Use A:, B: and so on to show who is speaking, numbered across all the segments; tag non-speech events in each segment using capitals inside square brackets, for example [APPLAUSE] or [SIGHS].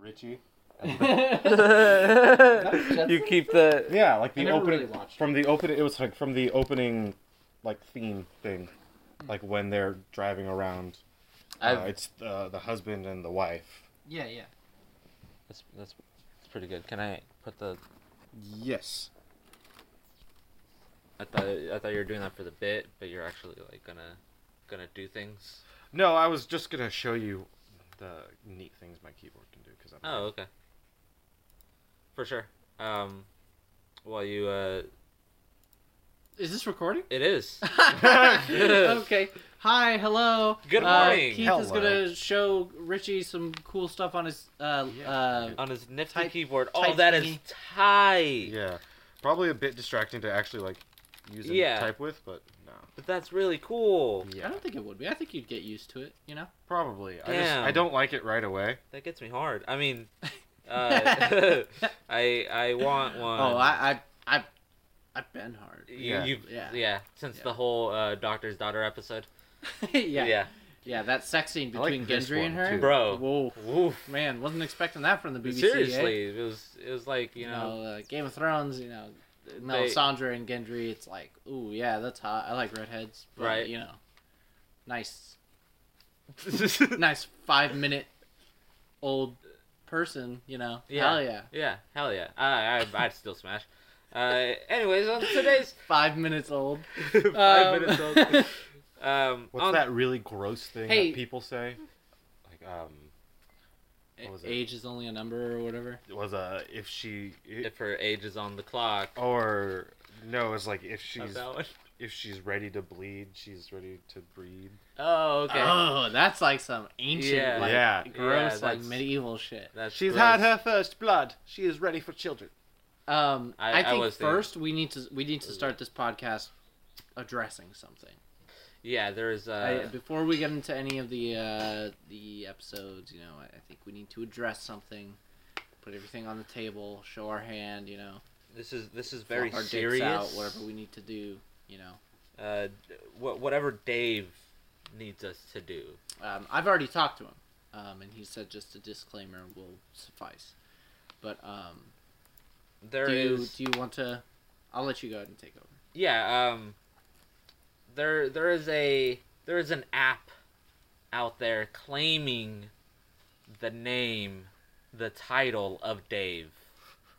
A: Richie.
B: [LAUGHS] you keep the
A: Yeah, like the
C: never
A: opening
C: really watched
A: from the opening. It was like from the opening, like theme thing, like when they're driving around. Uh,
B: I've,
A: it's uh, the husband and the wife.
C: Yeah, yeah.
B: that's, that's that's pretty good. Can I put the
A: Yes.
B: I thought I thought you were doing that for the bit, but you're actually like gonna gonna do things.
A: No, I was just gonna show you the neat things my keyboard can do because I'm.
B: Oh, [LAUGHS] okay. For sure. Um, while you uh,
C: Is this recording? [LAUGHS]
B: it is.
C: okay. Hi, hello.
B: Good
C: Uh,
B: morning.
C: Keith is
A: Hello.
C: gonna show Richie some cool stuff on his uh,
A: Yeah.
C: uh,
B: on his nifty
C: Type-
B: keyboard.
C: type
B: oh, that is
C: thingy.
B: tight.
A: [LAUGHS] Yeah, probably a bit distracting to actually like use and
B: Yeah.
A: type with, but no.
B: But that's really cool.
C: I don't think it would be. I think you'd get used to it, you know?
A: probably. I just I
B: Damn.
A: don't like it right away.
B: That gets me hard. I mean, uh, [LAUGHS] I I want one.
C: oh, I, I, I, I've been
B: [LAUGHS]
C: hard. [LAUGHS]
B: You,
A: Yeah.
B: you yeah.
C: Yeah.
B: Since
C: Yeah.
B: the whole uh, doctor's daughter episode.
C: yeah, yeah.
B: Yeah.
C: that sex scene
A: I like
C: between
A: this
C: Gendry and
A: one,
C: her.
A: too.
B: Bro.
C: Whoa.
B: Oof.
C: Man, wasn't expecting that from the BBC. eh?
B: Seriously, it was it was like you know,
C: uh, Game of Thrones, you know,
B: they-
C: Melisandre and Gendry, it's like, ooh, yeah, that's hot. I like redheads. But,
B: Right.
C: You know, nice,
B: [LAUGHS]
C: nice five minute old person, you know.
B: Yeah.
C: Hell yeah.
B: yeah, hell yeah, I, I I'd still smash. Uh, anyways, on
C: [LAUGHS]
B: today's
C: Five minutes old.
B: five
C: Um,
B: minutes old. [LAUGHS] Um,
A: What's
B: on-
A: that really gross thing
C: Hey.
A: that people say? Like um, What was it?
C: Age is only a number or whatever.
A: it was uh if she it,
B: If her age is on the clock.
A: or no, it's like if
B: Not
A: she's
B: that one.
A: if she's ready to bleed, she's ready to breed.
B: Oh, okay.
A: Ah.
C: Oh, that's like some ancient,
B: Yeah.
C: like,
A: Yeah.
B: Yeah,
C: gross, like
B: that's-
C: medieval shit.
B: That's
A: She's
B: gross.
A: had her first blood. She is ready for children.
C: Um,
B: I-
C: I,
B: I
C: think
B: was there.
C: first we need to we need to start this podcast addressing something.
B: Yeah, there's
C: I,
B: uh,
C: before we get into any of the uh, the episodes, you know, I, I think we need to address something, put everything on the table, show our hand, you know,
B: this is this is very
C: flop our
B: serious.
C: dicks out, whatever we need to do, you know.
B: uh, wh- whatever Dave needs us to do.
C: Um, I've already talked to him, um, and he said just a disclaimer will suffice. But um,
B: There
C: do you,
B: is-
C: do you want to? I'll let you go ahead and take over.
B: yeah um there there is a there is an app out there claiming the name the title of dave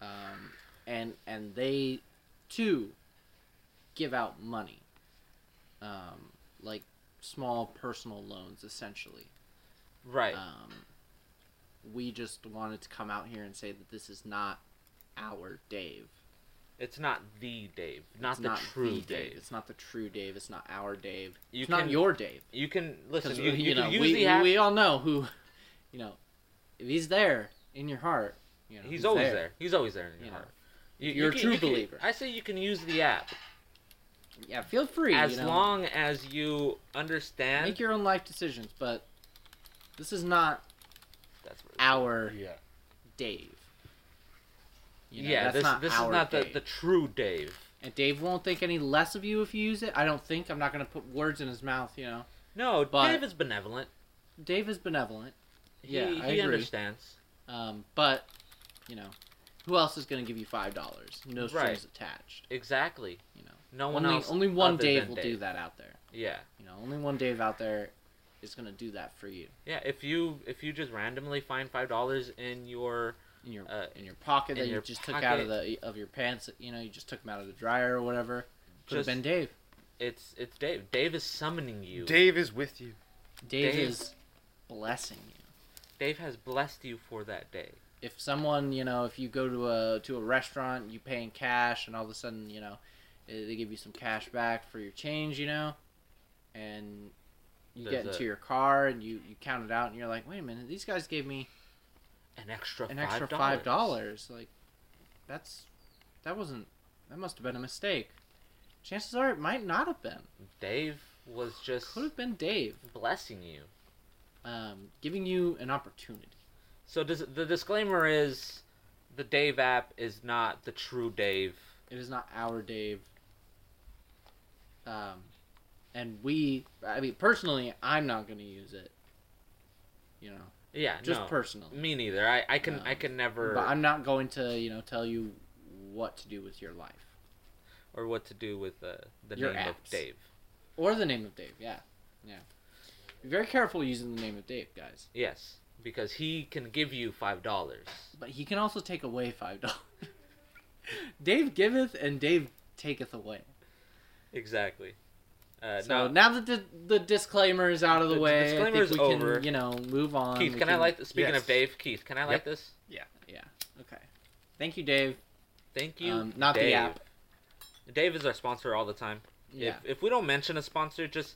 C: um, and and they too give out money, um, like small personal loans, essentially.
B: right
C: Um, we just wanted to come out here and say that this is not our Dave.
B: it's not the dave not
C: It's
B: the
C: not
B: true
C: the
B: dave.
C: It's not the true Dave. It's not our Dave.
B: You
C: it's
B: can-
C: not your Dave.
B: you can listen
C: Because
B: you,
C: you,
B: you
C: know
B: can use
C: we,
B: the app
C: we all know who, you know, if he's there in your heart, you know
B: he's, always there. he's always there in your
C: You know.
B: heart you,
C: You're a true
B: can-
C: believer.
B: i say you can use the app
C: Yeah, feel free.
B: as
C: you know,
B: long as you understand
C: make your own life decisions, but this is not
B: that's where-
C: our
A: Yeah.
C: Dave. You know,
B: yeah
C: that's
B: this,
C: not
B: this is
C: our
B: not the,
C: Dave.
B: the true dave
C: And Dave won't think any less of you if you use it. I don't think. I'm not going to put words in his mouth, you know.
B: no
C: But-
B: dave is benevolent
C: Dave is benevolent,
B: he,
C: Yeah, I
B: he
C: agree.
B: understands
C: um, but, you know, who else is going to give you $5? No strings
B: Right.
C: attached,
B: exactly
C: you know.
B: No one
C: only,
B: else.
C: only one
B: other
C: Dave
B: than
C: will do that out there.
B: Yeah,
C: You know, only one Dave out there is going to do that for you.
B: yeah. If you if you just randomly find five dollars in your
C: in your
B: Uh,
C: in your pocket
B: in
C: that you
B: your
C: just took out of the of your pants. You know, you just took them out of the dryer or whatever. Could have
B: Just-
C: been Dave.
B: it's it's Dave. Dave is summoning you.
A: Dave is with you.
C: Dave,
B: Dave.
C: is blessing you.
B: Dave has blessed you for that day.
C: If someone, you know, if you go to a to a restaurant, you pay in cash, and all of a sudden, you know, eh, they give you some cash back for your change, you know, and you
B: There's
C: get into
B: a-
C: your car and you you count it out, and you're like, wait a minute, these guys gave me
B: An extra
C: an
B: $5.
C: extra five dollars. Like, that's that wasn't that must have been a mistake. Chances are it might not have been.
B: Dave was just
C: Could have been Dave,
B: blessing you.
C: um, giving you an opportunity.
B: So does, the disclaimer is, the Dave app is not the true Dave.
C: It is not our Dave. Um, and we, I mean, personally, I'm not going to use it. You know,
B: Yeah,
C: just
B: no.
C: personally.
B: Me neither. I, I can
C: No.
B: I can never
C: But I'm not going to, you know, tell you what to do with your life
B: or what to do with uh, the
C: Your
B: name
C: apps.
B: of Dave.
C: or the name of Dave. Yeah, yeah. Be very careful using the name of Dave, guys.
B: Yes, because he can give you five dollars.
C: But he can also take away five dollars. [LAUGHS] Dave giveth and Dave taketh away.
B: Exactly. Uh,
C: so
B: now,
C: now that the, the disclaimer is out of the,
B: The
C: way, I
B: disclaimer
C: think
B: is
C: we
B: over.
C: can, you know, move on.
B: Keith,
C: We
B: can I like speaking
A: yes.
B: of Dave? Keith, can I like
A: Yep.
B: this?
C: Yeah, yeah. Okay. Thank you, Dave.
B: Thank you.
C: um, not
B: Dave.
C: the app.
B: Dave is our sponsor all the time.
C: Yeah.
B: If, if we don't mention a sponsor, just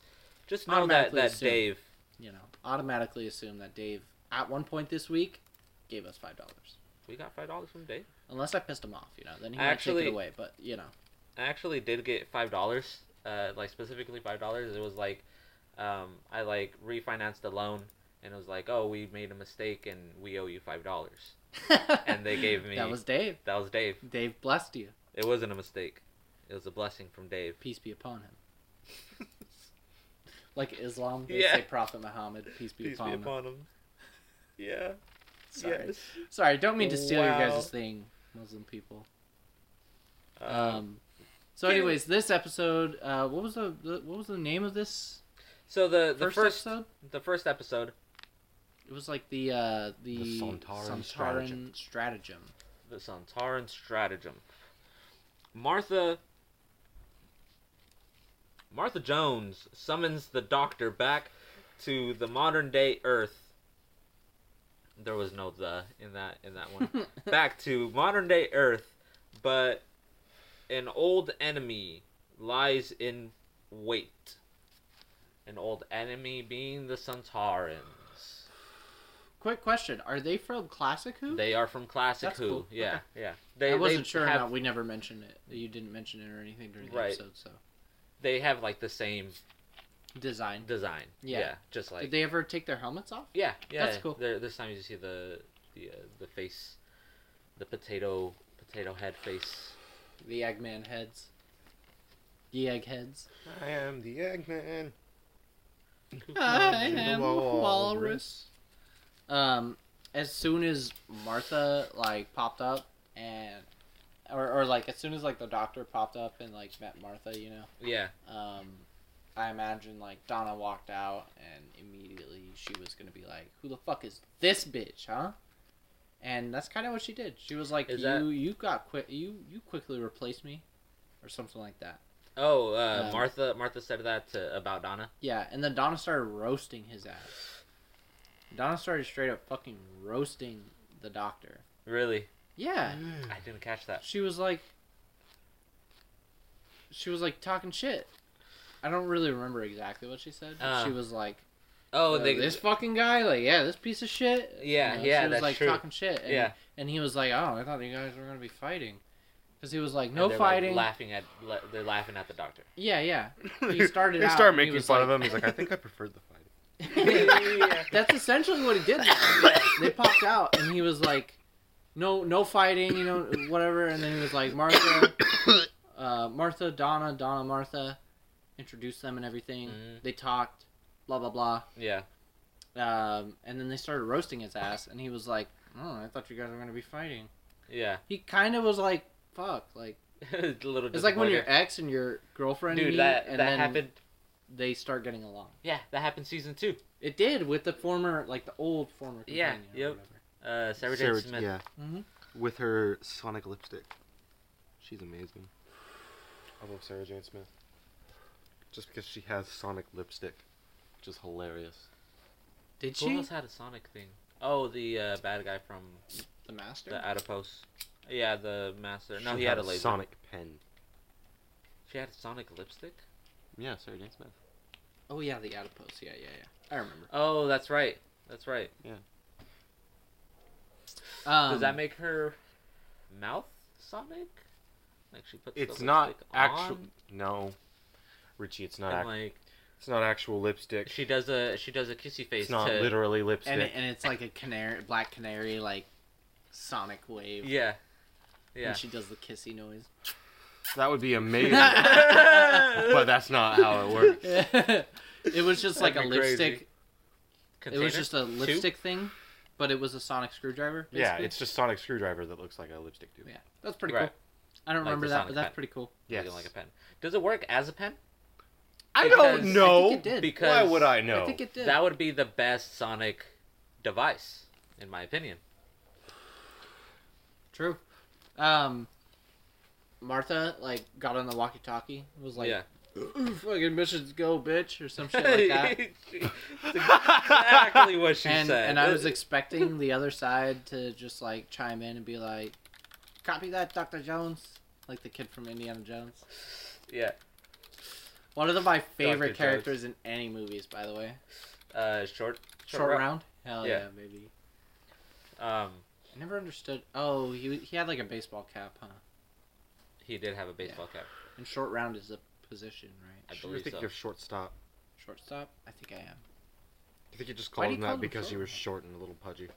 B: just know that
C: Automatically
B: that
C: assume.
B: Dave.
C: you know, automatically assume that Dave, at one point this week, gave us five dollars.
B: We got five dollars from Dave.
C: Unless I pissed him off, you know, then he
B: I
C: might
B: actually-
C: take it away. But you know,
B: I actually did get five dollars. Uh, like specifically five dollars. It was like, um, I like refinanced a loan, and it was like, oh, we made a mistake, and we owe you five dollars. [LAUGHS] And they
C: [LAUGHS]
B: gave me-
C: that was Dave.
B: That was Dave.
C: Dave blessed you.
B: It wasn't a mistake. It was a blessing from Dave.
C: Peace be upon him. Like Islam, they
B: Yeah.
C: say Prophet Muhammad, peace be, upon, him.
B: him. Yeah.
C: Sorry, sorry, don't mean to steal
B: Wow.
C: your guys' thing, Muslim people.
B: Um,
C: Um, so,
B: can-
C: anyways, this episode, uh, what was the, the what was the name of this
B: so the the
C: first,
B: first,
C: episode?
B: the first episode,
C: It was like the uh, the,
A: The Santaran
C: Santaran
A: stratagem.
C: stratagem.
B: the Santaran stratagem. Martha. Martha Jones summons the Doctor back to the modern day Earth. There was no the in that in that one. back to modern day Earth, but an old enemy lies in wait. An old enemy being the Santarans.
C: [LAUGHS] Quick question: Are they from Classic Who?
B: They are from Classic
C: Hmm? That's
B: Who.
C: cool.
B: Yeah, yeah. They,
C: I
B: they
C: wasn't sure.
B: have,
C: How we never mentioned it. You didn't mention it or anything during the
B: Right.
C: episode. So
B: They have like the same
C: design.
B: design.
C: Yeah.
B: Yeah, just like
C: Did they ever take their helmets off?
B: yeah, yeah.
C: That's cool.
B: There, this time you see the the uh, the face, the potato potato head face.
C: The Eggman heads. The egg heads.
A: I am the Eggman.
C: I
A: the
C: am a walrus.
A: walrus.
C: Um, as soon as Martha like popped up and, or, or like as soon as like the doctor popped up and like met Martha, you know,
B: Yeah,
C: um, I imagine like Donna walked out and immediately she was gonna be like, "Who the fuck is this bitch, huh?" And that's kind of what she did. She was like,
B: Is
C: "You
B: that-
C: you got quick you you quickly replaced me," or something like that.
B: Oh, uh,
C: Um,
B: Martha. Martha said that to, about Donna.
C: Yeah, and then Donna started roasting his ass. Donna started straight up fucking roasting the doctor.
B: Really,
C: Yeah,
A: Mm.
B: I didn't catch that.
C: she was like, she was like talking shit. I don't really remember exactly what she said. but
B: Uh,
C: she was like.
B: Oh,
C: "Yo,
B: they,
C: this fucking guy, like, yeah, this piece of shit.
B: Yeah,
C: You
B: yeah,
C: She was
B: that's
C: like
B: true.
C: talking shit. And,
B: Yeah.
C: and he was like, oh, I thought you guys were gonna be fighting, because he was like,
B: and
C: no
B: they're, like,
C: fighting.
B: laughing at la- they're laughing at the
A: [LAUGHS]
B: doctor.
C: yeah, yeah. He started
A: They
C: out
A: start
C: and he
A: making
C: was
A: fun of
C: like-
A: him. He's like, I think I preferred the fighting.
B: [LAUGHS]
C: [LAUGHS] That's essentially what he did. though. they popped out, and he was like, no, no fighting, you know, whatever. And then he was
B: [COUGHS]
C: like, Martha, uh, Martha, Donna, Donna, Martha, introduced them and everything.
B: Mhm.
C: They talked, blah blah blah.
B: Yeah,
C: Um, and then they started roasting his ass, and he was like, "Oh, I thought you guys were gonna be fighting."
B: yeah. [LAUGHS]
C: He kind of was like, "Fuck!" Like
B: it's a little.
C: it's like when your
B: disappointed.
C: ex and your girlfriend
B: dude
C: meet,
B: that
C: and
B: that
C: then
B: happened.
C: they start getting along.
B: Yeah, that happened season two.
C: It did with the former, like the old former.
B: Yeah,
C: Companion
B: yep.
C: Or whatever.
B: Uh, Sarah Jane
A: Sarah-
B: Smith.
A: Yeah.
C: Mhm.
A: With her sonic lipstick. She's amazing. I love Sarah Jane Smith. Just because she has sonic lipstick. Which is hilarious.
C: Did
B: Who
C: she?
B: else had a Sonic thing? Oh, the uh, bad guy from
C: The master.
B: the Adipose. Yeah, the master. No, he had, a laser.
A: Sonic pen.
B: She had Sonic lipstick.
A: Yeah, Sarah Jane Smith.
C: Oh yeah, the adipose. Yeah, yeah, yeah. I remember.
B: Oh, that's right. That's right.
C: Um,
B: Does that make her mouth Sonic? Like she puts. the
A: It's not
B: lipstick
A: actual.
B: on
A: No, Richie, it's not.
B: and,
A: Ac-
B: like
A: it's not actual lipstick.
B: she does a she does a kissy face.
A: It's not
B: to,
A: literally lipstick.
C: And it, and it's like a canary, black canary, like sonic wave.
B: Yeah, yeah. [LAUGHS]
C: And she does the kissy noise. [LAUGHS]
A: that would be amazing, but that's not how it
B: [LAUGHS]
A: works.
C: it was just like a
B: That'd be crazy.
C: lipstick. It
B: Container?
C: was just a
B: Two?
C: lipstick thing. but it was a sonic screwdriver.
A: Yeah,
C: basically.
A: it's just Sonic Screwdriver that looks like a lipstick tube.
C: yeah, that's pretty
B: Right.
C: cool. I don't
B: Like
C: remember
B: the
C: that,
B: Sonic
C: but that's
B: pen.
C: pretty cool.
A: Yes.
B: Looking like a pen. Does it work as a pen?
A: I
B: Because- I
A: don't
B: think
A: know.
C: it did.
B: Because
A: Why would I know?
C: I think it did.
B: That would be the best Sonic device, in my opinion.
C: True. Um, Martha like got on the walkie-talkie. and Was like,
B: yeah.
C: "Fucking missions go, bitch," or some shit like
B: [LAUGHS]
C: that.
B: exactly what she
C: and
B: said.
C: and [LAUGHS] I was expecting the other side to just like chime in and be like, "Copy that, Doctor Jones," like the kid from Indiana Jones.
B: yeah.
C: One of my favorite
B: Jones.
C: characters in any movies, by the way.
B: Uh, short.
C: Short
B: round.
C: round. Hell yeah.
B: Yeah.
C: baby.
B: Um,
C: I never understood. Oh, he he had like a baseball cap, huh?
B: he did have a baseball cap.
C: And short round is a position, right?
B: I
A: Should you
B: believe
A: think
B: so.
A: you're shortstop?
C: Shortstop. I think I am.
A: You think you just
C: Why
A: called
C: do
A: him
C: you
A: that
C: call him
A: because
C: short?
A: you were short and a little pudgy?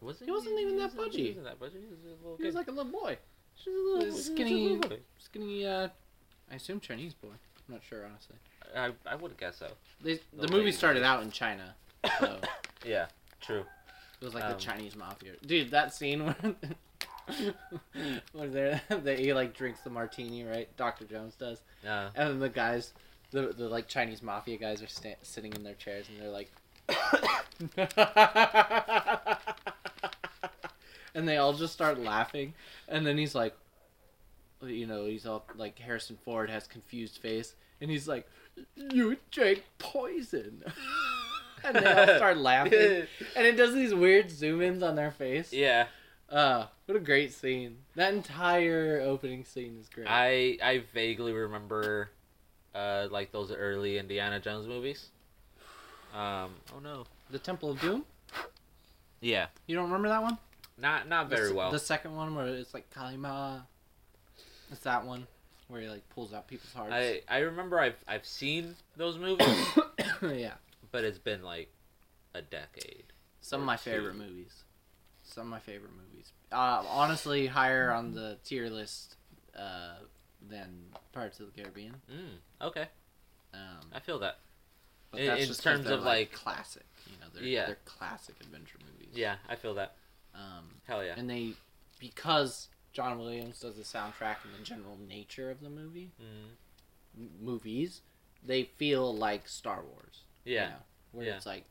B: Was
C: He wasn't even that
B: wasn't- he
C: pudgy.
B: wasn't that pudgy. He was a little
C: He was
B: kid.
C: like a little boy.
B: She was a little-
C: he was
B: she was a
C: skinny.
B: little boy.
C: Skinny, uh, I assume Chinese boy. I'm not sure, honestly.
B: I, I would guess so.
C: They, the
B: Little
C: movie
B: baby.
C: started out in China, [LAUGHS] so
B: Yeah, true.
C: it was like the
B: Um,
C: Chinese mafia. Dude, that scene [LAUGHS] when, when they're, [LAUGHS] they, he, like, drinks the martini, right? Dr. Jones does.
B: Uh,
C: And then the guys, the, the like, Chinese mafia guys are sta- sitting in their chairs and they're like... [LAUGHS] and they all just start laughing. And then he's like, you know, he's all like Harrison Ford has confused face, and he's like, "You drank poison," [LAUGHS] and they all
B: [LAUGHS]
C: start laughing, and it does these weird zoom ins on their face.
B: yeah,
C: Uh, what a great scene! That entire opening scene is great.
B: I I vaguely remember, uh, like those early Indiana Jones movies. Um. Oh no.
C: the Temple of Doom.
B: Yeah.
C: You don't remember that one?
B: Not not
C: The
B: very
C: s-
B: well.
C: The second one where it's like Kalima. It's that one where he like pulls out people's hearts.
B: I I remember I've I've seen those movies,
C: [COUGHS]
B: [COUGHS]
C: yeah,
B: but it's been like a decade.
C: Some of my
B: Or two.
C: favorite movies. Some of my favorite movies. Uh, honestly, higher on the tier list uh, than Pirates of the Caribbean.
B: Mm, okay,
C: Um,
B: I feel that.
C: but
B: In-
C: that's
B: in
C: just 'cause
B: terms
C: they're,
B: of, like-
C: classic, you know, they're,
B: Yeah.
C: they're classic adventure movies.
B: Yeah, I feel that.
C: Um,
B: Hell yeah.
C: and they because John Williams does the soundtrack and the general nature of the movie
B: Mm,
C: m- movies, they feel like Star Wars. you
B: yeah.
C: know, where
B: yeah.
C: it's like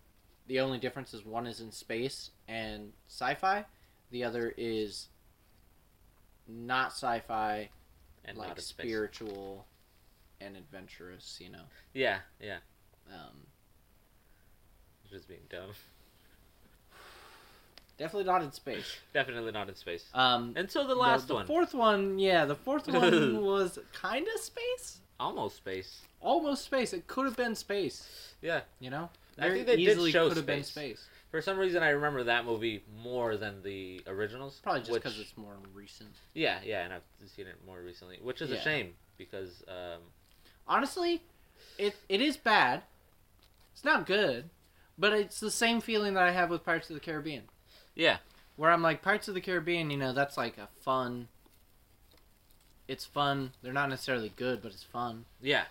C: the only difference is one is in space and sci-fi, the other is not sci-fi,
B: And
C: like
B: not a space.
C: spiritual and adventurous. You know,
B: Yeah, yeah.
C: um,
B: Just being dumb. [LAUGHS]
C: definitely not in space.
B: Definitely not in space.
C: Um,
B: And so the last
C: the
B: one,
C: fourth one, yeah,
B: [LAUGHS]
C: the fourth one was kind of space,
B: almost space.
C: almost space. It could have been space.
B: Yeah.
C: You know,
B: I think they did show
C: could've been
B: space.
C: space.
B: For some reason, I remember that movie more than the originals.
C: Probably just
B: which-
C: because it's more recent.
B: Yeah, yeah, and I've seen it more recently, which is
C: Yeah.
B: a shame because um,
C: honestly, it it is bad. It's not good, but it's the same feeling that I have with Pirates of the Caribbean,
B: yeah,
C: where I'm like Pirates of the Caribbean. You know, that's like a fun. It's fun. They're not necessarily good, but it's fun.
B: yeah,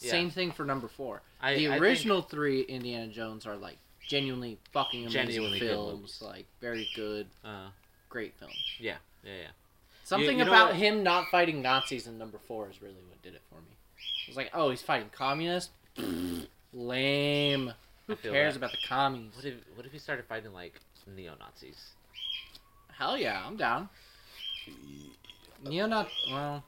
B: Yeah.
C: Same thing for number four.
B: I
C: the
B: I think-
C: original three Indiana Jones are like genuinely fucking amazing
B: Genuinely good
C: films,
B: movies.
C: like very good,
B: uh,
C: great films.
B: yeah, yeah, yeah.
C: Something
B: you know
C: about
B: what-
C: him not fighting Nazis in number four is really what did it for me. It was like, oh, he's fighting communists. [SNIFFS] Lame. Who
B: I feel
C: cares
B: that.
C: about the commies?
B: What if what if he started fighting like neo Nazis?
C: Hell yeah, I'm down. Neo Nazi. Well,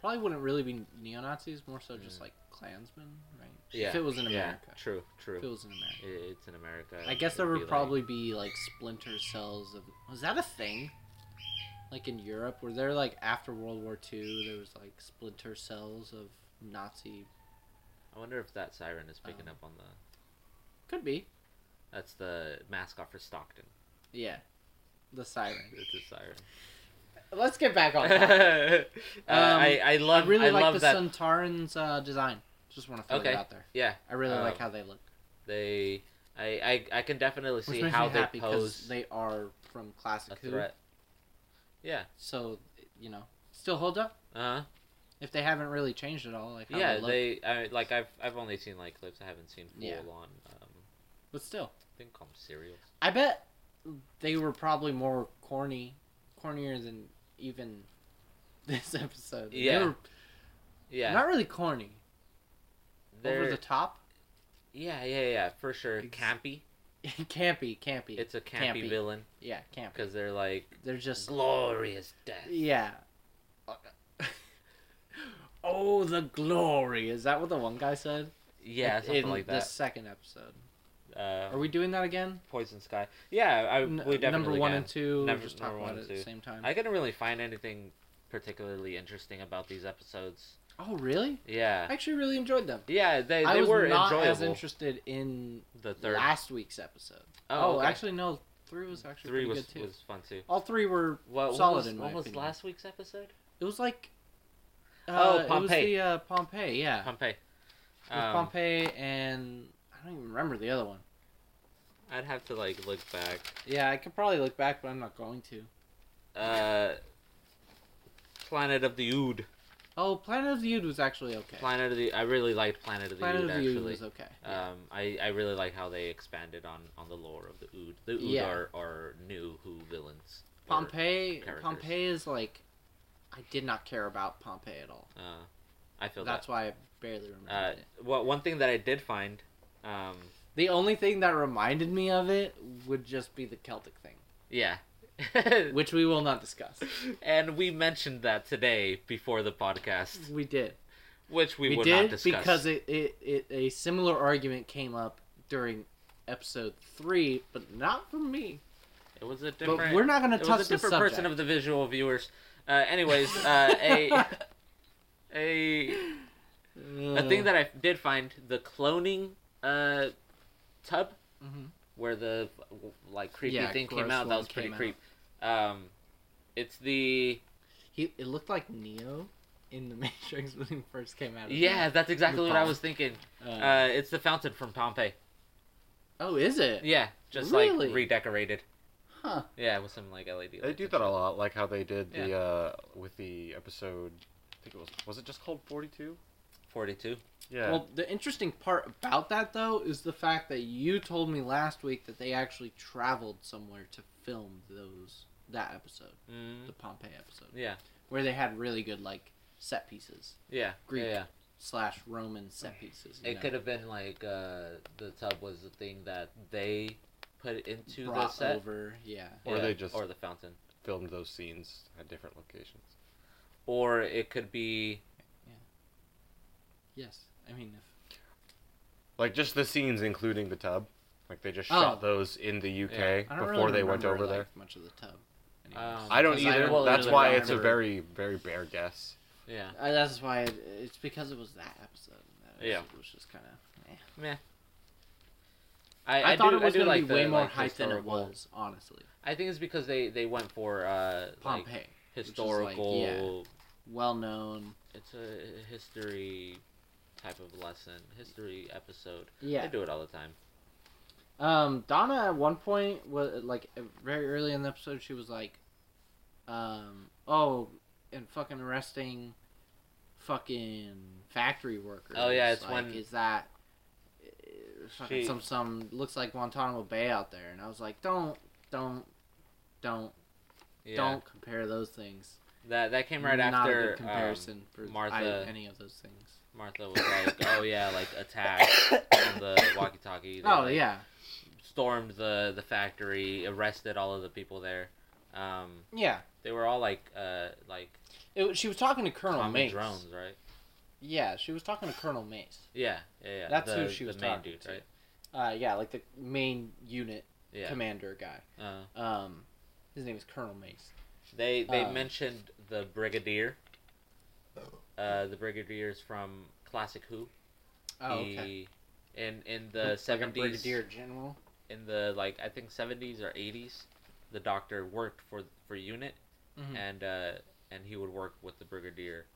C: probably wouldn't really be neo Nazis. More so just like Klansmen, right?
B: Mm. Yeah,
C: If it was in America.
B: yeah, true, true.
C: If it was in America.
B: I- it's in America.
C: I guess
B: it
C: there
B: be
C: would
B: like-
C: probably be like splinter cells of. Was that a thing? Like in Europe, were there like after World War II, there was like splinter cells of Nazi.
B: I wonder if that siren is picking
C: Um,
B: up on the.
C: Could be.
B: That's the mascot for Stockton.
C: Yeah. The siren.
B: [LAUGHS] It's a siren.
C: Let's get back on. That.
B: [LAUGHS] Uh, I I
C: Oh. Um, I
B: love I,
C: really like
B: love
C: the
B: that.
C: Suntaran's uh, design. Just want to throw
B: Okay.
C: that out there.
B: Yeah,
C: I really like
B: Um,
C: how they look.
B: they. I, I, I can definitely
C: Which
B: see
C: makes
B: how
C: me
B: they
C: happy because
B: pose
C: they are from classic
B: a
C: Who,
B: threat. Yeah.
C: so you know still hold up
B: Uh huh.
C: if they haven't really changed at all. Like how
B: Yeah,
C: they, look.
B: they I, like I've I've only seen like clips. I haven't seen full
C: Yeah.
B: on. Um,
C: but still
B: didn't call them cereals.
C: I bet they were probably more corny, cornier than even this episode.
B: Yeah.
C: They were
B: Yeah,
C: not really corny.
B: they're-
C: Over the top. [LAUGHS]
B: yeah, yeah, yeah, for sure.
C: Ex-
B: campy.
C: campy, campy.
B: It's a campy,
C: Campy.
B: villain
C: yeah, campy.
B: because they're like
C: They're just
B: glorious death.
C: yeah. [LAUGHS] oh, the glory! Is that what the one guy said?
B: Yeah,
C: Like,
B: something
C: in
B: like
C: The
B: that.
C: second episode.
B: Uh,
C: Are we doing that again?
B: Poison Sky. Yeah, I
C: N-
B: Oh, we definitely
C: number one
B: can.
C: and two.
B: Number-
C: just talk
B: number
C: about
B: one
C: it
B: and
C: at
B: two.
C: the same time.
B: I couldn't really find anything particularly interesting about these episodes.
C: Oh, really? I
B: Yeah,
C: actually really enjoyed them.
B: yeah, they,
C: I
B: they
C: was
B: were
C: not
B: enjoyable.
C: as interested in
B: the third,
C: last week's episode.
B: oh, okay.
C: actually no, three was actually
B: three
C: pretty
B: was
C: good too.
B: was fun too.
C: All three were.
B: What, what
C: Solid
B: was,
C: in my
B: what was
C: opinion.
B: last week's episode?
C: It was like.
B: Oh,
C: uh, It was
B: Pompeii.
C: the uh, Pompeii, yeah.
B: Pompeii.
C: It was
B: Um,
C: Pompeii and I don't even remember the other one.
B: I'd have to like look back.
C: Yeah, I could probably look back, but I'm not going to.
B: Uh, Planet of the Ood.
C: Oh, Planet of the Ood was actually okay.
B: Planet of the. I really liked Planet of the
C: Planet
B: Ood
C: of the Ood
B: actually.
C: was okay. yeah.
B: Um, I, I really like how they expanded on, on the lore of the Ood. The Ood
C: Yeah.
B: are, are new Who villains. or-
C: Pompeii,
B: characters.
C: Pompeii is like, I did not care about Pompeii at all.
B: Uh, I feel
C: That's
B: That's
C: why I barely remember
B: that. Uh,
C: it.
B: well, one thing that I did find, um,
C: The only thing that reminded me of it would just be the Celtic thing, [LAUGHS]
B: yeah,
C: which we will not discuss.
B: and we mentioned that today before the podcast,
C: We did.
B: which we,
C: We,
B: will not
C: did
B: discuss
C: because it, it, it a similar argument came up during episode three, but not from me.
B: it was a different.
C: But we're not going to
B: it was
C: touch
B: a
C: the
B: different
C: subject.
B: person of the visual viewers. Uh, anyways, uh,
C: [LAUGHS]
B: a a a thing that I did find the cloning uh, tub
C: Mhm.
B: where the like creepy
C: Yeah,
B: thing came
C: gross
B: out. That
C: one
B: was pretty
C: came
B: creep. Um, it's the
C: He, it looked like Neo in the [LAUGHS] Matrix when he first came out. Of
B: yeah. That's exactly what I
C: Lupin.
B: was thinking.
C: Uh,
B: Uh, it's the fountain from Pompeii.
C: oh, is it?
B: Yeah, just
C: Really?
B: like redecorated.
C: Huh.
B: Yeah, with some like LED.
A: They
B: lights
A: do
B: and
A: that a
B: shit.
A: lot, like how they did the uh, with the episode. I think it was was it just called Forty Two?
B: Forty-two.
A: Yeah.
C: Well, the interesting part about that though is the fact that you told me last week that they actually traveled somewhere to film those that episode,
B: Mm,
C: the Pompeii episode,
B: yeah,
C: where they had really good like set pieces
B: yeah,
C: Greek.
B: yeah, yeah.
C: slash Roman set pieces. you
B: It
C: know.
B: could have been like uh, the tub was the thing that they put into the
C: brought
B: set,
C: over, yeah.
A: Or
B: Yeah,
A: they just-
B: or the fountain,
A: Filmed those scenes at different locations.
B: or it could be
C: Yes, I mean, if,
A: Like just the scenes, including the tub. Like they just
C: Oh.
A: shot those in the UK
C: I don't
A: before
C: really
A: they went
C: remember,
A: over
C: like,
A: there.
C: much of the tub. anyways.
B: Um,
A: I don't
C: 'Cause I
A: either.
C: don't
A: That's
C: really
A: why it's a
C: remember.
A: very, very bare guess.
B: yeah.
C: I, that's why it, it's because it was that episode. That episode
B: Yeah.
C: was just kind of.
B: I,
C: I, thought
B: do,
C: it was
B: I do
C: going
B: like
C: to be
B: the,
C: way more
B: like,
C: hype than it
B: historical-
C: was, honestly.
B: I think it's because they they went for uh like
C: Pompeii, is, like,
B: historical.
C: well known.
B: It's a history type of lesson, history episode.
C: Yeah.
B: They do it all the time.
C: Um, Donna at one point was like very early in the episode. She was like, um, "Oh, and fucking arresting, fucking factory workers."
B: Oh, yeah, it's
C: like,
B: when-
C: is that uh, fucking
B: She-
C: some some looks like Guantanamo Bay out there? And I was like, "Don't, don't, don't,
B: Yeah.
C: don't compare those things."
B: That that came right
C: Not
B: after
C: a good comparison
B: um,
C: for
B: Martha-
C: I, any of those things.
B: Martha was like, "Oh yeah,
C: [COUGHS]
B: like attack on the walkie-talkie." They,
C: Oh
B: like,
C: yeah,
B: stormed the the factory, arrested all of the people there. Um,
C: yeah.
B: they were all like uh like
C: It, was- she was talking to Colonel
B: common
C: Mace.
B: drones, right?
C: Yeah, she was talking to Colonel Mace.
B: Yeah, yeah, yeah.
C: That's
B: the,
C: who she was
B: the main
C: talking
B: dude,
C: to.
B: right?
C: Uh, yeah, like the main unit
B: Yeah.
C: commander guy.
B: uh,
C: Um, his name is Colonel Mace.
B: They they
C: Um,
B: mentioned the brigadier. Uh, the brigadier's from classic Who.
C: Oh, okay.
B: He- in in
C: Looks
B: the
C: like a
B: seventies,
C: brigadier general.
B: in the like I think seventies or eighties, the doctor worked for for unit,
C: Mhm.
B: and uh, and he would work with the brigadier.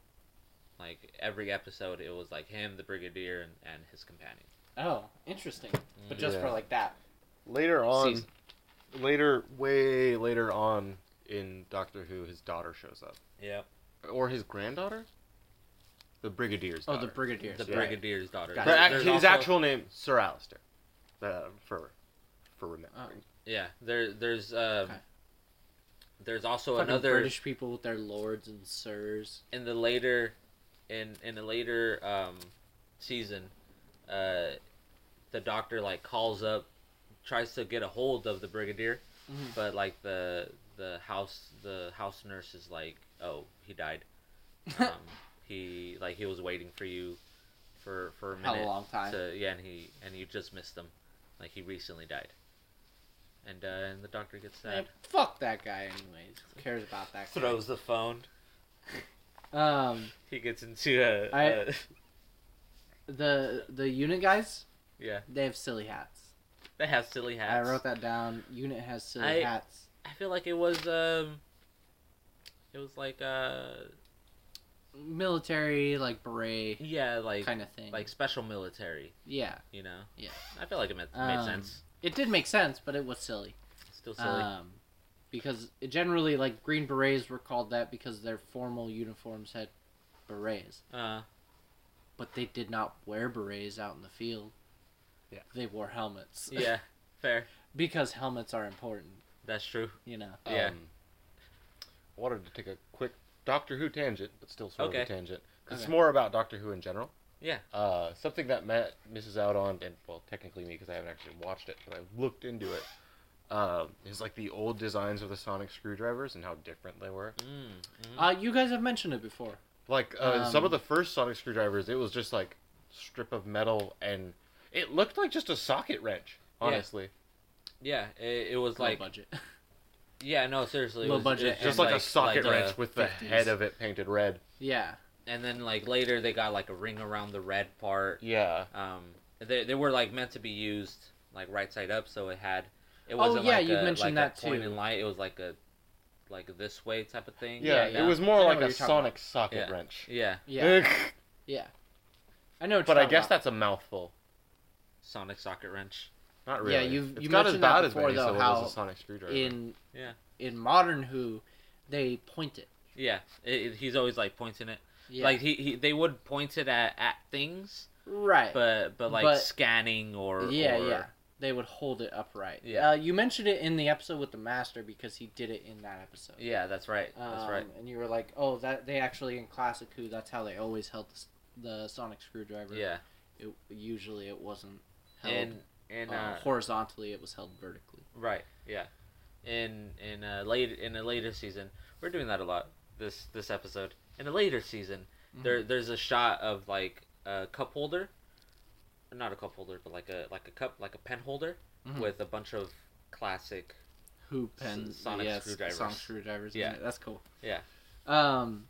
B: Like every episode, it was like him, the brigadier, and, and his companion.
C: Oh, interesting. But just for
A: Yeah.
C: like that.
A: Later on,
C: Season.
A: later, way later on in Doctor Who, his daughter shows up,
B: Yeah,
A: or his granddaughter, the Brigadier's.
C: Oh, the
A: daughter.
C: brigadier.
B: the
A: Yeah.
B: brigadier's daughter.
C: Got
A: Her
C: it.
A: act-
B: There's
A: his
B: also-
A: actual name, Sir Alistair, uh, for for
C: Oh,
A: remembering.
B: Yeah, there there's um,
C: Okay.
B: there's also
C: Fucking
B: another
C: British people with their lords and sirs.
B: in the later in in a later um season uh the doctor like calls up tries to get a hold of the brigadier
C: Mhm.
B: but like the the house the house nurse is like oh he
C: [LAUGHS]
B: died um he like he was waiting for you for for a
C: How
B: minute
C: long time?
B: so yeah, and he and you just missed him, like he recently died, and uh, and the doctor gets
C: Man,
B: sad.
C: fuck that guy, anyways. Who cares about that guy?
B: Throws the phone.
C: Um,
B: He gets into a,
C: I-
B: a-
C: the the unit guys,
B: [LAUGHS] yeah.
C: they have silly hats.
B: They have silly hats.
C: I wrote that down. Unit has silly
B: I-
C: hats.
B: I feel like it was um, it was like uh,
C: Military like beret
B: yeah, like
C: kind of thing.
B: like special military,
C: yeah,
B: you know.
C: Yeah.
B: I feel like it made, made
C: Um,
B: sense.
C: it did make sense, but it was silly.
B: Still silly.
C: Um, because it generally like green berets were called that because their formal uniforms had berets,
B: Uh,
C: but they did not wear berets out in the field.
A: Yeah.
C: they wore helmets.
B: yeah, fair.
C: [LAUGHS] because helmets are important.
B: That's true.
C: You know.
B: Yeah.
A: Um, I wanted to take a quick Doctor Who tangent, but still sort of
B: Okay.
A: a tangent. 'cause It's
C: Okay.
A: more about Doctor Who in general.
B: Yeah.
A: Uh, something that Matt misses out on, and well, technically me, because I haven't actually watched it, but I looked into it. Um, is like the old designs of the sonic screwdrivers and how different they were.
B: Mm, mhm.
C: Uh, you guys have mentioned it before.
A: Like uh, some
C: Um,
A: of the first sonic screwdrivers, it was just like strip of metal, and it looked like just a socket wrench.
B: Yeah.
A: Honestly,
B: yeah, it, it was
C: Low
B: like
C: budget. [LAUGHS]
B: yeah, no, seriously, it
C: Low
B: was-
C: budget,
B: it-
A: just
B: and
A: like, a socket
B: like, uh,
A: wrench with the
C: 50s.
A: head of it painted red.
C: yeah.
B: and then like later they got like a ring around the red part.
A: Yeah.
B: Um, they, they were like meant to be used like right side up, so it had it
C: Oh,
B: wasn't
C: yeah,
B: like
C: you
B: a,
C: mentioned
B: like
C: that
B: a point
C: too.
B: and light. It was like a like this way type of thing.
A: Yeah,
C: Yeah,
A: it was
C: I
A: more
C: know
A: like
C: what
A: a
C: you're talking
A: sonic socket
B: Yeah.
A: wrench.
B: yeah.
A: [LAUGHS]
C: Yeah.
A: Ugh,
C: Yeah. I know. What
A: but
C: you're
A: I
C: talking
A: guess
C: about.
A: that's a mouthful.
B: Sonic socket wrench.
A: Not really.
C: Yeah, you've-
A: It's
C: you
A: not as
C: mentioned that
A: bad as
C: before,
A: many
C: though,
A: syllables
C: how
A: as a sonic screwdriver.
C: in
B: Yeah.
C: in modern Who, they point it.
B: Yeah, it, it- he's always like pointing it.
C: Yeah.
B: Like he, he they would point it at, at things,
C: right.
B: but but like
C: But-
B: scanning or
C: yeah,
B: or-
C: yeah. They would hold it upright.
B: Yeah.
C: Uh, you mentioned it in the episode with the master because he did it in that episode.
B: yeah. That's right. that's
C: Um,
B: right.
C: And you were like, oh, that they actually in classic Who, that's how they always held the, s- the sonic screwdriver.
B: Yeah,
C: It, usually it wasn't held
B: and and
C: uh,
B: uh,
C: horizontally; it was held vertically.
B: Right. Yeah. In in a late in a later season, we're doing that a lot. This this episode in a later season,
C: Mm-hmm.
B: there there's a shot of like a cup holder, not a cup holder, but like a like a cup like a pen holder
C: Mhm.
B: with a bunch of classic.
C: Who pens
B: sonic
C: yes,
B: screwdrivers.
C: Sonic screwdrivers. in
B: Yeah.
C: it. that's cool.
B: Yeah.
C: Um,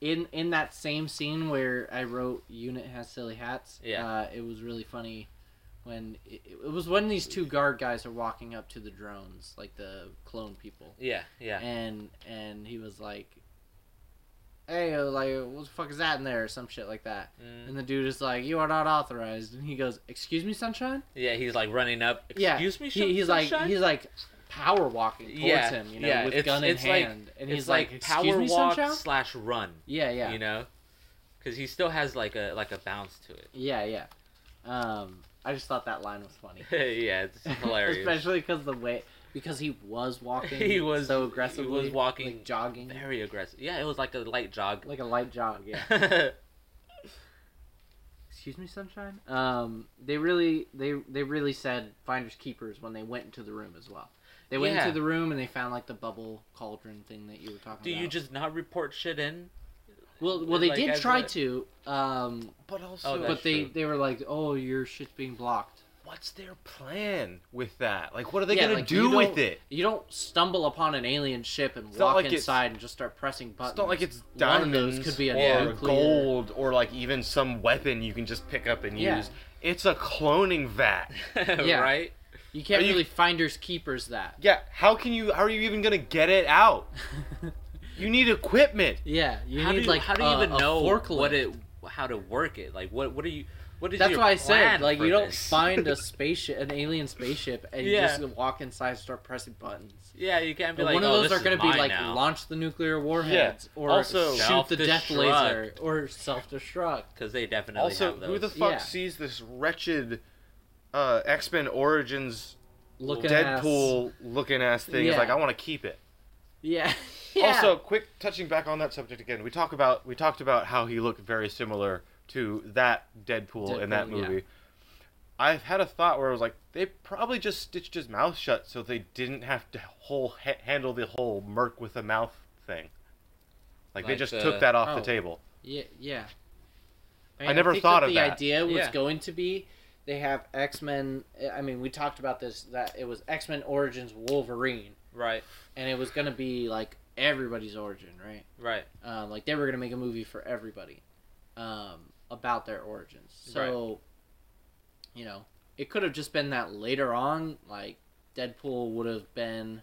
C: in in that same scene where I wrote "Unit has silly hats,"
B: Yeah.
C: uh, it was really funny when it, it was when these two guard guys are walking up to the drones, like the clone people,
B: Yeah. Yeah.
C: and and he was like, "Hey, uh, like what the fuck is that in there?" or some shit like that.
B: Mm,
C: And the dude is like, "You are not authorized," and he goes, "Excuse me, sunshine."
B: yeah. He's like running up.
C: Yeah,
B: Excuse me.
C: He, he's like
B: sunshine?"
C: he's like power walking towards
B: Yeah,
C: him, you know,
B: yeah,
C: with
B: it's-
C: gun in
B: it's like-
C: hand, and
B: It's
C: he's like, "Excuse
B: power
C: me,
B: walk
C: sunshine."
B: slash run.
C: Yeah, yeah.
B: You know, because he still has like a like a bounce to
C: [LAUGHS]
B: it. [LAUGHS]
C: Yeah, yeah. Um, I just thought that line was funny,
B: yeah, [LAUGHS]
C: [LAUGHS]
B: it's hilarious.
C: especially because the way because he was
B: [LAUGHS]
C: walking,
B: He was- he
C: so
B: was
C: aggressively,
B: walking
C: like jogging,
B: Very aggressive. Yeah, it was like a light jog. [LAUGHS]
C: like a light jog. Yeah. Oh, Excuse me, sunshine. Um, they really, they they really said finders keepers when they went into the room as well. They went
B: Yeah.
C: into the room and they found like the bubble cauldron thing that you were talking
B: Do
C: about.
B: you just not report shit in? [LAUGHS]
C: well, well, they
B: like,
C: did
B: as
C: try
B: a-
C: to, um,
A: but
B: Oh,
A: also,
B: that's
C: but they
B: true.
C: they were like, oh, your shit's being blocked.
A: what's their plan with that? Like, what are they
C: Yeah,
A: gonna
C: like,
A: do
C: you
A: with
C: don't-
A: it?
C: You don't stumble upon an alien ship and
A: It's not
C: walk
A: like it's-
C: inside and just start pressing buttons.
A: It's not like it's
C: One
A: diamonds
C: of those could be a
A: or
C: nuclear-
A: gold or like even some weapon you can just pick up and
C: Yeah.
A: use. It's a cloning vat.
C: Yeah.
B: Right?
C: You can't
A: Are you-
C: really finders keepers that.
A: Yeah, how can you? How are you even gonna get it
C: [LAUGHS]
A: out? You need equipment.
C: yeah, you
B: how
C: need
B: do you,
C: like
B: how do you
C: a-
B: even
C: a
B: know
C: forklift.
B: what it how to work it? Like what what are you what is
C: That's
B: your
C: why I
B: plan
C: said like
B: for
C: you don't
B: this?
C: find
B: [LAUGHS]
C: a spaceship, an alien spaceship, and you
B: Yeah.
C: just walk inside and start pressing buttons.
B: Yeah, you can't be
C: But
B: like
C: one of
B: "Oh,
C: those
B: this
C: are
B: is
C: going to be
B: mine
C: like
B: now."
C: launch the nuclear warheads or
A: Also-
C: shoot the death
B: Self-destruct.
C: laser or self destruct.
B: cuz they definitely
A: Also,
B: have those.
A: who the fuck
C: Yeah.
A: sees this wretched uh, X Men Origins
C: looking ass.
A: Deadpool looking ass thing is
C: Yeah.
A: like I want to keep it.
C: Yeah. [LAUGHS] yeah.
A: Also, quick touching back on that subject again. We talk about we talked about how he looked very similar to that Deadpool, in that
C: Deadpool, yeah.
A: movie. I've had a thought where I was like, they probably just stitched his mouth shut so they didn't have to whole ha- handle the whole merc with a mouth thing. Like, they
B: Like
A: just
B: the-
A: took that off
C: Oh.
A: the table.
C: Yeah, yeah.
A: I never
C: think
A: thought
C: that
A: of
C: the
A: that.
C: idea was
B: Yeah.
C: going to be they have X Men. I mean, we talked about this that it was X Men Origins Wolverine,
B: Right.
C: and it was going to be like everybody's origin, right?
B: Right.
C: Um, like they were going to make a movie for everybody um, about their origins. So, you know, it could have just been that later on, like Deadpool would have been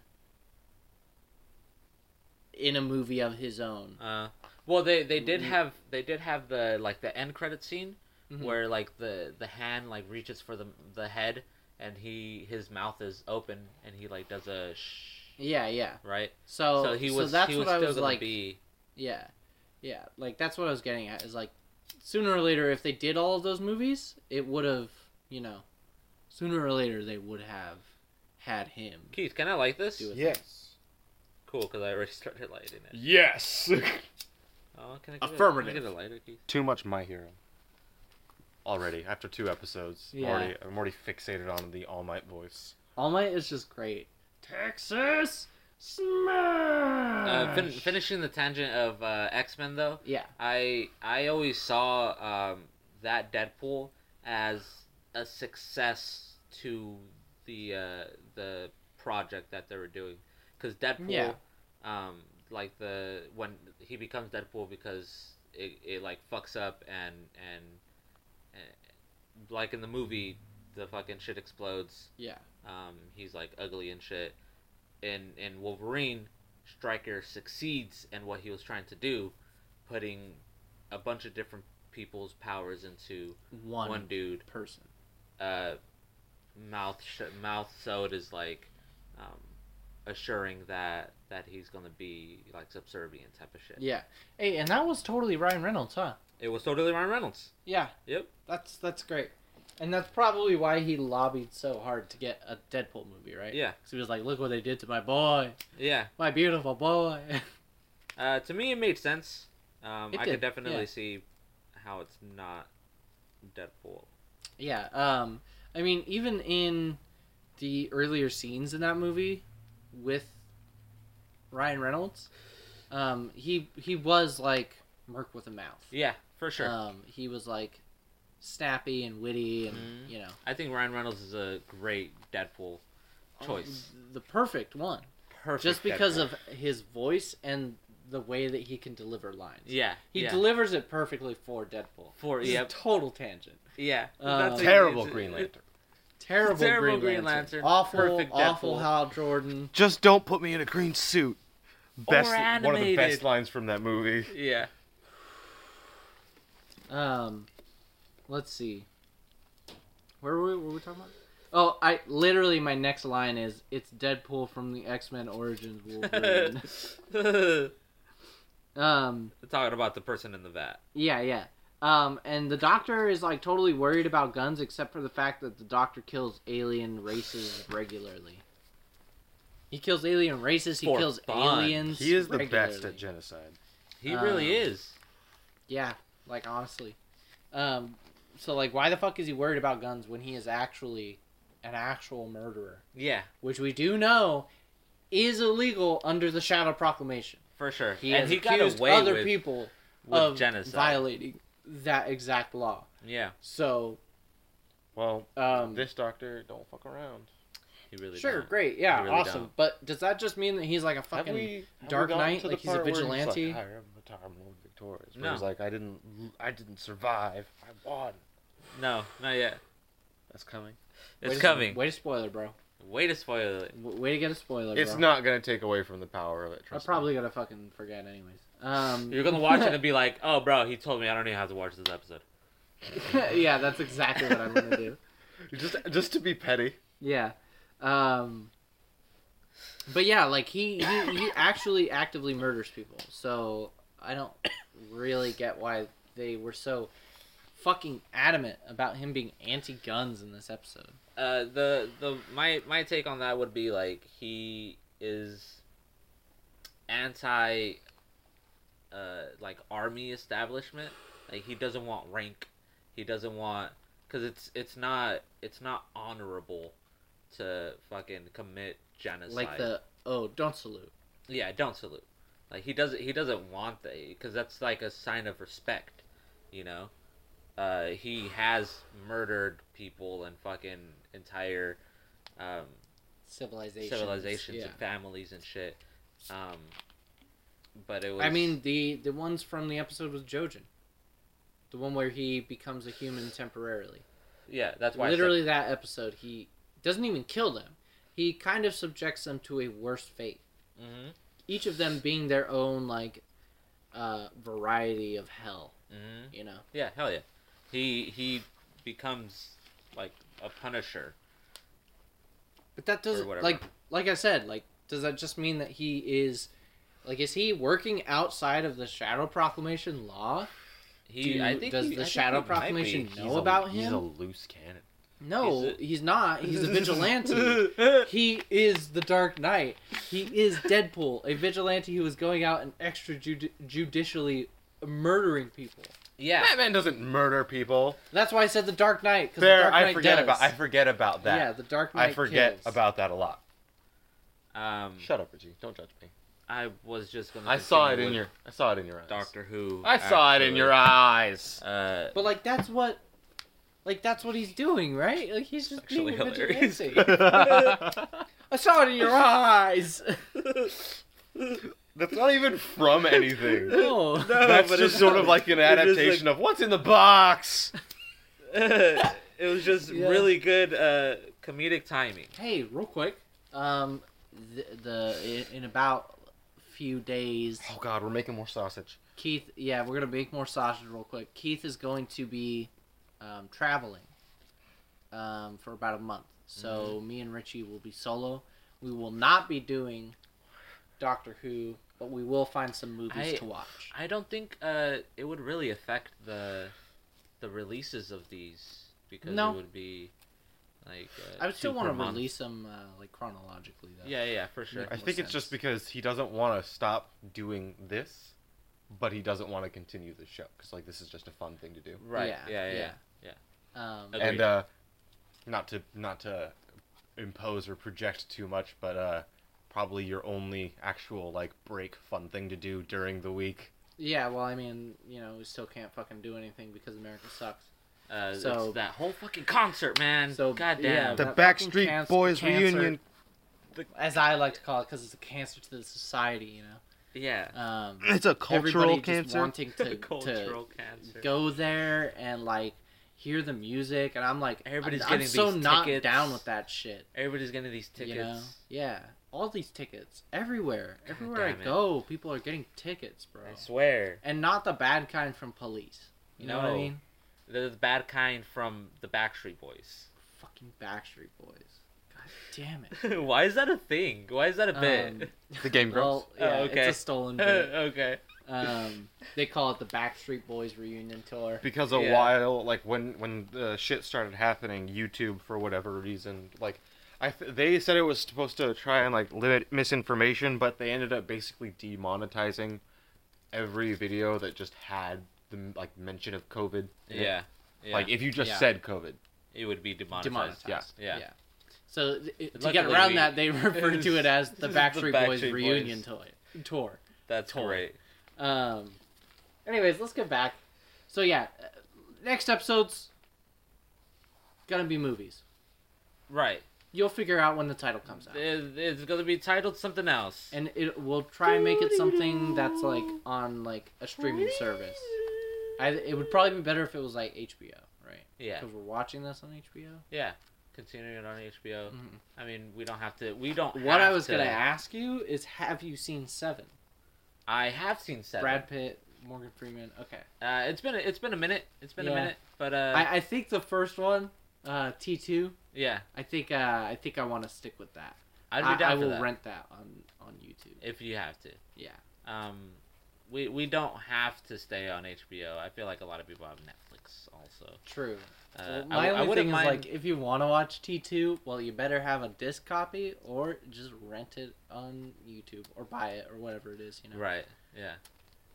C: in a movie of his own.
B: Uh, well, they they did
C: Mhm.
B: have they did have the like the end credit scene
C: Mhm.
B: where like the the hand like reaches for the the head and he his mouth is open and he like does a shh
C: Yeah, yeah.
B: right.
C: Oh, So,
B: so he was
C: that's
B: he was
C: what
B: still
C: I was
B: gonna
C: like.
B: be
C: Yeah, yeah. Like that's what I was getting at. Is like sooner or later, if they did all of those movies, it would have you know, sooner or later they would have had him.
B: Keith. Can I like this?
C: Do it.
A: Yes.
B: Cool, because I already [LAUGHS] started lighting it.
A: Yes. [LAUGHS]
B: Oh, can I give
A: Affirmative.
B: It, can I get a lighter, Keith?
A: Too much my hero. Already after two episodes, I'm
C: Yeah.
A: already, I'm already fixated on the All Might voice.
C: All Might is just great. Texas Smash.
B: Uh, fin- finishing the tangent of uh, X Men though.
C: yeah,
B: I I always saw um, that Deadpool as a success to the uh, the project that they were doing because Deadpool,
C: Yeah.
B: um, like the when he becomes Deadpool because it, it like fucks up and and uh, like in the movie the fucking shit explodes.
C: yeah,
B: Um, he's like ugly and shit. In in Wolverine, Stryker succeeds in what he was trying to do, putting a bunch of different people's powers into
C: one,
B: one dude.
C: person.
B: Uh, mouth sh- mouth sewed is like um, assuring that that he's gonna be like subservient type of shit.
C: Yeah. Hey, and that was totally Ryan Reynolds, huh?
B: It was totally Ryan Reynolds.
C: Yeah.
B: Yep.
C: That's that's great. And that's probably why he lobbied so hard to get a Deadpool movie, right?
B: Yeah.
C: Because he was like, look what they did to my boy,
B: Yeah.
C: my beautiful boy. [LAUGHS]
B: Uh, to me, it made sense. Um,
C: It
B: I
C: did,
B: could definitely
C: yeah.
B: see how it's not Deadpool.
C: yeah. Um, I mean, even in the earlier scenes in that movie with Ryan Reynolds, um, he he was like Merc with a mouth.
B: Yeah, for sure.
C: Um, he was like snappy and witty, and
B: Mhm.
C: you know,
B: I think Ryan Reynolds is a great Deadpool Oh, choice.
C: the perfect one.
B: Perfect.
C: just because
B: Deadpool.
C: of his voice and the way that he can deliver lines.
B: yeah,
C: He
B: yeah.
C: delivers it perfectly for Deadpool.
B: For-
C: This is
B: yep.
C: total tangent.
B: yeah.
C: Um,
B: That's a-
A: Terrible
B: it's-
A: Green Lantern.
C: Terrible,
B: Terrible
C: Green,
B: Green Lantern.
C: Lantern. Awful,
B: Perfect
C: awful
B: Deadpool.
C: Hal Jordan.
A: Just don't put me in a green suit. Best one of the best
B: animated.
A: lines from that movie.
B: Yeah.
C: Um, let's see. Where were we, were we talking about? Oh, I literally my next line is it's Deadpool from the X Men Origins
B: [LAUGHS]
C: Wolverine. um,
B: Talking about the person in the vat.
C: yeah, yeah. Um, and the doctor is like totally worried about guns, except for the fact that the doctor kills alien races regularly. He kills alien races. He
B: For
C: kills
B: fun.
C: aliens.
A: He is the best
C: regularly.
A: at genocide.
B: He really
C: Um,
B: is.
C: Yeah, like honestly. Um, so like, why the fuck is he worried about guns when he is actually an actual murderer,
B: Yeah,
C: which we do know is illegal under the Shadow Proclamation.
B: for sure.
C: He
B: and
C: has
B: he got
C: accused
B: away
C: other
B: with,
C: people
B: with
C: of
B: genocide.
C: violating that exact law.
B: Yeah,
C: So,
A: Well,
C: um,
A: this doctor don't fuck around.
B: he really.
C: sure,
B: don't.
C: great, yeah,
B: He really
C: awesome.
B: don't.
C: But does that just mean that he's like a fucking? Dark
A: gotten
C: Knight,
A: to the
C: like he's a
A: part where
C: vigilante?
A: He's like, I am the Time Lord Victorious. Where
B: No.
A: He's like I didn't, I didn't survive. I won.
B: No, not yet.
A: That's coming.
B: It's
C: way to-
B: coming.
C: way to spoiler, bro.
B: Way to spoil it.
C: W- Way to get a spoiler.
A: It's
C: bro.
A: not gonna take away from the power of it.
C: I'm
A: Trust
C: probably gonna fucking forget anyways. Um,
B: You're gonna
C: [LAUGHS]
B: watch it and be like, "Oh, bro, he told me I don't even have to watch this episode."
C: [LAUGHS] yeah, that's exactly what I'm gonna do.
A: me. Just, just to be petty.
C: Yeah. Um But yeah, like he he, he actually actively murders people. So I don't really get why they were so fucking adamant about him being anti-guns in this episode.
B: Uh, the the my my take on that would be like he is anti uh like army establishment. Like he doesn't want rank. He doesn't want cuz it's it's not it's not honorable to fucking commit genocide.
C: Like the oh, don't salute.
B: Yeah, don't salute. Like he doesn't he doesn't want that because that's like a sign of respect, you know. Uh, he has murdered people and fucking entire um,
C: Civilization.
B: civilizations and families and shit. Um, but it was.
C: I mean the the ones from the episode with Jojen. The one where he becomes a human temporarily.
B: yeah, that's why. I said-
C: Literally that episode he doesn't even kill them. He kind of subjects them to a worse fate.
B: Mhm,
C: Each of them being their own like uh variety of hell,
B: mhm.
C: you know.
B: Yeah, hell yeah. He he becomes like a punisher.
C: But that doesn't
B: whatever.
C: like like I said, like does that just mean that he is like is he working outside of the shadow proclamation law?
B: He
C: Do-
B: I think
C: does
B: he-
C: the
B: I think
C: Shadow
B: he might be.
C: Proclamation
B: He's
C: know
B: a-
C: about
A: He's a
C: him?
A: loose cannon.
C: No,
B: He's a-
C: he's not. [LAUGHS] He's a
B: [LAUGHS]
C: vigilante. he is the Dark Knight. He is Deadpool, a vigilante who is going out and extrajudicially murdering people.
B: yeah.
A: Batman doesn't murder people.
C: That's why I said the Dark Knight. 'cause the
A: Fair.
C: Dark
A: I
C: Knight
A: forget
C: does.
A: about. I forget about that.
C: Yeah, the Dark Knight.
A: I forget
C: kills.
A: about that a lot.
B: Um,
A: Shut up, Richie. Don't judge me.
B: I was just gonna.
A: I saw it in
B: continue with
A: your. I saw it in your eyes.
B: Doctor Who.
A: I saw it in your
B: actually.
A: eyes.
B: Uh,
C: But like that's what, like that's what he's doing, right? Like he's just
B: actually
C: being a
B: hilarious.
C: vigilante. I saw it in
B: [LAUGHS]
C: your eyes.
A: That's not even from anything. [LAUGHS]
C: no.
A: That's
B: but
A: just
B: it's
A: sort
B: not-
A: of like an
B: it's just
A: adaptation of what's in the box.
B: Uh, [LAUGHS] it was just
C: Yeah.
B: really good uh, comedic timing.
C: Hey, real quick. Um, the, the in about few days,
A: Oh God, we're making more sausage.
C: Keith. Yeah, we're gonna make more sausage real quick. Keith is going to be um, traveling um, for about a month, so
B: Mm-hmm.
C: me and Richie will be solo. We will not be doing Doctor Who, but we will find some movies
B: I-
C: to watch.
B: I don't think uh, it would really affect the the releases of these because
C: No.
B: it would be like. Uh,
C: I would still
B: two
C: want
B: per
C: to
B: month.
C: release them uh, like chronologically though.
B: Yeah, yeah, yeah, for sure.
A: I
C: More
A: think it's
C: sense.
A: just because he doesn't want to stop doing this, but he doesn't want to continue the show because like this is just a fun thing to do.
B: Right. Yeah, yeah, yeah.
C: Um,
B: Agreed.
A: And uh, not to not to impose or project too much, but uh, probably your only actual like break fun thing to do during the week.
C: yeah. Well, I mean, you know, we still can't fucking do anything because America sucks.
B: Uh,
C: So-
B: it's that whole fucking concert, man.
C: So, yeah,
B: goddamn.
C: The that fucking Backstreet canc- Boys cancer. reunion. as I like to call it, because it's a cancer to the society, you know.
B: yeah.
C: Um,
A: a
C: everybody Just wanting
B: [LAUGHS]
C: to,
B: Cultural cancer.
C: to go there and like hear the music, and I'm like,
B: Everybody's
C: I'm,
B: getting
C: I'm so
B: these
C: not
B: tickets.
C: down with that shit.
B: Everybody's getting these tickets.
C: You know? Yeah, all these tickets everywhere,
B: God
C: everywhere I
B: damn it.
C: go, people are getting tickets, bro,
B: I swear.
C: and not the bad kind from police. You know what I
B: No.
C: mean?
B: They're the bad kind from the Backstreet Boys.
C: Fucking Backstreet Boys. God damn it.
B: Why is that a thing? Why is that [LAUGHS] a
C: Um,
B: bit?
A: The Game Girls.
C: Well, yeah,
B: Oh, okay.
C: it's a stolen
B: [LAUGHS]
C: bit.
B: okay.
C: Um, they call it the Backstreet Boys reunion tour.
A: because a
B: Yeah.
A: while like when when the shit started happening youtube for whatever reason like i th- they said it was supposed to try and like limit misinformation but they ended up basically demonetizing every video that just had the like mention of covid in it.
B: Yeah. yeah.
A: like if you just
C: Yeah.
A: said covid
B: it would be demonetized.
C: Demonetized.
B: Yeah.
C: So th- it- to
B: Luckily,
C: get around
B: we-
C: that, they [LAUGHS] refer to it as the
B: The
C: Backstreet, Boys
B: Backstreet
C: reunion
B: Boys.
C: toy tour.
B: That's
C: Totally.
B: great.
C: Um, anyways, let's get back. So yeah, uh, next episode's gonna be movies.
B: Right.
C: You'll figure out when the title comes out,
B: It- it's gonna be titled something else.
C: and it will try and make it something that's like on like a streaming service. I, it would probably be better if it was like HBO, right?
B: yeah.
C: Because we're watching this on HBO.
B: Yeah. Continuing on HBO.
C: Mhm.
B: I mean, we don't have to. We don't.
C: What I
B: have
C: was
B: to-
C: gonna ask you is, have you seen Seven?
B: I have seen seven.
C: Brad Pitt, Morgan Freeman. Okay,
B: Uh, it's been a, it's been a minute. It's been a
C: Yeah.
B: minute. But uh,
C: I, I think the first one, uh, T two.
B: yeah,
C: I think uh, I think I want to stick with that.
B: I'd
C: I-
B: be down
C: I
B: for
C: will
B: that
C: rent that on on YouTube.
B: if you have to.
C: Yeah,
B: Um, we we don't have to stay on HBO. I feel like a lot of people have Netflix. Netflix also.
C: True.
B: Uh,
C: Well, my
B: I, I
C: only
B: wouldn't
C: thing is
B: mind.
C: like, if you want to watch T two, well, you better have a disc copy or just rent it on YouTube or buy it or whatever it is, you know.
B: right. Yeah.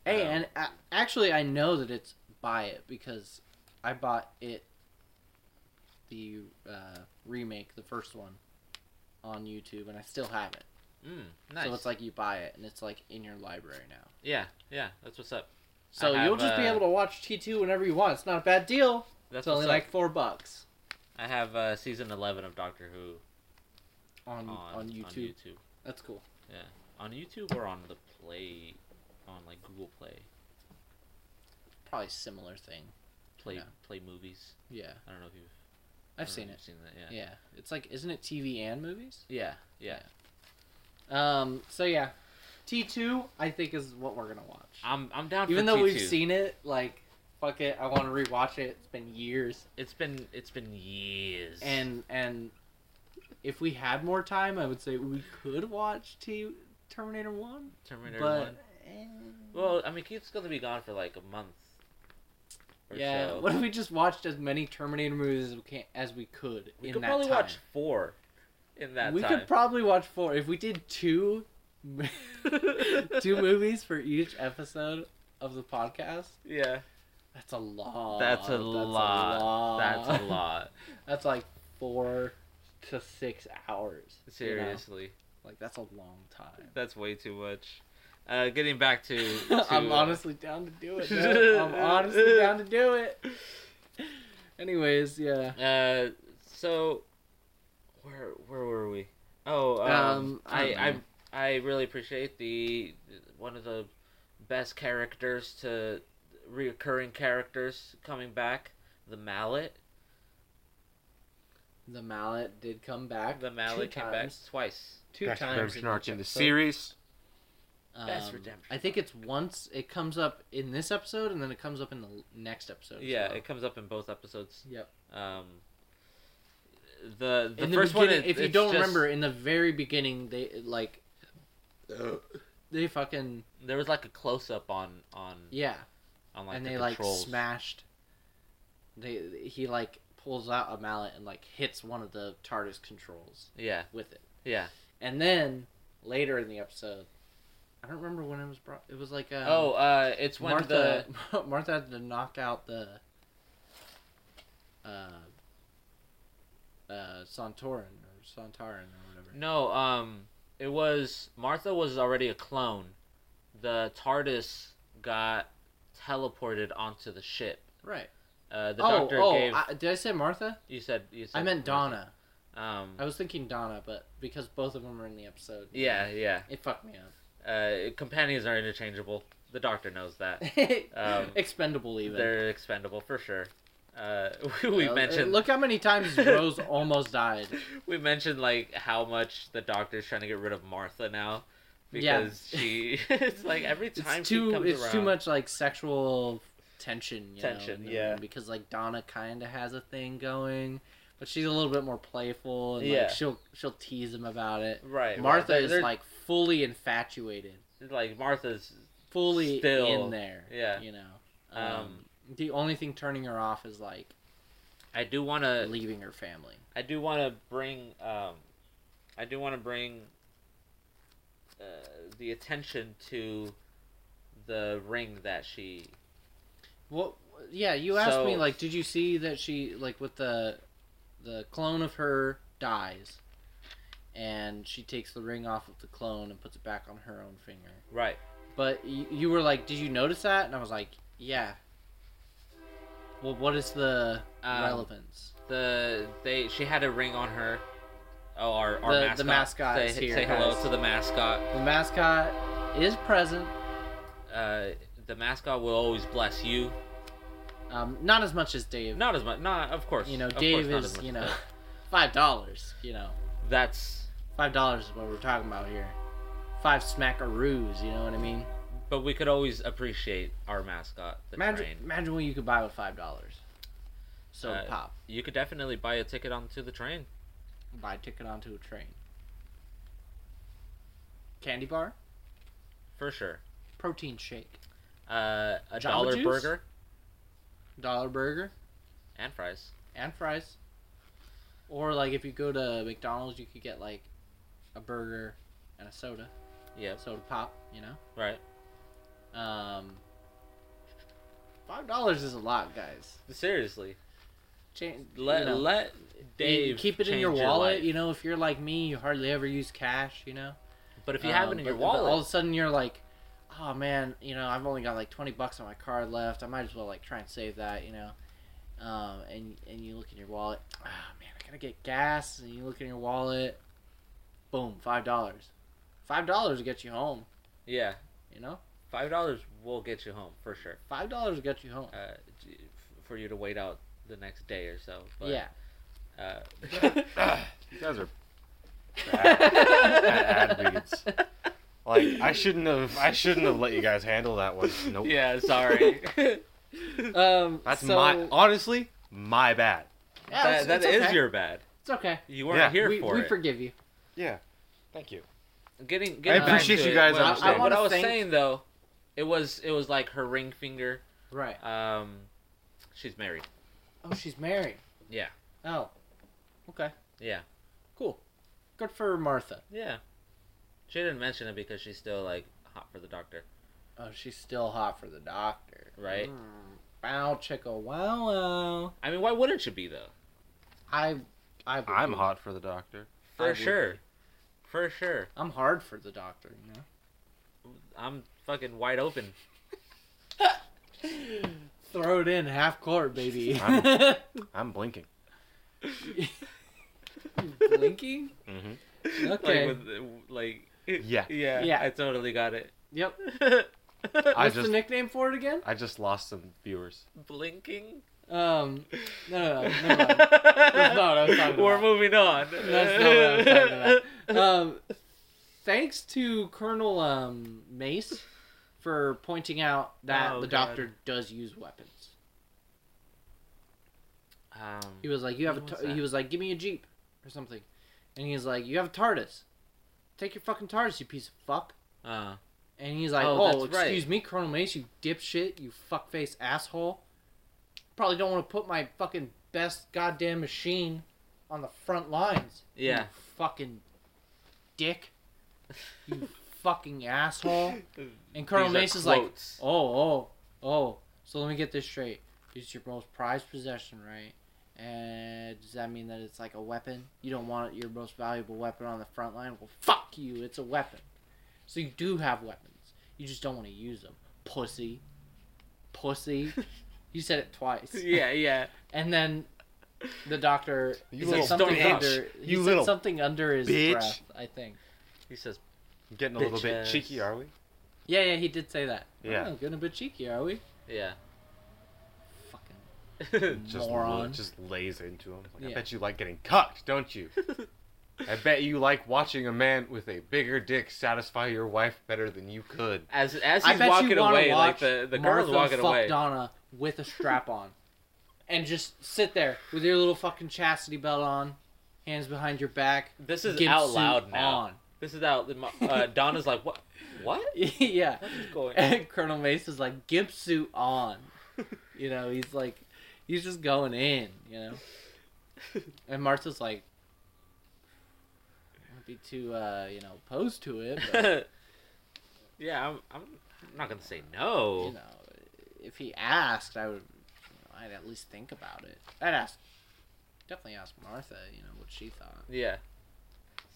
C: Hey,
B: Um,
C: and uh, actually, I know that it's buy it because I bought it the uh, remake, the first one, on YouTube, and I still have it.
B: Mm, nice.
C: So it's like you buy it, and it's like in your library now.
B: yeah, yeah. That's what's up.
C: So
B: have,
C: you'll just be
B: uh,
C: able to watch T two whenever you want. It's not a bad deal.
B: That's
C: it's only
B: what's
C: like
B: up.
C: four bucks
B: I have uh, season eleven of Doctor Who
C: on on,
B: On
C: YouTube.
B: YouTube.
C: That's cool.
B: On YouTube or on the Play, on like Google Play,
C: Probably similar thing.
B: Play
C: Yeah.
B: Play Movies.
C: Yeah,
B: I don't know if you've I
C: I've
B: don't
C: seen
B: know
C: it.
B: if you've Seen that?
C: Yeah. it's like isn't it TV and movies?
B: Yeah. Yeah. Yeah.
C: Um. So yeah, T two I think is what we're gonna watch.
B: I'm I'm down.
C: Even
B: for
C: though we've
B: T2.
C: seen it, like fuck it, I want to rewatch it. It's been years,
B: it's been it's been years.
C: and and if we had more time, I would say we could watch T Terminator One,
B: Terminator
C: but eh.
B: One. Well, I mean, Keith's gonna be gone for like a month. Or
C: yeah,
B: So.
C: what if we just watched as many Terminator movies as we can as we could
B: we
C: in
B: could
C: that
B: probably
C: time?
B: watch four. In that
C: we
B: time.
C: could probably watch four if we did two [LAUGHS]
B: [LAUGHS]
C: two movies for each episode of the podcast.
B: Yeah.
C: That's a lot.
B: That's a lot.
C: lot.
B: That's a
C: [LAUGHS]
B: lot.
C: That's like four to six hours. you know?
B: Seriously,
C: like that's a long
B: [LAUGHS]
C: time.
B: that's way too much. Uh, getting back to, to,
C: [LAUGHS] I'm
B: uh,
C: honestly down to do
B: [LAUGHS]
C: it. though. I'm honestly down to do it. Anyways, yeah.
B: Uh, so where where were we? Oh, um,
C: Um, I
B: I,
C: don't
B: I
C: know.
B: I really appreciate the one of the best characters to reoccurring characters coming back. The mallet,
C: The mallet did come back.
B: the mallet
C: two
B: came
C: times,
B: back twice.
C: Two
A: Best
C: times.
A: redemption
C: in
A: arc
C: each
A: in the
C: episode.
A: series. [SIGHS]
B: Best
C: Um,
B: redemption
C: I think it's once it comes up in this episode, and then it comes up in the l- next episode. as
B: Yeah,
C: well.
B: it comes up in both episodes.
C: Yep.
B: Um, the the
C: in the
B: first one,
C: beginning-
B: it-
C: if you
B: it's
C: don't
B: just-
C: remember, in the very beginning, they like they fucking
B: there was like a close up on on
C: yeah,
B: on like
C: and
B: the
C: they
B: controls.
C: like smashed. They he like pulls out a mallet and like hits one of the TARDIS controls
B: Yeah,
C: with it,
B: yeah.
C: and then later in the episode, I don't remember when it was brought. It was like um,
B: oh, uh, it's when
C: Martha [LAUGHS] Martha had to knock out the uh uh Santorin or Santarin or whatever.
B: the no, um, it was Martha was already a clone. The TARDIS got teleported onto the ship.
C: Right.
B: Uh, the
C: oh,
B: doctor
C: oh,
B: gave.
C: I, did I say Martha?
B: you said you said.
C: I meant
B: Martha.
C: Donna.
B: Um.
C: I was thinking Donna, but because both of them were in the episode.
B: Yeah, yeah.
C: It fucked me up.
B: Uh, companions are interchangeable. The doctor knows
C: [LAUGHS]
B: that. Um,
C: Expendable even.
B: They're expendable for sure. Uh, [LAUGHS] we
C: Uh,
B: mentioned
C: Look how many
B: [LAUGHS]
C: times Rose almost died.
B: we mentioned like how much the doctor's trying to get rid of Martha now
C: Yeah.
B: because she [LAUGHS] it's like every time
C: It's
B: she
C: too.
B: comes
C: It's
B: around
C: too much like sexual tension. You
B: Tension,
C: Know, in the
B: yeah.
C: room, because like Donna kind of has a thing going, but she's a little bit more playful and
B: Yeah.
C: like she'll she'll tease him about it.
B: right
C: Martha
B: right.
C: is
B: They're-
C: like fully infatuated,
B: like Martha's
C: fully
B: Still,
C: in there.
B: yeah.
C: You know. Um,
B: Um,
C: the only thing turning her off is like
B: I do want to
C: leaving her family.
B: I do want to bring um I do want to bring uh, the attention to the ring that she
C: What? Yeah, you asked me
B: So-
C: like, did you see that she like with the the clone of her dies, and she takes the ring off of the clone and puts it back on her own finger.
B: right
C: But y- you were like, did you notice that? And I was like, yeah. Well, what is the
B: Um,
C: relevance?
B: the they she had a ring on her oh our, our
C: The- the
B: mascot
C: mascot
B: say,
C: is here,
B: say hello
C: guys.
B: to the mascot
C: The mascot is present.
B: uh, the mascot will always bless you.
C: Um, not as much as Dave.
B: Not as much, not of course.
C: you know,
B: of
C: Dave
B: course not
C: is
B: as much [LAUGHS]
C: you
B: as
C: know,
B: that.
C: five dollars. You know.
B: That's,
C: Five dollars is what we're talking about here. Five smackaroos, you know what I mean?
B: but we could always appreciate our mascot, the
C: Imagine,
B: train.
C: imagine what you could buy with five dollars. So
B: Uh,
C: pop,
B: You could definitely buy a ticket onto the train.
C: buy a ticket onto a train. Candy bar,
B: For sure,
C: protein shake,
B: uh, a
C: Jamba
B: dollar
C: Juice?
B: burger,
C: dollar burger
B: and fries.
C: and fries. Or like if you go to McDonald's, you could get like a burger and a soda,
B: Yes.
C: soda pop. You know,
B: Right.
C: um, five dollars is a lot, guys.
B: Seriously.
C: Change,
B: Let
C: you know,
B: let
C: you
B: Dave
C: keep it in
B: change
C: your wallet.
B: life.
C: you know, if you're like me, you hardly ever use cash. You know,
B: But if you have
C: Um,
B: it in your
C: but- but all of
B: wallet,
C: a sudden you're like, oh man, you know, I've only got like 20 bucks on my card left. I might as well like try and save that, you know. Um, and and you look in your wallet, oh man, I gotta get gas. And you look in your wallet, boom, five dollars. Five dollars will get you home,
B: yeah,
C: you know.
B: five dollars will get you home for sure.
C: Five dollars will get you home.
B: Uh, g- f- for you to wait out the next day or so. But, [LAUGHS]
C: yeah.
B: Uh,
A: You guys are
C: [LAUGHS]
A: bad at ad reads. Like I shouldn't have. I shouldn't have let you guys handle that one. Nope.
B: yeah. Sorry. [LAUGHS]
C: Um,
A: That's
C: so-
A: my honestly my bad.
C: Yeah,
B: that
C: it's-
B: that
C: it's
B: is
C: okay.
B: your bad.
C: It's okay.
B: You weren't
A: Yeah.
B: here
C: we,
B: for
C: we
B: it.
C: forgive you.
A: Yeah. Thank you.
B: getting, getting back
A: appreciate
B: to
A: you
B: it,
A: guys
B: What I,
A: understand.
B: what I
C: I
B: was
C: wanna
B: saying though, it was it was like her ring finger.
C: Right.
B: Um, she's married.
C: Oh, she's married.
B: Yeah.
C: Oh. Okay.
B: Yeah.
C: Cool. Good for Martha.
B: Yeah. She didn't mention it because she's still like hot for the doctor,
C: Oh, she's still hot for the doctor.
B: right?
C: Mm. Wow, chicka, wow, wow.
B: I mean, why wouldn't she be though?
C: I, I. would
A: I'm
C: be-
A: hot for the doctor.
C: I
B: For
C: would
B: sure. For sure.
C: I'm hard for the doctor, you know.
B: I'm fucking wide
C: [LAUGHS]
B: open.
C: Throw it in half court, baby. [LAUGHS]
A: I'm- I'm blinking.
C: Blinking.
A: Mm-hmm.
C: Okay.
B: Like, with, like [LAUGHS]
A: Yeah.
B: yeah.
C: Yeah.
B: I totally got it. [LAUGHS]
C: Yep.
A: I
C: What's
A: just
C: the nickname for it again?
A: I just lost some viewers.
B: Blinking.
C: Um. No, no, no. Never
B: [LAUGHS]
C: mind.
B: That's
C: not what I was talking
B: We're
C: about.
B: moving on.
C: That's not what I was talking about. Um, thanks to Colonel um, Mace for pointing out that
B: Oh,
C: the
B: God.
C: doctor does use weapons.
B: Um,
C: He was like, "You have a."
B: What's
C: T-,
B: that?
C: he was like, "Give me a jeep," or something, and he's like, "You have a TARDIS. Take your fucking TARDIS, you piece of fuck."
B: uh,
C: And he's like,
B: Oh,
C: "Oh,
B: that's right.
C: excuse me, Colonel Mace, you dipshit, you fuckface asshole. Probably don't want to put my fucking best goddamn machine on the front lines. you
B: Yeah.
C: fucking dick.
B: [LAUGHS]
C: You fucking asshole." And Colonel
B: these are
C: Mace is like,
B: quotes. [LAUGHS]
C: Oh, oh, oh. So let me get this straight. It's your most prized possession, right? And does that mean that it's like a weapon? You don't want your most valuable weapon on the front line? Well, fuck you. It's a weapon. So you do have weapons. You just don't want to use them. Pussy. Pussy. you said it twice.
B: yeah, yeah.
C: And then the doctor
A: You
C: he said
A: little
C: something
A: bitch.
C: under he
A: You
C: said
A: little
C: something under his
A: bitch.
C: breath, I think.
B: He says,
A: Getting a little bit
B: Bitches.
A: cheeky, are we?
C: Yeah, yeah, he did say that.
A: Yeah.
C: Oh, getting a bit cheeky, are we?
B: yeah.
C: Fucking
A: Just
C: Moron.
A: just lays into him. Like, I
C: Yeah.
A: bet you like getting cucked, don't you? I bet you like watching a man with a bigger dick satisfy your wife better than you could.
B: [LAUGHS] as as
C: I
B: he's
C: bet
B: walking
C: you want
B: away,
C: to watch
B: like the the
C: Martha
B: girl's walking
C: fuck
B: away.
C: Donna with a strap on, and just sit there with your little fucking chastity belt on, hands behind your back.
B: This is
C: gimp
B: out
C: suit
B: loud now.
C: On. [LAUGHS]
B: This is out. Uh, Donna's like, what? What? [LAUGHS]
C: yeah,
B: What is going? on?
C: and Colonel Mace is like gimp suit
B: [LAUGHS]
C: on. You know, he's like, he's just going in. You know,
B: [LAUGHS]
C: and Martha's like, I wouldn't be too uh, you know opposed to it, but
B: yeah, I'm, I'm not gonna say
C: you
B: no.
C: know, if he asked, I would, you know, I'd at least think about it. I'd ask, definitely ask Martha, you know, what she thought.
B: Yeah.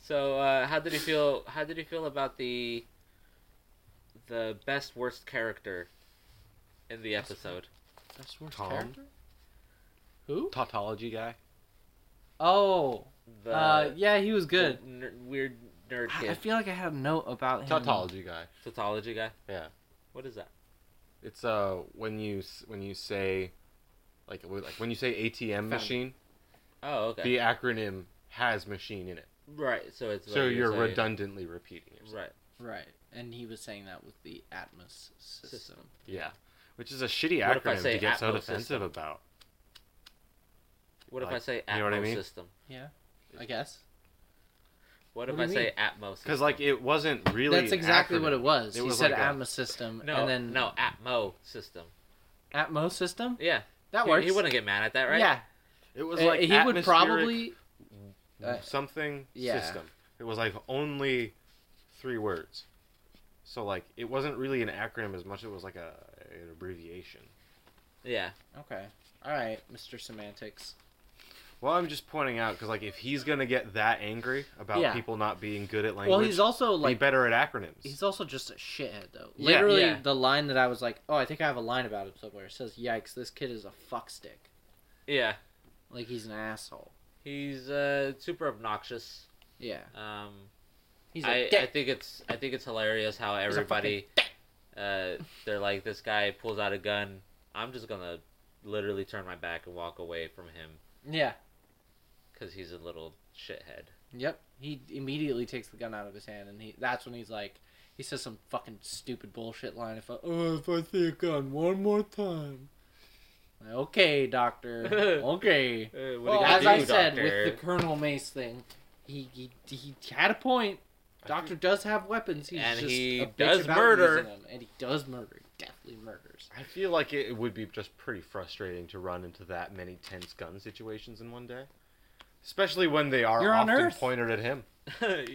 B: So uh, how did he feel? How did he feel about the the best worst character in the episode?
C: That's worst
A: Tom? character?
C: Who?
A: Tautology guy.
C: Oh,
B: The
C: uh, yeah, he was
B: the
C: good.
B: ner- weird nerd
C: I- I
B: kid,
C: feel like I had a note about him.
A: Tautology guy.
B: tautology guy.
A: Mm-hmm. Yeah.
B: What is that?
A: It's uh when you s- when you say like w- like when you say ATM machine,
B: Oh, okay.
A: the acronym has machine in it.
B: right. So it's
A: So
B: like
A: you're
B: saying-
A: redundantly repeating yourself.
B: Right.
C: Right, and he was saying that with the Atmos system.
B: System.
A: Yeah. Which is a shitty
B: What if I
A: acronym
B: say
A: to get so
B: Atmos
A: defensive
B: system?
A: about.
B: What if I
A: Like,
B: say Atmos
A: you know what I mean?
B: system?
C: Yeah, I guess
B: What,
C: What
B: if
C: do
B: I
C: you
B: say Atmos?
A: Because
B: system?
A: like it wasn't really.
C: that's
A: an
C: exactly what
A: acronym.
C: it was.
A: It
C: he
A: was
C: said
A: like a-
C: Atmos system,
B: no,
C: and then
B: no Atmo system.
C: Atmos system.
B: Yeah,
C: That
B: He-
C: works.
B: He wouldn't get mad at that, right?
C: Yeah,
A: It was
C: Uh,
A: like
C: he would
A: atmospheric
C: probably. uh,
A: something
C: yeah.
A: system. It was like only three words. So like it wasn't really an acronym as much as it was like a an abbreviation.
B: Yeah.
C: Okay. All right, Mr. Semantics.
A: Well, I'm just pointing out because like if he's gonna get that angry about
C: Yeah.
A: people not being good at language,
C: Well, he's also
A: be
C: like
A: better at acronyms.
C: he's also just a shithead though.
A: Yeah.
C: Literally,
B: Yeah.
C: the line that I was like, "Oh, I think I have a line about him somewhere." It says, "Yikes, this kid is a fuckstick.
B: Yeah.
C: Like he's an asshole."
B: He's uh, super obnoxious.
C: Yeah,
B: Um,
C: he's a
B: I,
C: dick.
B: I think it's I think it's hilarious how
C: He's a
B: everybody
C: fucking dick.
B: uh, they're like this guy pulls out a gun. I'm just gonna literally turn my back and walk away from him
C: Yeah.
B: because he's a little shithead.
C: Yep. He immediately takes the gun out of his hand, and he that's when he's like, he says some fucking stupid bullshit line. If I, oh, if I see a gun one more time. Like,
B: [LAUGHS]
C: okay, doctor. okay.
B: Uh,
C: Well, as I said, with the Colonel Mace thing, he he, he had a point. Doctor does have weapons. He's
B: And
C: just
B: he
C: a bitch
B: does
C: about
B: murder.
C: using them, and he does murder. He Definitely
B: [LAUGHS]
C: murders.
A: I feel like it would be just pretty frustrating to run into that many tense gun situations in one day, especially when they are
C: You're on
A: often
C: Earth.
A: pointed at [LAUGHS] him.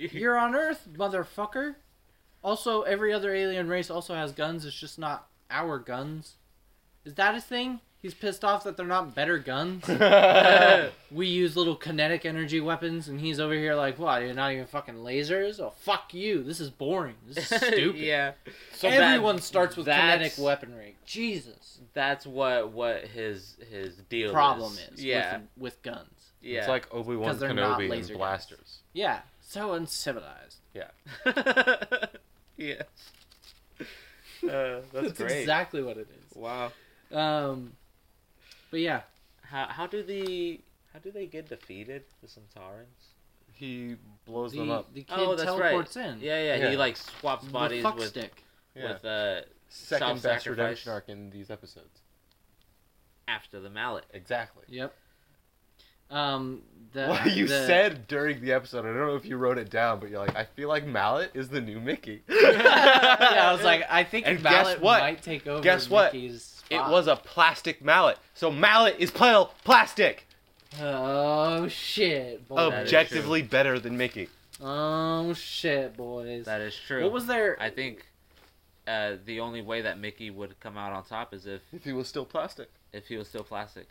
C: You're on Earth, motherfucker. Also, every other alien race also has guns. It's just not our guns. Is that a thing? He's pissed off that they're not
B: [LAUGHS]
C: better guns. [LAUGHS] we use little kinetic energy weapons, and he's over here like, "What? You're not even fucking lasers? Oh, fuck you! This is boring.
B: [LAUGHS]
C: This is [LAUGHS] stupid."
B: yeah.
C: So
B: that-
C: everyone starts with kinetic
B: that's-
C: weaponry. Jesus.
B: That's what what his his deal
C: Problem is
B: Yeah.
C: with, with guns.
B: yeah.
A: It's like Obi Wan
C: 'Cause they're not
A: Kenobi
C: laser
A: and
C: guns.
A: blasters.
C: Yeah. So uncivilized.
B: [LAUGHS] yes. Uh, that's, great.
C: exactly what it is.
B: wow.
C: Um, but yeah,
B: How how do the how do they get defeated? The Centaurans.
A: He blows
C: the,
A: them up.
C: the kid
B: Oh, that's right.
C: teleports in.
B: Yeah, yeah.
A: Yeah.
B: He like swaps
C: The
B: bodies
C: fuck
B: with
C: stick.
A: Yeah.
B: with uh
A: Second best
B: self-sacrifice.
A: redemption arc in these episodes.
B: after the mallet.
A: Exactly.
C: Yep. Um, the,
A: [LAUGHS] What you
C: the-
A: said during the episode, I don't know if you wrote it down, but you're like, I feel like Mallet is the new [LAUGHS] Mickey.
C: [LAUGHS] yeah, I was like, I think
A: And guess
C: Mallet
A: what?
C: might take over.
A: Guess what?
C: Mickey's
A: it
C: spot.
A: was a plastic mallet. So Mallet is pl- plastic.
C: Oh shit, boys.
B: is
A: Objectively better than Mickey.
C: Oh shit, boys.
B: That is true.
C: what was their?
B: I think uh, the only way that Mickey would come out on top is if
A: If he was still plastic.
B: if he was still plastic.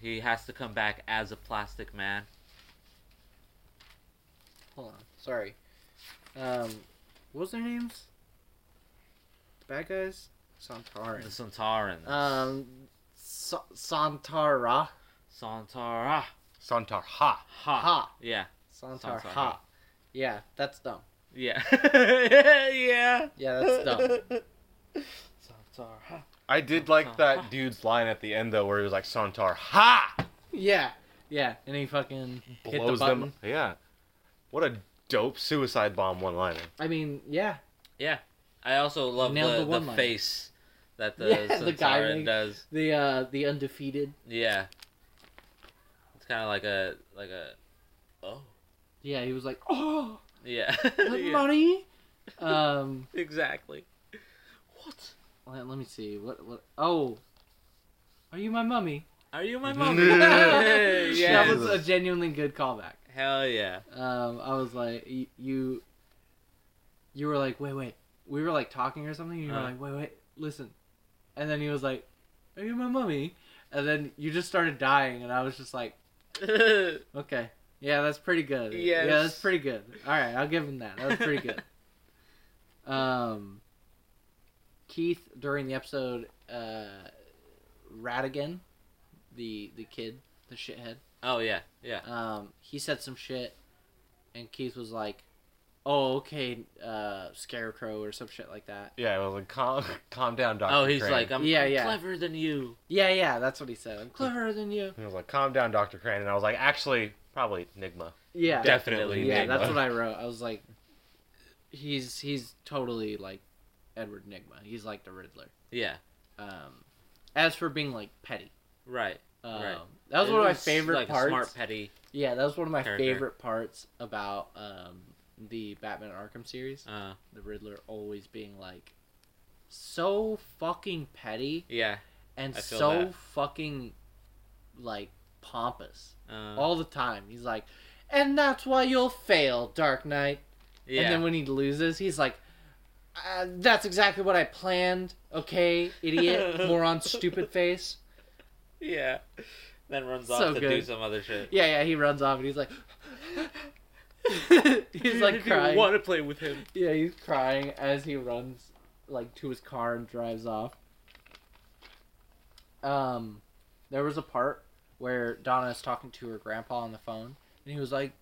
B: He has to come back as a plastic man.
C: Hold on, sorry. Um, what was their names? The bad guys.
B: The
C: Santarin.
B: Santarans.
C: Um, Sa- Santara.
B: Santara.
A: Santar Ha.
B: Ha.
C: Ha.
B: Yeah.
C: Santar
B: Santar
C: Ha. Yeah, that's dumb.
B: Yeah. [LAUGHS] yeah.
C: Yeah, that's dumb.
B: Santara.
A: I did like that dude's line at the end though, where he was like, "Santar Ha!"
C: yeah, yeah. And he fucking hit the
A: Blows
C: button.
A: them. Yeah. What a dope suicide bomb one-liner.
C: I mean, yeah.
B: Yeah. I also love
C: Nailed the
B: the, the,
C: one-liner.
B: face that the
C: [LAUGHS] Yeah, the guy
B: Santaran
C: makes-
B: does.
C: The uh, the undefeated.
B: Yeah. It's kind of like a like a oh
C: Yeah, he was like, oh,
B: yeah,
C: the
B: [LAUGHS] Yeah,
C: money. Um,
B: exactly. What
C: let, let me see. What what? Oh, are you my mummy?
B: are you
C: [LAUGHS]
B: my mom? [LAUGHS]
A: Yeah.
B: yeah,
C: That was a genuinely good callback.
B: hell
C: [LAUGHS]
B: yeah.
C: um, I was like, y- you, you were like, wait, wait. We were like talking or something. And you were
B: Uh.
C: like, wait, wait, listen. And then he was like, are you my mummy? And then you just started dying, and I was just like, okay, yeah, that's pretty good.
B: Yes.
C: Yeah, that's pretty good. All right, I'll give him that. That was pretty good. um, Keith during the episode, uh, Radigan, the the kid, the shithead
B: oh yeah, yeah.
C: um, he said some shit, and Keith was like, "Oh, okay, uh, Scarecrow or some shit like that."
A: Yeah, it was like, calm, calm down, Doctor.
B: Oh, he's
A: Crane.
B: like I'm,
C: Yeah,
B: I'm
C: yeah.
B: cleverer than you.
C: Yeah, yeah, that's what he said. I'm cleverer than you.
A: He was like, calm down, Dr. Crane. And I was like, actually, probably Nigma.
C: Yeah,
B: Definitely
C: yeah,
A: Nigma.
C: that's what I wrote. I was like, he's he's totally like Edward Nigma. He's like the Riddler.
B: Yeah,
C: Um, as for being like petty,
B: right.
C: um,
B: Right.
C: that was
B: It
C: one of my
B: was
C: favorite
B: like a
C: parts.
B: Smart petty.
C: yeah, that was one of my
B: character.
C: favorite parts about um, the Batman Arkham series.
B: Uh,
C: The Riddler always being like so fucking petty.
B: yeah,
C: and
B: I feel
C: so
B: that.
C: fucking like pompous
B: Uh,
C: all the time. He's like, and that's why you'll fail, Dark Knight.
B: yeah.
C: And then when he loses, he's like, uh, that's exactly what I planned. Okay,
B: [LAUGHS]
C: idiot, moron, stupid face.
B: [LAUGHS] yeah. Then runs
C: So
B: off to do
C: good.
B: some other shit.
C: Yeah, yeah, he runs off and he's like,
B: [LAUGHS]
C: [LAUGHS] he's like crying.
B: want to play with him.
C: Yeah, he's crying as he runs like to his car and drives off. Um there was a part where Donna is talking to her grandpa on the phone and he was like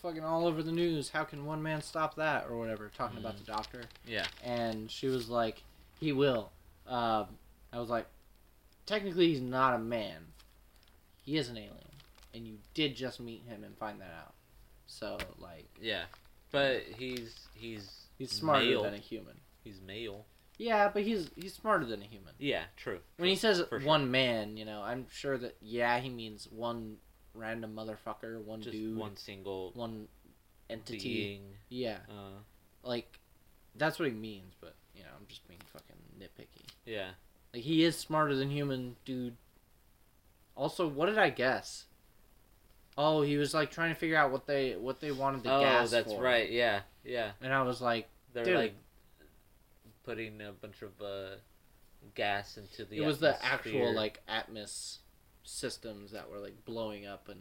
C: fucking all over the news, how can one man stop that or whatever, talking about the doctor.
B: Yeah.
C: And she was like, He will. Um I was like, Technically he's not a man. He is an alien. And you did just meet him and find that out. So like
B: Yeah. But he's he's
C: he's smarter
B: male.
C: than a human.
B: he's male.
C: Yeah, but he's he's smarter than a human.
B: Yeah. True.
C: When he
B: true,
C: says
B: for sure.
C: one man, you know, I'm sure that yeah, he means one random motherfucker, one
B: just
C: dude, one,
B: one single
C: entity.
B: being.
C: Yeah,
B: Uh,
C: like that's what he means. But you know, I'm just being fucking nitpicky.
B: yeah.
C: Like he is smarter than human, dude. Also, what did I guess? Oh, he was like trying to figure out what they what they wanted the
B: oh,
C: gas
B: that's
C: for.
B: right. Yeah. Yeah.
C: And I was like,
B: They're
C: Dude.
B: like putting a bunch of uh, gas into the.
C: it was the actual
B: atmosphere
C: like Atmos systems that were like blowing up and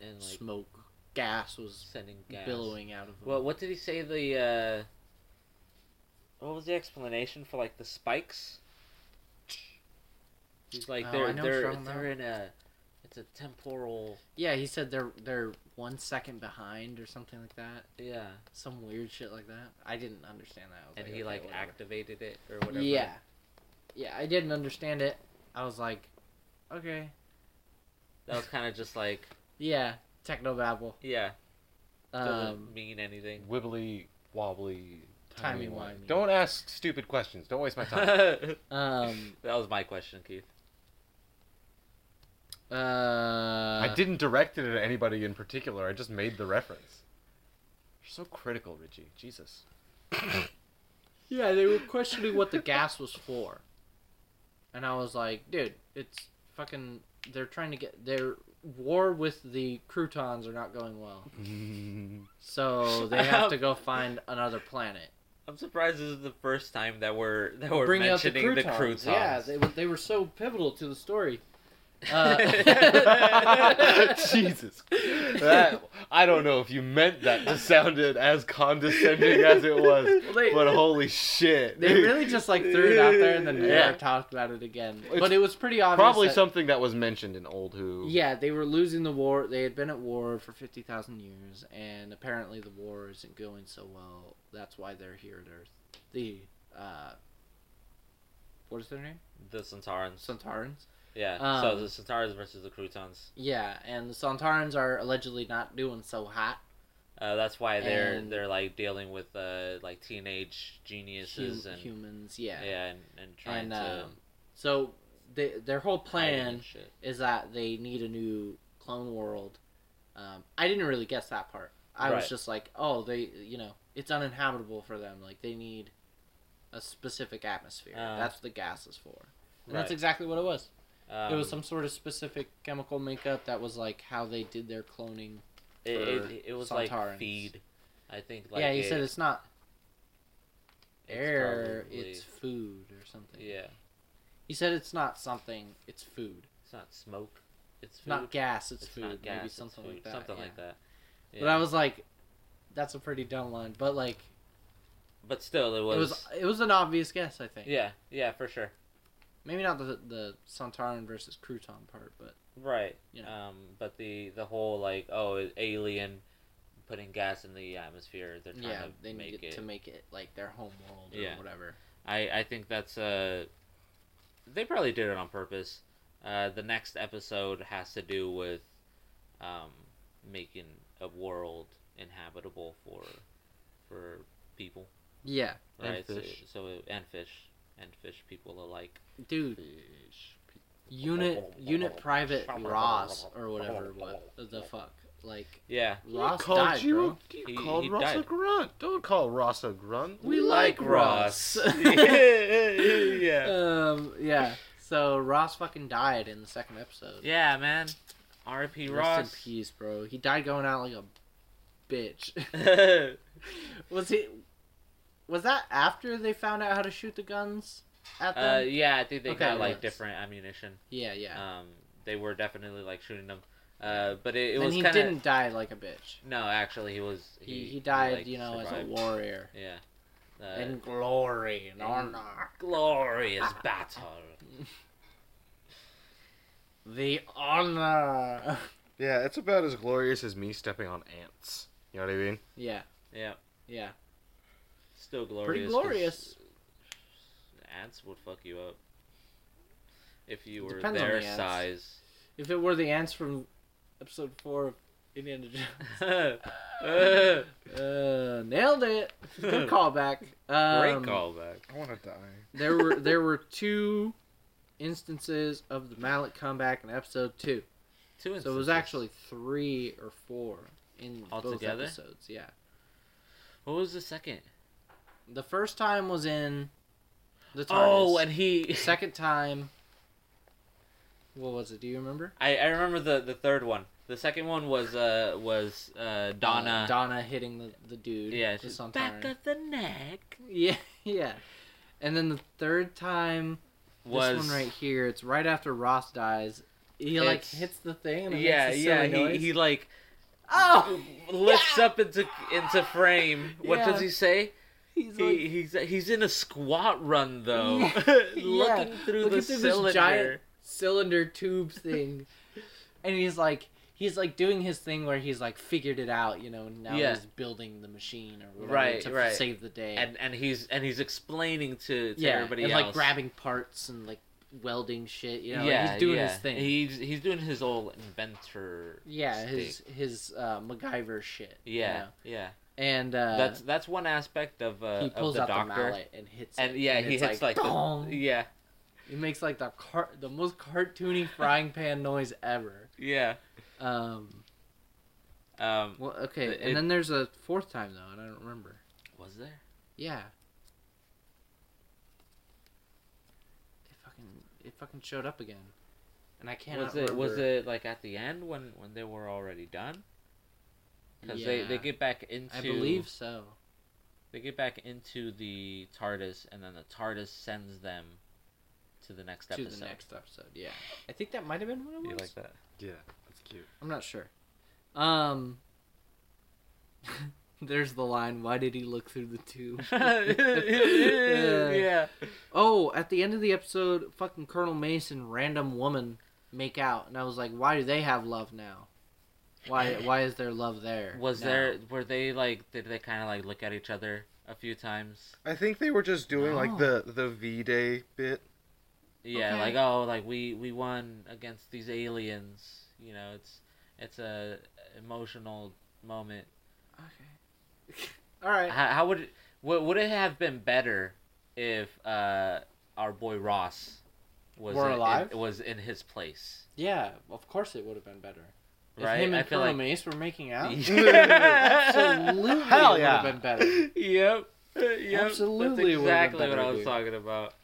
B: and like
C: smoke gas was
B: sending gas.
C: billowing out of them.
B: Well, what did he say? The uh, what was the explanation for like the spikes? He's like
C: Oh,
B: they're
C: I know what you're
B: they're
C: talking
B: they're in a it's a temporal
C: yeah, he said they're they're one second behind or something like that.
B: yeah,
C: Some weird shit like that. I didn't understand that. I was
B: and
C: like,
B: he
C: okay,
B: like
C: whatever.
B: activated it or whatever.
C: Yeah, yeah, I didn't understand it. I was like, okay,
B: that was kind of just like
C: yeah, techno babble.
B: yeah doesn't
C: Um,
B: mean anything.
A: Wibbly wobbly.
C: Timey-wimey.
A: timey-wimey. Don't ask stupid questions. Don't waste my time.
B: [LAUGHS] that
C: um,
B: was my question, Keith.
C: uh,
A: I didn't direct it at anybody in particular. I just made the reference. You're so critical, Richie.
C: [LAUGHS]
A: Jesus. [LAUGHS]
C: Yeah, they were questioning what the gas was for. And I was like, dude, it's fucking. They're trying to get. Their war with the croutons are not going well.
B: [LAUGHS]
C: So they have to go find another planet.
B: I'm surprised this is the first time that we're that we're
C: Bring out the
B: mentioning
C: croutons.
B: the croutons.
C: Yeah, they, were- they were so pivotal to
B: [LAUGHS]
C: the story. Uh,
A: Jesus. That, I don't know if you meant that to sound it as condescending as it was,
C: [LAUGHS] Well, they-
A: but holy shit.
C: they really just like threw it out there and then
A: Yeah.
C: never talked about it again.
A: It's
C: but it was pretty obvious.
A: [LAUGHS] Probably
C: that-
A: something that was mentioned in Old Who.
C: Yeah, they were losing the war. They had been at war for 50,000 years, and apparently the war isn't going so well. That's why they're here at Earth. The, uh, what is their name?
B: The Centaurans.
C: Santarans?
B: Yeah.
C: Um,
B: so the Centaurans versus the croutons.
C: Yeah, and the Santarans are allegedly not doing so hot.
B: Uh, that's why they're
C: And-
B: they're like dealing with uh, like teenage geniuses
C: Hu-
B: and
C: humans,
B: yeah.
C: yeah.
B: and, and trying
C: and,
B: to
C: um, so they, their whole
B: hide it
C: plan
B: and shit.
C: is that they need a new clone world. Um, I didn't really guess that part. I was
B: Right.
C: just like, oh, they, you know, it's uninhabitable for them. Like they need a specific atmosphere.
B: Uh.
C: that's what the gas is for. And that's
B: Right.
C: exactly what it was.
B: Um,
C: it was some sort of specific chemical makeup that was like how they did their cloning.
B: It,
C: for
B: it, it was
C: Centaurans.
B: like feed. I think. Like
C: yeah, he
B: it-
C: said it's not
B: it's
C: air,
B: probably-
C: it's food or something.
B: yeah.
C: He said it's not something, it's food.
B: It's not smoke. It's
C: It's
B: food.
C: not gas, it's,
B: It's
C: food.
B: not gas.
C: Maybe
B: it's
C: something
B: food.
C: like that.
B: Something
C: yeah.
B: like that. Yeah.
C: But I was like, that's a pretty dumb line. But like,
B: But still, it was.
C: It was it was an obvious guess, I think.
B: Yeah. Yeah. For sure.
C: Maybe not the the Santaran versus Crouton part, but
B: Right.
C: You know.
B: Um. But the the whole like oh alien, putting gas in the atmosphere. They're trying
C: yeah,
B: to
C: they
B: make
C: needed
B: it.
C: to make it like their home world or
B: Yeah.
C: whatever.
B: I, I think that's uh They probably did it on purpose. Uh, the next episode has to do with um, making a world inhabitable for for people,
C: Yeah,
A: And
B: right? so,
A: fish.
B: so it- and fish and fish people alike.
C: dude, unit unit private Ross or whatever. What the fuck? Like
B: Yeah,
C: Ross
A: called
C: died,
A: you,
C: bro.
A: you
B: He-
A: called
B: he
A: Ross a
B: died.
A: grunt. Don't call Ross a grunt. [LAUGHS]
C: We like Ross.
B: yeah.
C: um, yeah. So Ross fucking died in the second episode.
B: Yeah, man. R.I.P. Ross.
C: Rest in peace, bro. He died going out like a bitch. [LAUGHS]
B: [LAUGHS] Uh,
C: was he? Was that after they found out how to shoot the guns at
B: uh,
C: them?
B: yeah, I think they
C: Um, Okay,
B: got like
C: yes.
B: different ammunition.
C: yeah, yeah.
B: Um, they were definitely like shooting them. Uh, but it, it
C: and
B: was
C: he
B: kind of
C: didn't die like a bitch.
B: no. Actually, he was
C: He he died,
B: like,
C: you know, as a
B: survived.
C: warrior.
B: Yeah. Uh,
C: in glory and
B: in-
C: honor.
B: glorious
C: Ah.
B: battle.
C: The honor.
A: Yeah, it's about as glorious as me stepping on ants. You know what I mean?
C: [LAUGHS] yeah,
B: Yeah,
C: yeah.
B: still glorious.
C: Pretty
B: 'cause
C: glorious.
B: Ants would fuck you up if you were
C: Depends on
B: their
C: the ants.
B: size.
C: If it were the ants from episode four of Indiana
B: [LAUGHS] Great
C: Jones. [LAUGHS] uh, nailed it. Good callback. Um,
B: callback.
A: I want to die.
C: there were there were two instances of the mallet comeback in episode two.
B: Two
C: So it
B: instances.
C: was actually three or four in both
B: Altogether?
C: episodes. Yeah.
B: what was the second?
C: The first time was in the TARDIS.
B: Oh, and he.
C: the second time what was it? Do you remember?
B: [LAUGHS] I, I remember the, the third one. The second one was uh was uh Donna.
C: Uh, Donna hitting the, the dude.
B: yeah,
C: the
B: she's
C: Suntaran.
B: back of the neck
C: [LAUGHS] Yeah, yeah. And then the third time
B: was
C: this one right here, it's right after Ross dies. He like
B: It's-
C: hits the thing and it
B: yeah
C: makes a
B: yeah
C: silly
B: he,
C: noise.
B: he like [LAUGHS]
C: Oh,
B: lifts up into into frame. What does
C: Yeah.
B: he say?
C: he's
B: He,
C: like,
B: he's he's in a squat run though, [LAUGHS] looking
C: Yeah,
B: through
C: Looking
B: the
C: through this
B: cylinder.
C: giant- cylinder tube thing, [LAUGHS] and he's like, he's like doing his thing where he's like figured it out, you know. And now
B: Yeah.
C: he's building the machine or whatever
B: Right,
C: to
B: right.
C: save the day.
B: And and he's and he's explaining to, to
C: yeah,
B: everybody
C: and
B: else.
C: like grabbing parts and like welding shit. You know, like,
B: yeah,
C: he's doing
B: yeah.
C: his thing.
B: He's he's doing his old inventor.
C: yeah, his
B: stick.
C: his uh, MacGyver shit. you
B: Yeah,
C: know?
B: yeah.
C: and uh,
B: that's that's one aspect of uh,
C: he pulls
B: of
C: out
B: the
C: the
B: doctor.
C: mallet and hits it.
B: and yeah, he
C: it's
B: hits like,
C: "Dong!"
B: the, yeah,
C: It makes like the car- the most cartoony frying pan noise ever.
B: yeah.
C: Um,
B: Um,
C: well, okay,
B: It-
C: and
B: it-
C: then there's a fourth time though, and I don't remember.
B: was there?
C: Yeah. It fucking it fucking showed up again, and I can't.
B: was it was it like at the end when when they were already done? Because they they
C: Yeah.
B: get back into
C: I believe so.
B: they get back into the TARDIS, and then the TARDIS sends them to the next
C: To
B: episode.
C: the next episode, yeah. I think that might have been what it was.
B: You like that?
A: Yeah, that's cute.
C: I'm not sure. Um. [LAUGHS] There's the line. Why did he look through
B: [LAUGHS]
C: the tube? [LAUGHS]
B: yeah.
C: Oh, at the end of the episode, fucking Colonel Mason, random woman, make out, and I was like, why do they have love now?
B: [SIGHS]
C: Why why is there love there?
B: Was
C: now?
B: there? Were they like? Did they kind of like look at each other a few times?
A: I think they were just doing like the the V Day bit.
B: Yeah,
C: Okay.
B: like oh, like we we won against these aliens. You know, it's it's a emotional moment.
C: Okay. All right.
B: How, how would it, would would it have been better if uh our boy Ross was
C: Were
B: in-
C: alive?
B: In, was in his place?
C: Yeah, of course it would have been better. If
B: Right?
C: him
B: I
C: and
B: feel
C: Colonel
B: like-
C: Mace were making
B: [LAUGHS]
C: out,
B: yep.
C: [LAUGHS] absolutely
A: Hell
C: it
A: yeah.
C: would have been better.
B: Yep.
C: Absolutely
B: That's
C: would've been
B: exactly what
C: better,
B: I was
C: dude.
B: talking about.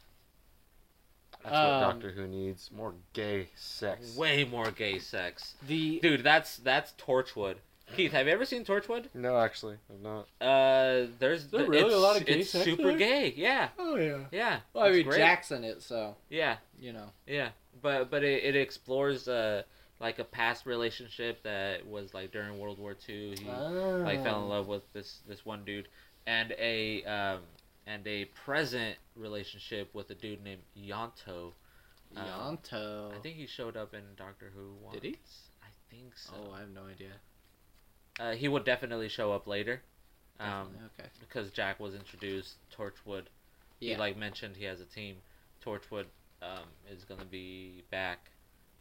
A: That's
C: Um,
A: what Doctor Who needs more gay sex.
B: Way more gay sex,
C: The
B: dude. That's that's Torchwood. Keith, have you ever seen Torchwood?
A: No, actually, I'm not.
B: Uh, there's
C: there really a
B: it's-
C: lot of gay
B: It's
C: sex
B: super
C: there?
B: gay. Yeah,
C: oh yeah.
B: yeah.
C: Well, I
B: it's
C: mean
B: great.
C: Jack's in it, so
B: Yeah,
C: you know.
B: yeah. But but it, it explores uh like a past relationship that was like during World War Two.
C: Ah,
B: He like fell
C: Oh.
B: in love with this this one dude, and a um and a present relationship with a dude named Yonto. Um,
C: Yanto.
B: I think he showed up in Doctor Who. Once.
C: Oh. Did he?
B: I think so.
C: Oh, I have no idea.
B: Uh, he would definitely show up later. Um,
C: Definitely, okay.
B: because Jack was introduced, Torchwood
C: Yeah.
B: he like mentioned he has a team. Torchwood um, is gonna be back.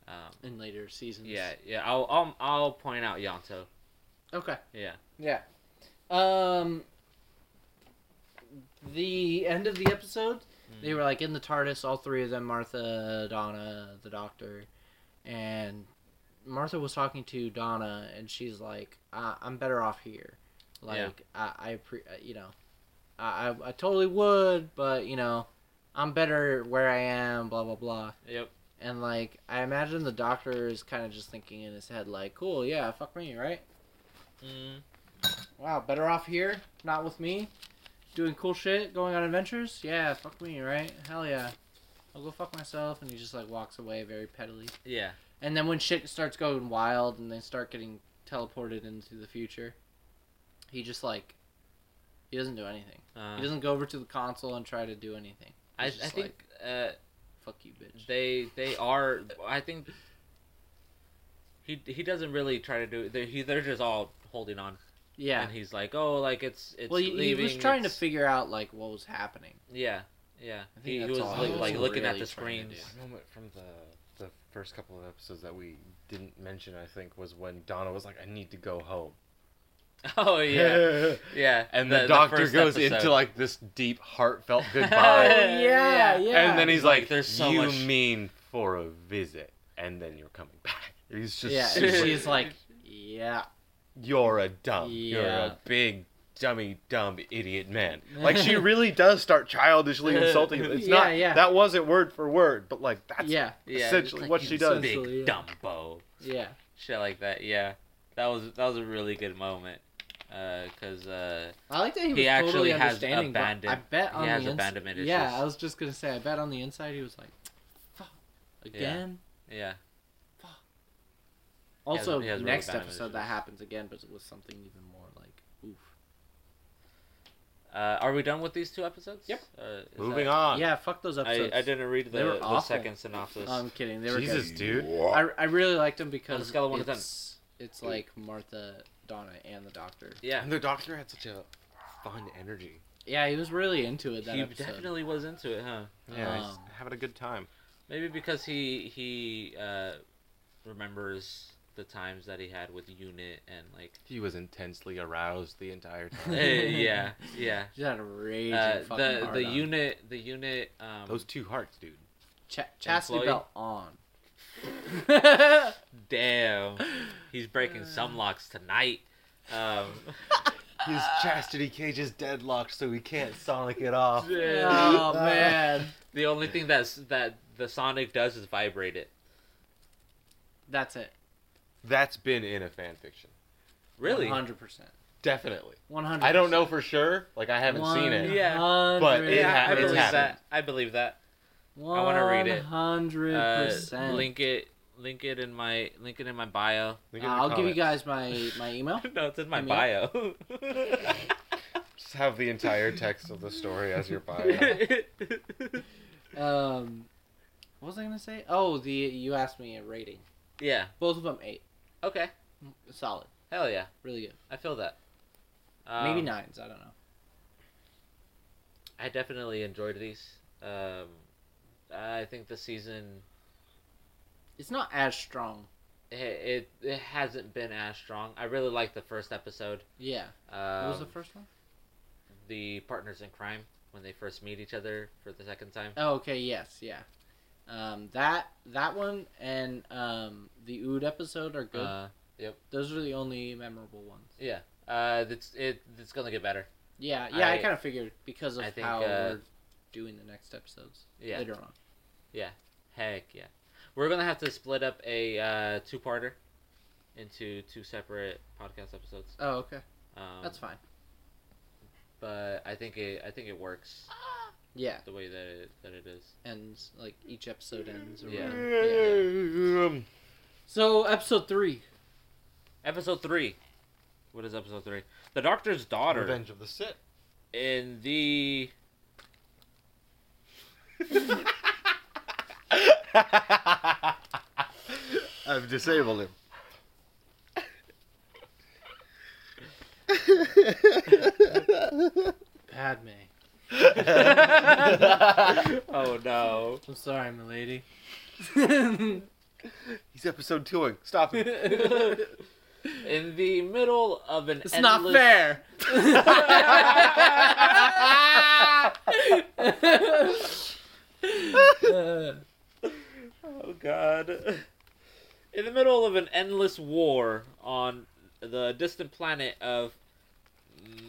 B: Um,
C: in later seasons.
B: yeah, yeah. I'll, I'll I'll point out Yanto.
C: Okay.
B: Yeah,
C: Yeah. Um. The end of the episode,
B: Mm-hmm.
C: they were like in the TARDIS, all three of them Martha, Donna, the doctor. And Martha was talking to Donna, and she's like, I- I'm better off here. uh, Like, I, I pre- you know, I-, I-, I totally would, but, you know, I'm better where I am, blah blah blah.
B: Yep.
C: And like I imagine the doctor is kind of just thinking in his head like, "Cool, yeah, fuck me, right?
D: Mm.
C: Wow, better off here, not with me, doing cool shit, going on adventures. Yeah, fuck me, right? Hell yeah, I'll go fuck myself." And he just like walks away very pettily.
D: Yeah.
C: And then when shit starts going wild and they start getting teleported into the future, he just like he doesn't do anything.
D: Uh,
C: He doesn't go over to the console and try to do anything.
B: I, I
C: He's just
B: think uh,
C: Fuck you, bitch.
B: they they are. I think he he doesn't really try to do. They're, he, they're just all holding on.
C: Yeah.
B: And he's like, oh, like it's it's
C: Well, he, he
B: leaving.
C: was trying to
B: it's-
C: figure out like what was happening.
B: Yeah, yeah.
C: I think
B: He, he
C: that's
B: was
C: all
B: like,
C: he was
B: like looking at
C: really
B: the
C: trying to
B: screens.
A: One moment from the the first couple of episodes that we didn't mention, I think, was when Donna was like, "I need to go home,"
B: [LAUGHS] Oh
A: [LAUGHS]
B: yeah, yeah.
A: and the, doctor goes into like this deep,
B: [LAUGHS]
A: heartfelt
B: Oh,
A: goodbye,
B: yeah,
C: yeah.
A: and then he's
B: He's
A: like,
B: like, "There's so
A: you
B: much-
A: mean for a visit, and then you're coming back." [LAUGHS] He's just
C: yeah, and
A: super-
C: she's like, yeah,
A: "You're a dumb. You're
C: Yeah.
A: a big." Dummy, dumb, idiot
C: [LAUGHS]
A: man. Like she really does start childishly insulting. him. It's
C: Yeah,
A: not
C: yeah.
A: that wasn't word for word, but like that's
C: yeah,
B: yeah,
A: essentially
B: just
A: what
B: you
A: she does.
B: Big
C: Essentially, yeah.
B: Dumbo,
C: yeah,
B: shit like that. Yeah, that was that was a really good moment. Uh, cause uh,
C: I like that he was
B: He actually
C: totally
B: has
C: understanding. but
B: abandon-
C: I bet
B: he
C: on
B: has
C: the ins-
B: abandonment
C: Yeah,
B: issues.
C: I was just gonna say. I bet on the inside he was like, fuck again.
B: yeah, has-
C: Also,
B: he has real
C: next
B: abandonment
C: episode that
B: issues.
C: happens again, but with something even more like, oof.
B: Uh, are we done with these two episodes?
C: Yep.
B: Uh, is
A: Moving
B: that-
A: on.
C: Yeah, fuck those
B: I,
C: episodes.
B: I didn't read the,
C: They were
B: the
C: awful. Um,
B: second synopsis.
C: No, I'm kidding. They were
A: Jesus, dude.
C: good. I, I really liked them because
B: scale of one to ten.
C: it's, it's like Martha, Donna, and the Doctor.
B: yeah,
A: And the doctor had such a fun energy.
C: Yeah, he was really into it. That
B: he
C: episode.
B: definitely was into it, huh?
A: Yeah, he's
C: Um,
A: having a good time.
B: Maybe because he he uh, remembers the times that he had with Unit and like. [LAUGHS]
C: [LAUGHS]
A: He was intensely aroused the entire time.
B: eh, yeah, yeah.
C: Just had a raging
B: Uh,
C: fucking
B: the
C: hard
B: the
C: on.
B: unit the unit um,
A: Those two hearts, dude.
C: Ch- chastity
B: employee?
C: belt on.
B: damn he's breaking some locks tonight um
A: His chastity cage is deadlocked, so he can't sonic it off.
C: oh man,
B: the only thing that's that the sonic does is vibrate it
C: that's it.
A: That's been in a fan fiction.
B: really
C: one hundred percent,
A: Definitely.
C: one hundred.
A: I don't know for sure. Like I haven't seen it.
B: Yeah.
A: But it
B: yeah
A: ha-
B: i
A: it's
B: believe
A: happened.
B: that i believe that wanna read it.
C: Hundred
B: uh,
C: percent.
B: link it link it in my link it in my bio [LAUGHS]
A: Look at the
C: Uh, I'll give you
A: comments.
C: guys my my email.
B: no it's in my
C: Email? [LAUGHS]
B: bio
A: Just have the entire text of the story as your
C: [LAUGHS]
A: bio.
B: yeah
C: Um, what was I gonna say? Oh, the you asked me a rating. Both of them eight,
B: okay
C: solid,
B: hell yeah
C: really good.
B: i feel that
C: Maybe
B: Um,
C: nines. I don't know.
B: I definitely enjoyed these. Um, I think the season
C: It's not as strong.
B: it, it it hasn't been as strong. I really liked the first episode.
C: Yeah.
B: Um,
C: What was the first one?
B: The partners in crime when they first meet each other for the second time.
C: Oh, okay. Yes. Yeah. Um, that that one and um, the Ood episode are good.
B: Uh,
C: Those are the only memorable ones.
B: yeah. Uh, it's it it's gonna get better.
C: Yeah. Yeah. I,
B: I-
C: kind of figured because of
B: I think,
C: how
B: uh,
C: we're doing the next episodes
B: Yeah.
C: later on.
B: Heck yeah. We're gonna have to split up a uh, two-parter into two separate podcast episodes.
C: Oh, okay.
B: Um,
C: That's fine.
B: But I think it I think it works
C: Yeah.
B: the way that it, that it is.
C: Ends like each episode ends. Or
B: Yeah.
C: whatever.
A: Um,
C: So episode three.
B: Episode three. What is episode three? The Doctor's daughter
A: Revenge of the Sith.
B: in the
A: [LAUGHS] I've disabled [LAUGHS] him.
C: Padme.
B: Oh no.
C: I'm sorry, milady.
A: He's episode twoing. Stop it.
B: in the middle of an
C: It's
B: endless...
C: not fair.
B: [LAUGHS] Oh god. In the middle of an endless war on the distant planet of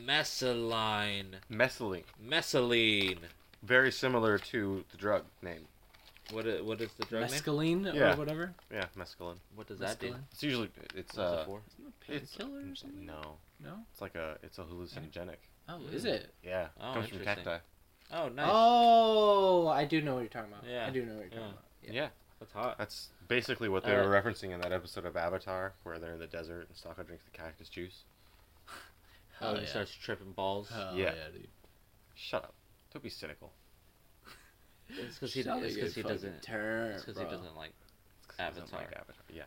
B: Messaline.
A: Messaline.
B: Messaline.
A: very similar to the drug name.
B: What is, what is the drug name?
C: mescaline
A: Yeah.
C: or whatever.
A: Yeah, mescaline.
B: What does that do?
C: Mescaline.
A: It's usually it's
B: What's it
A: uh
B: for?
A: it's
C: Painkiller or something?
A: no,
C: No.
A: it's like a it's a hallucinogenic.
C: Oh, is it?
A: Yeah,
B: Oh,
A: comes from
B: interesting.
A: cacti.
B: Oh, Mm. nice.
C: Oh, I do know what you're talking about.
B: Yeah.
C: I do know what you're talking
B: Yeah.
C: about.
A: Yeah.
B: That's hot.
A: that's basically what they
B: Uh,
A: were referencing in that episode of Avatar, where they're in the desert and Sokka drinks the cactus juice.
B: Oh,
C: Hell
B: he
C: yeah.
B: starts tripping balls.
C: Hell
A: Yeah.
C: dude.
A: Shut up! Don't be cynical.
B: It's because he,
C: Shut
B: it's
C: your
B: 'cause he
C: fucking
B: doesn't.
C: turn,
B: It's because he
C: bro.
B: doesn't like.
A: It's 'cause he doesn't Like Avatar. Yeah.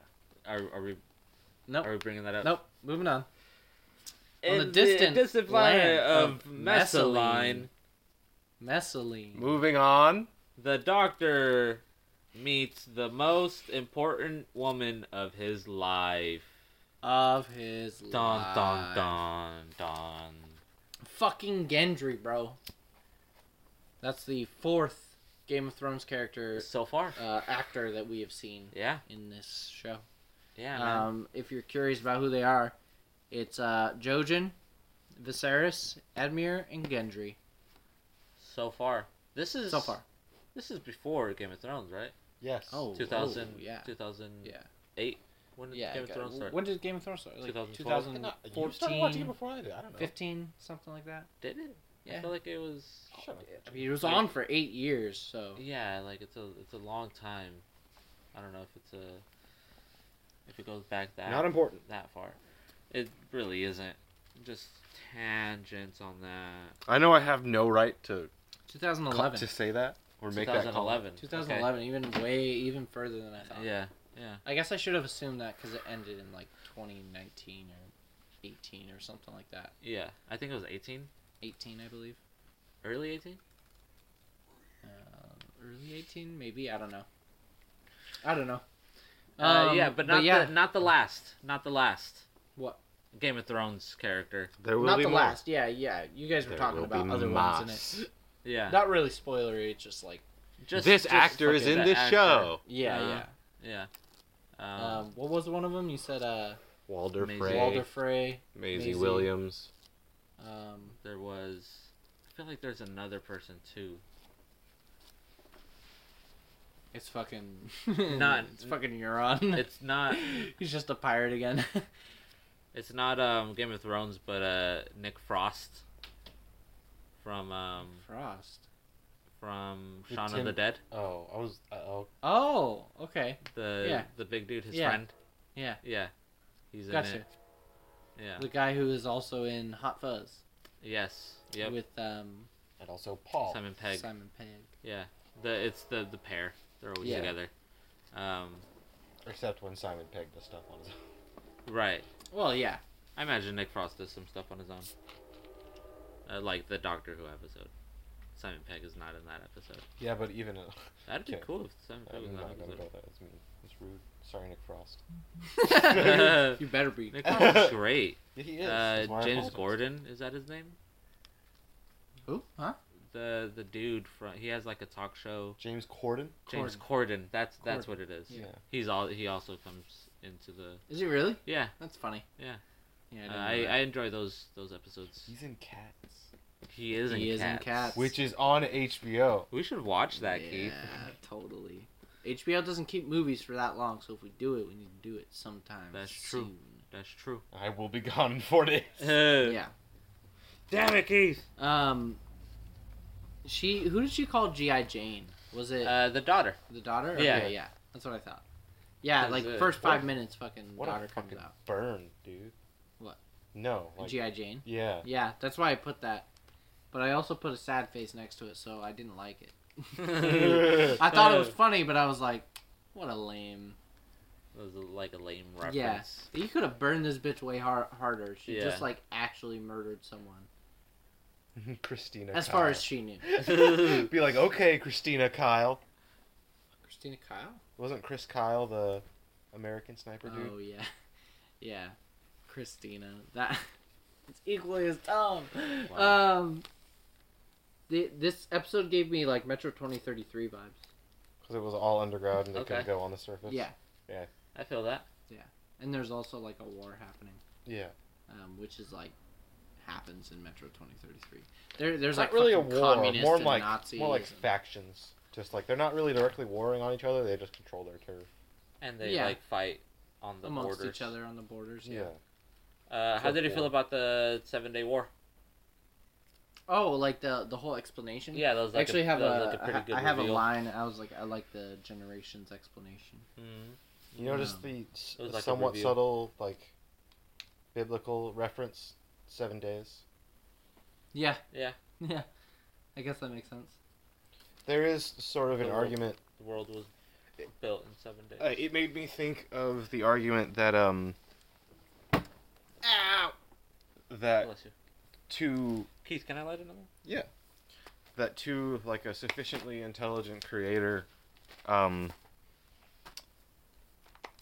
B: Are, are we?
C: Nope.
B: Are we bringing that up?
C: Nope. Moving on.
B: In
C: the distant
B: distant
C: land
B: planet of
C: of
B: Messaline,
C: Messaline. Mescaline.
A: Moving on.
B: the Doctor meets the most important woman of his life.
C: Of his
B: Don,
C: life.
B: don, don, don.
C: Fucking Gendry, bro. That's the fourth Game of Thrones character
B: So far,
C: uh, actor that we have seen
B: yeah,
C: in this show.
B: yeah. man.
C: Um, if you're curious about who they are, it's uh, Jojen, Viserys, Admir, and Gendry.
B: so far, this is
C: So far.
B: This is before Game of Thrones, right?
A: Yes.
C: Oh,
B: Two thousand,
C: oh, yeah.
B: two thousand,
C: Yeah.
B: When did
C: Yeah.
B: Game of Thrones start?
C: When did Game of Thrones start? Like
B: 2012?
C: 2014,
A: before I did. I don't
C: 15, something like that.
B: Did it? I
C: Yeah. Oh,
B: feel like it was.
A: Shut up.
C: I mean, it was on for eight years, so
B: Yeah, like it's a it's a long time. I don't know if it's a if it goes back that
A: Not important.
B: that far. It really isn't. Just tangents on that.
A: I know I have no right to
C: 2011.
A: to say that or make that call.
B: 2011. Okay.
C: 2011, even way even further than I thought.
B: Yeah, yeah.
C: I guess I should have assumed that because it ended in like 2019 or 18 or something like that.
B: Yeah, I think it was 18,
C: 18, I believe.
B: early 18.
C: Uh, early 18, maybe. I don't know. I don't know.
B: uh, yeah, but not
C: Um, yeah,
B: the, not the last, not the last
C: What?
B: Game of Thrones character.
A: There will
C: not
A: be
C: the
A: more.
C: last. Yeah, yeah. You guys were
A: There
C: talking
A: will
C: about
A: be
C: other ones
A: mass.
C: in it.
B: Yeah,
C: Not really spoilery. It's just like
B: just
A: this
B: just
A: actor is in
B: fucking the
A: this
B: actor.
A: show.
C: yeah,
B: Uh,
C: yeah.
B: Yeah. Um,
C: Um, what was one of them? You said uh,
A: Walder
B: Maisie-
A: Frey,
C: Walder Frey.
A: Maisie,
C: Maisie.
A: Williams.
C: Um,
B: there was. I feel like there's another person too.
C: it's fucking [LAUGHS]
B: Not-
C: it's fucking Euron.
B: It's not.
C: [LAUGHS] He's just a pirate again. [LAUGHS]
B: It's not um, Game of Thrones, but uh, Nick Frost from um,
C: Frost.
B: from
A: Who,
B: Shaun of
A: Tim-
B: the Dead.
A: Oh, I was. oh,
C: Oh, okay.
B: The
C: Yeah.
B: the big dude, his
C: Yeah.
B: friend.
C: Yeah.
B: Yeah, he's in
C: Gotcha.
B: it. Yeah.
C: The guy who is also in Hot Fuzz
B: Yes. Yep.
C: with um,
A: and also Paul.
B: Simon Pegg.
C: Simon Pegg.
B: Yeah. The it's the the pair. They're always
C: Yeah.
B: together. Um,
A: Except when Simon Pegg does stuff on his own. [LAUGHS]
B: right.
C: Well, yeah.
B: [LAUGHS] I imagine Nick Frost does some stuff on his own. Uh, like the Doctor Who episode. Simon Pegg is not in that episode.
A: Yeah, but even. uh,
B: That'd be
A: Okay.
B: cool if Simon Pegg was
A: I'm
B: in
A: not gonna
B: that
A: go there. It's mean. It's rude. Sorry, Nick Frost.
B: episode. [LAUGHS]
C: you better be.
B: Nick Frost
C: [LAUGHS]
B: is great.
A: Yeah, he is. That's why
B: Uh,
A: I
B: James
A: apologize.
B: Gordon is that his name?
C: Who? Huh?
B: The the dude from he has like a talk show.
A: James Corden.
B: James Corden. That's that's what it is.
A: Yeah.
B: He's all he also comes into the
C: Is he really?
B: yeah.
C: That's funny.
B: Yeah. I
C: Yeah. didn't
B: I,
C: know that.
B: I enjoy those those episodes.
A: He's in Cats,
B: He is in
C: He is in
B: Cats.
C: Cats.
A: which is on HBO.
B: We should watch that,
C: yeah,
B: Keith.
C: totally. HBO doesn't keep movies for that long, so if we do it, we need to do it sometime.
B: That's true.
C: soon.
B: That's true. [LAUGHS]
A: I will be gone in four days.
B: yeah.
C: [LAUGHS] Yeah.
B: Damn it, Keith.
C: Um. She. Who did she call GI Jane? Was it
B: Uh, the daughter. [LAUGHS]
C: the daughter?
B: yeah.
C: Okay, yeah. That's what I thought. Yeah,
B: 'Cause,
C: like
B: uh,
C: first five
A: what-
C: minutes, fucking
A: What
C: daughter
A: a
C: comes
A: fucking
C: out.
A: burn, dude.
C: What?
A: No. Like,
C: GI Jane. [LAUGHS]
A: yeah. [LAUGHS]
C: Yeah, that's why I put that. But I also put a sad face next to it, so I didn't like it.
B: that
C: [LAUGHS] I thought
B: [LAUGHS]
C: it was funny, but I was like, what a lame.
B: was like a lame reference.
C: Yeah. You could have burned this bitch way har- harder. She
B: Yeah.
C: just like actually murdered someone,
A: Christina.
C: as far
A: Kyle.
C: as she knew. [LAUGHS]
A: be like, okay, Christina Kyle.
C: Christina Kyle.
A: Wasn't Chris Kyle the American sniper dude?
C: Oh yeah, [LAUGHS] yeah, Christina. That [LAUGHS] it's equally as dumb.
B: Wow.
C: Um, the, this episode gave me like Metro twenty thirty three vibes.
A: Because it was all underground and it
B: Okay.
A: couldn't go on the surface.
C: yeah,
B: I feel that.
C: and there's also like a war happening,
A: Yeah.
C: um, which is like happens in Metro 2033. There, there's
A: not
C: like
A: really a
C: fucking
A: war,
C: communists
A: more
C: and
A: like
C: Nazis.
A: more like
C: and-
A: factions. Just like they're not really directly warring on each other; they just control their turf.
B: and they
C: Yeah.
B: like fight on the
C: amongst
B: borders.
C: each other on the borders. Yeah.
A: Yeah,
B: Uh, how
A: Turf
B: did you
A: war.
B: feel about the Seven Day War?
C: Oh, like the the whole explanation.
B: Yeah, that was
C: I
B: like
C: actually
B: a,
C: have
B: that
C: a,
B: was, like a pretty
C: I-
B: good
C: I have a
B: reveal.
C: line. I was like, I like the generations explanation.
B: Mhm.
A: you notice
C: Um,
A: the s-
B: it was like a
A: somewhat
B: reveal.
A: subtle like biblical reference. Seven days.
C: Yeah.
B: Yeah.
C: [LAUGHS] Yeah. I guess that makes sense.
A: There is sort of an
B: Oh.
A: argument
B: The world was built in seven days.
A: Uh, it made me think of the argument that um
C: Ow.
A: that
B: Bless you.
A: to
B: Keith, can I light another? one?
A: that to like a sufficiently intelligent creator, um,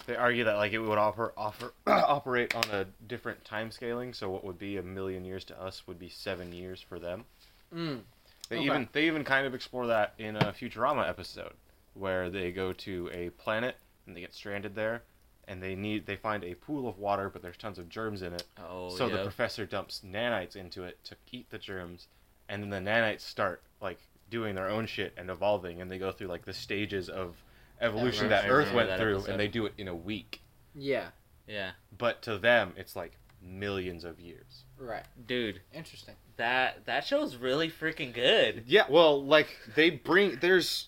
A: they argue that like it would offer offer [CLEARS THROAT] operate on a different time scaling. So what would be a million years to us would be seven years for them.
C: Mm.
A: They
C: Okay.
A: even they even kind of explore that in a Futurama episode where they go to a planet and they get stranded there and they need they find a pool of water but there's tons of germs in it
B: Oh,
A: so the
B: yeah.
A: professor dumps nanites into it to eat the germs, and then the nanites start like doing their own shit and evolving, and they go through like the stages of evolution that
B: Evolution,
A: Earth
B: yeah,
A: went
B: that
A: through,
B: episode.
A: and they do it in a week.
C: Yeah.
B: yeah,
A: But to them, it's like millions of years.
C: Right.
B: dude,
C: Interesting.
B: that that show's really freaking good.
A: Yeah, well, like they bring there's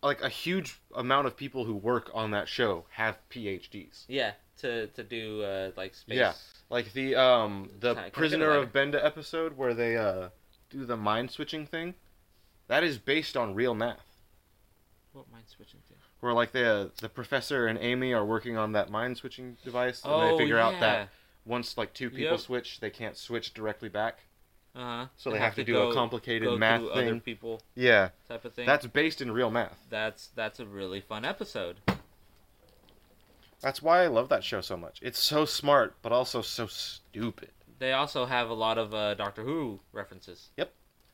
A: like a huge amount of people who work on that show have PhDs.
B: Yeah, to to do uh, like space.
A: Yeah. Like the um the
B: Sorry, can I get a
A: Prisoner
B: lighter?
A: of Benda episode where they uh do the mind switching thing, that is based on real math.
B: What mind switching thing?
A: Where like the the professor and Amy are working on that mind switching device,
B: Oh,
A: and they figure out that once like two people
B: Yep.
A: switch, they can't switch directly back,
B: Uh-huh.
A: so they, have, to, do
B: go,
A: a complicated
B: go
A: math
B: through
A: thing.
B: other people
A: yeah,
B: type of thing.
A: that's based in real math.
B: that's that's a really fun episode.
A: That's why I love that show so much. It's so smart, but also so stupid.
B: They also have a lot of uh, Doctor Who references.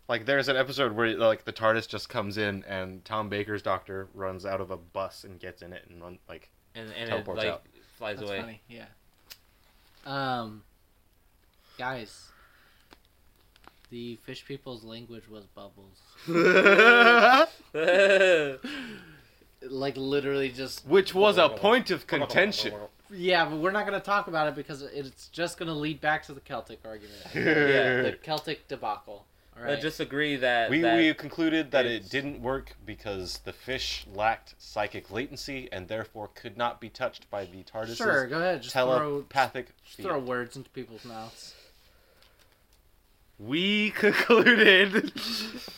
A: Like there's an episode where like the TARDIS just comes in and Tom Baker's doctor runs out of a bus and gets in it and run like [LAUGHS]
B: and, and it
A: Teleports
B: like
A: out.
B: flies
C: That's
B: away.
C: funny. Yeah. Um. Guys. The fish people's language was bubbles.
B: [LAUGHS]
C: Like literally just.
A: which was a point of contention.
C: Yeah, but we're not gonna talk about it because it's just gonna lead back to the Celtic argument.
A: [LAUGHS]
C: the Celtic debacle. All
B: I
C: right.
B: just agree that,
A: We,
B: that
A: we concluded that
B: it's-
A: it didn't work because the fish lacked psychic latency and therefore could not be touched by the TARDIS's
C: sure. Go ahead. Just throw
A: telepathic
C: just
A: field.
C: throw words into people's mouths. [LAUGHS]
A: We concluded.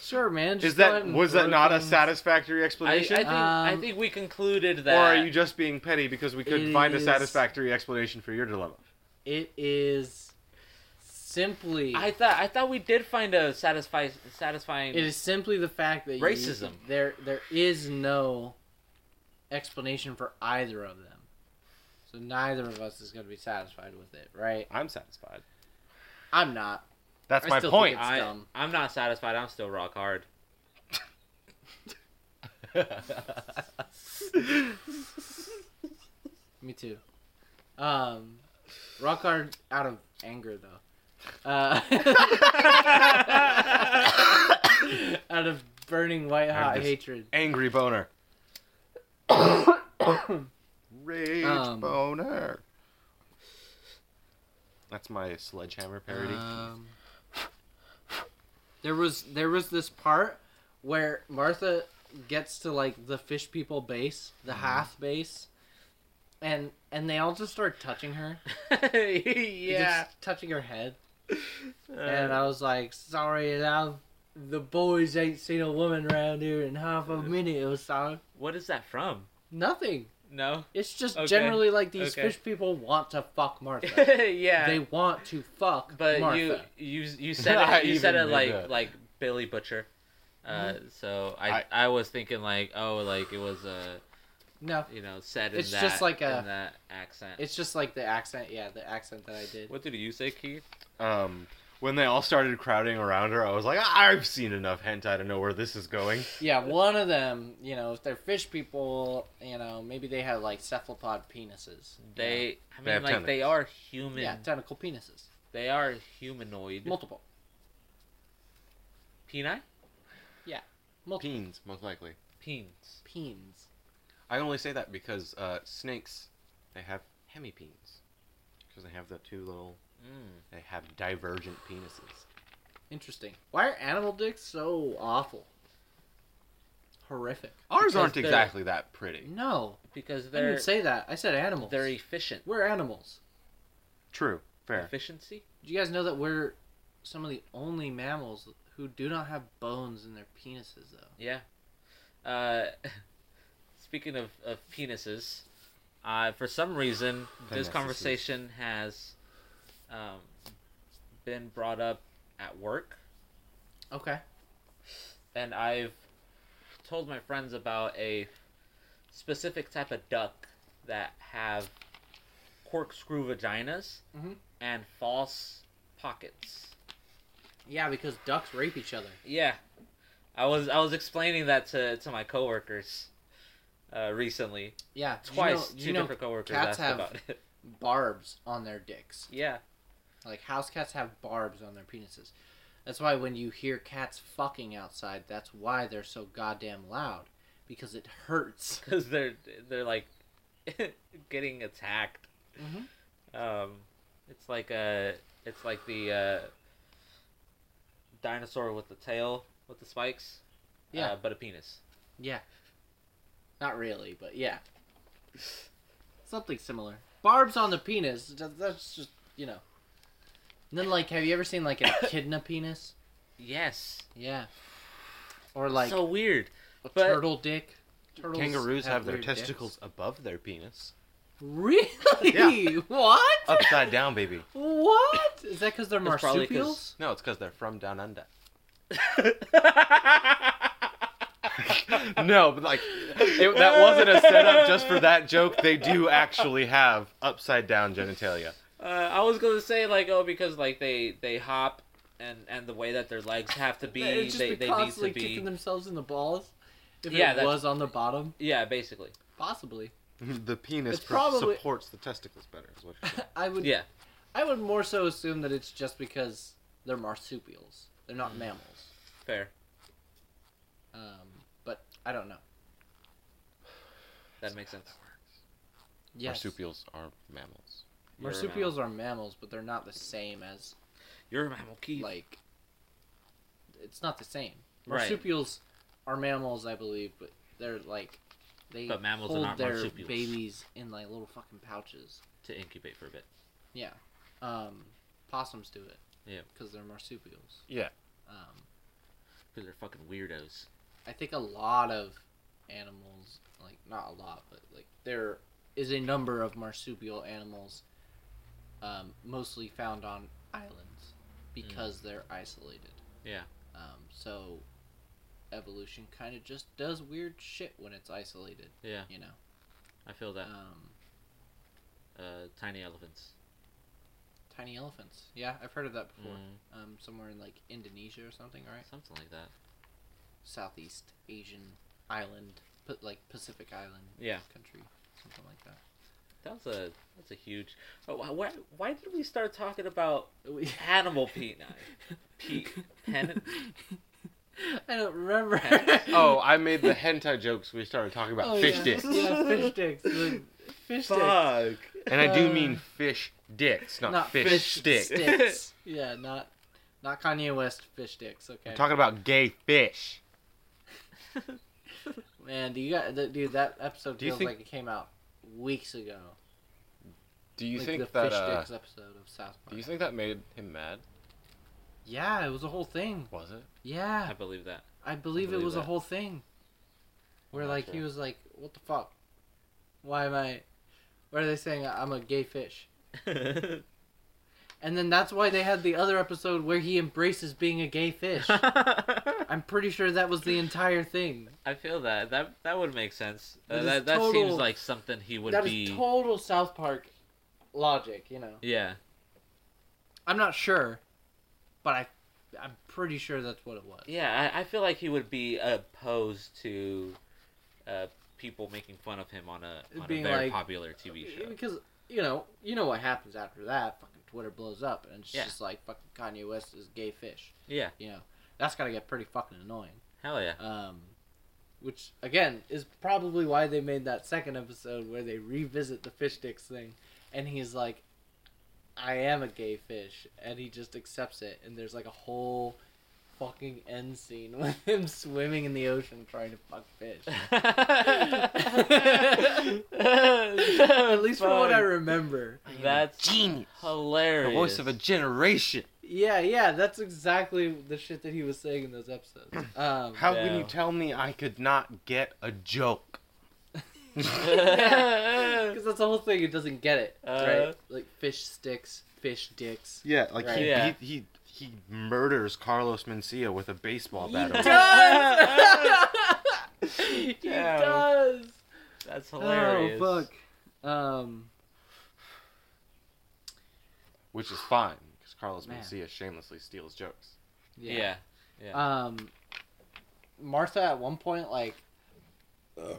C: Sure, man.
A: Is
C: just go ahead
A: that
C: and
A: was that
C: throw
A: not a
C: things.
A: satisfactory
B: I, I
A: explanation?
B: think I
C: Um,
B: think we concluded
A: or
B: that
A: are you just being petty because we couldn't find a
C: is-
A: satisfactory explanation for your dilemma?
C: It is simply.
B: I thought I thought we did find a satisfy satisfying
C: It is simply the fact that you-
B: Racism.
C: there there is no explanation for either of them, so neither of us is going to be satisfied with it, right?
A: I'm satisfied.
C: I'm not.
A: That's
C: I
A: my
C: still
A: point.
C: think
B: I,
C: it's dumb.
B: I'm not satisfied, I'm still rock hard.
C: Me too. Um, rock hard out of anger though. Uh, [LAUGHS] out of burning white hot
A: just-
C: hatred.
A: [LAUGHS] Angry boner. [COUGHS] Rage
C: Um,
A: boner. That's my sledgehammer parody.
C: Um, there was there was this part where Martha gets to like the fish people base, the
B: Mm-hmm.
C: half base, and and they all just start
B: [LAUGHS]
C: touching her,
B: yeah.
C: just touching her head, and
B: Uh,
C: I was like, sorry, now the boys ain't seen a woman around here in half a minute or so.
B: what is that from?
C: Nothing.
B: No.
C: It's just
B: Okay.
C: generally like these
B: Okay.
C: fish people want to fuck Martha.
B: [LAUGHS] [LAUGHS] yeah.
C: They want to fuck
B: but
C: Martha.
B: you you you
A: [LAUGHS]
B: said
A: I
B: it, you said
A: even
B: it
A: knew
B: like
A: that.
B: like Billy Butcher. Uh,
C: Mm-hmm.
B: so I, I
A: I-
B: was thinking like oh like it was a
C: no,
B: you know said in
C: It's
B: that
C: just like a-
B: in that accent.
C: It's just like the accent, yeah, the accent that I did.
B: What did you say, Keith?
A: Um, when they all started crowding around her, I was like, I've seen enough hentai to know where this is going.
C: Yeah, one of them, you know, if they're fish people, you know, maybe they have like cephalopod penises. you
B: They I
A: They
B: mean
A: have
B: like they
A: tentacles.
B: are
C: know?
B: human.
C: yeah, tentacle penises.
B: They are humanoid.
C: Multiple.
B: Peni?
C: Multiple.
A: Peens, most likely.
B: Peens.
C: Peens.
A: I only say that because uh, snakes, they have hemipenes, because they have the two little.
B: Mm.
A: They have divergent penises.
C: Interesting. Why are animal dicks so awful? Horrific.
A: Ours
B: Because
A: aren't
B: they're-
A: exactly that pretty.
C: No,
B: Because
C: I
B: they're
C: didn't say that. I said animals.
B: they're efficient.
C: We're animals.
A: True. Fair.
B: Efficiency?
C: Do you guys know that we're some of the only mammals who do not have bones in their penises, though?
B: Yeah. Uh, [LAUGHS] speaking of, of penises, uh, for some reason, this
A: Penises.
B: conversation has um, been brought up at work,
C: Okay.
B: and I've told my friends about a specific type of duck that have corkscrew vaginas
C: Mhm.
B: and false pockets.
C: Yeah, because ducks rape each other.
B: Yeah, I was I was explaining that to to my coworkers uh, recently.
C: Yeah, did you know-
B: Twice,
C: did
B: two
C: you know
B: different coworkers
C: cats
B: asked
C: have-
B: about it. [LAUGHS]
C: barbs on their dicks.
B: yeah,
C: Like house cats have barbs on their penises. That's why when you hear cats fucking outside, that's why they're so goddamn loud because it hurts.
B: because they're they're like [LAUGHS] getting attacked.
C: Mhm.
B: Um, it's like a it's like the uh, dinosaur with the tail with the spikes.
C: Yeah.
B: uh, but a penis.
C: Not really, but yeah. Something similar. Barbs on the penis. that- That's just, you know. And then like have you ever seen like [COUGHS] an echidna penis?
B: Yes,
C: Yeah. Or like
B: so
C: [LAUGHS]
B: weird.
C: a
B: but-
C: turtle dick. Turtles
A: Kangaroos have, their
C: weird dicks.
A: testicles above their penis.
C: Really?
A: Yeah.
C: [LAUGHS] What?
A: Upside down, baby.
C: What? Is that because they're
B: Uh, It's probably 'cause-
C: marsupials?
A: [LAUGHS] No, it's because they're from down under. [LAUGHS] no, but like it, that wasn't a setup just for that joke. They do actually have upside down genitalia.
B: [LAUGHS] Uh, I was gonna say like oh because like they they hop and and the way that their legs have to be
C: They'd just
B: they,
C: be
B: they need
C: constantly
B: to be
C: kicking themselves in the balls. If
B: Yeah,
C: it
B: that's-
C: was on the bottom,
B: yeah basically
C: possibly. [LAUGHS]
A: The penis
C: It's probably-
A: supports the testicles better. Is what you're saying.
C: I would.
B: yeah
C: I would more so assume that it's just because they're marsupials. They're
B: Mm.
C: not mammals.
B: fair
C: Um, but I don't know.
B: that makes sense
C: Yes.
A: Marsupials are mammals.
B: You're a
C: Marsupials are mammals, but they're not the same as
B: you're a mammal key
C: like. It's not the same.
B: Right.
C: Marsupials are mammals, I believe, but they're like. They
B: But mammals are
C: hold
B: not
C: their
B: marsupials.
C: babies in like little fucking pouches.
B: to incubate for a bit
C: Yeah. Um, possums do it.
B: Yeah.
C: Because they're marsupials.
A: Yeah.
C: Um,
B: because they're fucking weirdos
C: I think a lot of animals, like not a lot, but like there is a number of marsupial animals, um, mostly found on islands because they're isolated.
B: Mm. Yeah.
C: Um, so evolution kind of just does weird shit when it's
B: [LAUGHS]
C: isolated.
B: yeah
C: You know.
B: I feel that
C: Um,
B: uh, tiny elephants
C: tiny elephants. Yeah, I've heard of that before.
B: Mm,
C: Um, somewhere in like Indonesia or something, right?
B: something like that
C: Southeast Asian island, put like Pacific Island
B: yeah
C: country, something like that.
B: that was a that's a huge oh, wh- why why did we start talking about
C: We-
B: animal peni Pete pen
C: I don't remember. [LAUGHS]
B: Pen-
A: [LAUGHS] Oh, I made the hentai jokes. We started talking about
C: Oh,
A: fish
C: yeah.
A: dicks,
C: Yeah, fish dicks. the Fish dicks.
B: fuck
A: and I do
C: Uh,
A: mean fish dicks, not,
C: Not
A: fish,
C: fish
A: sticks.
B: stick.
A: [LAUGHS]
C: Sticks. yeah, not not Kanye West fish dicks. Okay.
A: We're talking about gay fish.
C: Man, do you got th- dude? That episode
A: Do you
C: feels
A: think-
C: like it came out weeks ago.
A: Do you
C: like
A: think
C: the
A: that?
C: fish
A: Uh,
C: dicks episode of South Park?
A: do you think that made him mad?
C: Yeah, it was a whole thing.
A: Was it?
B: I
C: Yeah,
B: believe [LAUGHS] that
C: I believe, it
A: believe
C: was a
A: that.
C: whole thing. Where
B: I'm not
C: like he
B: sure.
C: was like, "What the fuck? Why am I? Why are they saying I'm a gay fish?" And then that's why they had the other episode where he embraces being a gay [LAUGHS] fish.
B: I
C: I'm pretty sure that was the entire thing.
B: feel that that that would make sense. Uh,
C: That is
B: that that seems
C: total-
B: like something he would
C: That is
B: be.
C: total South Park logic, you know.
B: yeah,
C: I'm not sure, but I I'm pretty sure that's what it was.
B: yeah. I, I feel like he would be opposed to uh, people making fun of him on a on
C: Being
B: a very
C: like- uh,
B: popular TV show.
C: Because you know, you know what happens after that. Fucking Twitter blows up, and it's
B: Yeah.
C: just like fucking Kanye West is gay fish.
B: Yeah.
C: You know, that's gotta get pretty fucking annoying.
B: Hell yeah.
C: Um, which again is probably why they made that second episode where they revisit the fish sticks thing, and he's like, "I am a gay fish," and he just accepts it. And there's like a whole fucking end scene [LAUGHS] with him swimming in the ocean trying to fuck fish. [LAUGHS] At least from what I remember.
B: That's
A: Genius.
B: hilarious.
A: The voice of a generation.
C: Yeah, yeah, that's exactly the shit that he was saying in those episodes. [LAUGHS] Um,
A: How can
B: Yeah.
A: you tell me I could not get a
C: [LAUGHS]
A: joke?
C: Because that's the whole thing. It doesn't get it,
B: Uh,
C: right? Like fish sticks, fish dicks.
A: Yeah, like
C: Right.
A: he,
B: Yeah.
A: he he he murders Carlos Mencia with a baseball bat.
C: He
A: over-
C: does. [LAUGHS] he
B: Yeah.
C: does.
B: [LAUGHS] That's hilarious.
C: Oh fuck. Um.
A: which is fine because Carlos
C: Man.
A: Mencia shamelessly steals jokes.
C: Yeah.
B: Yeah.
A: Uh,
C: Um. Martha at one point like. uh,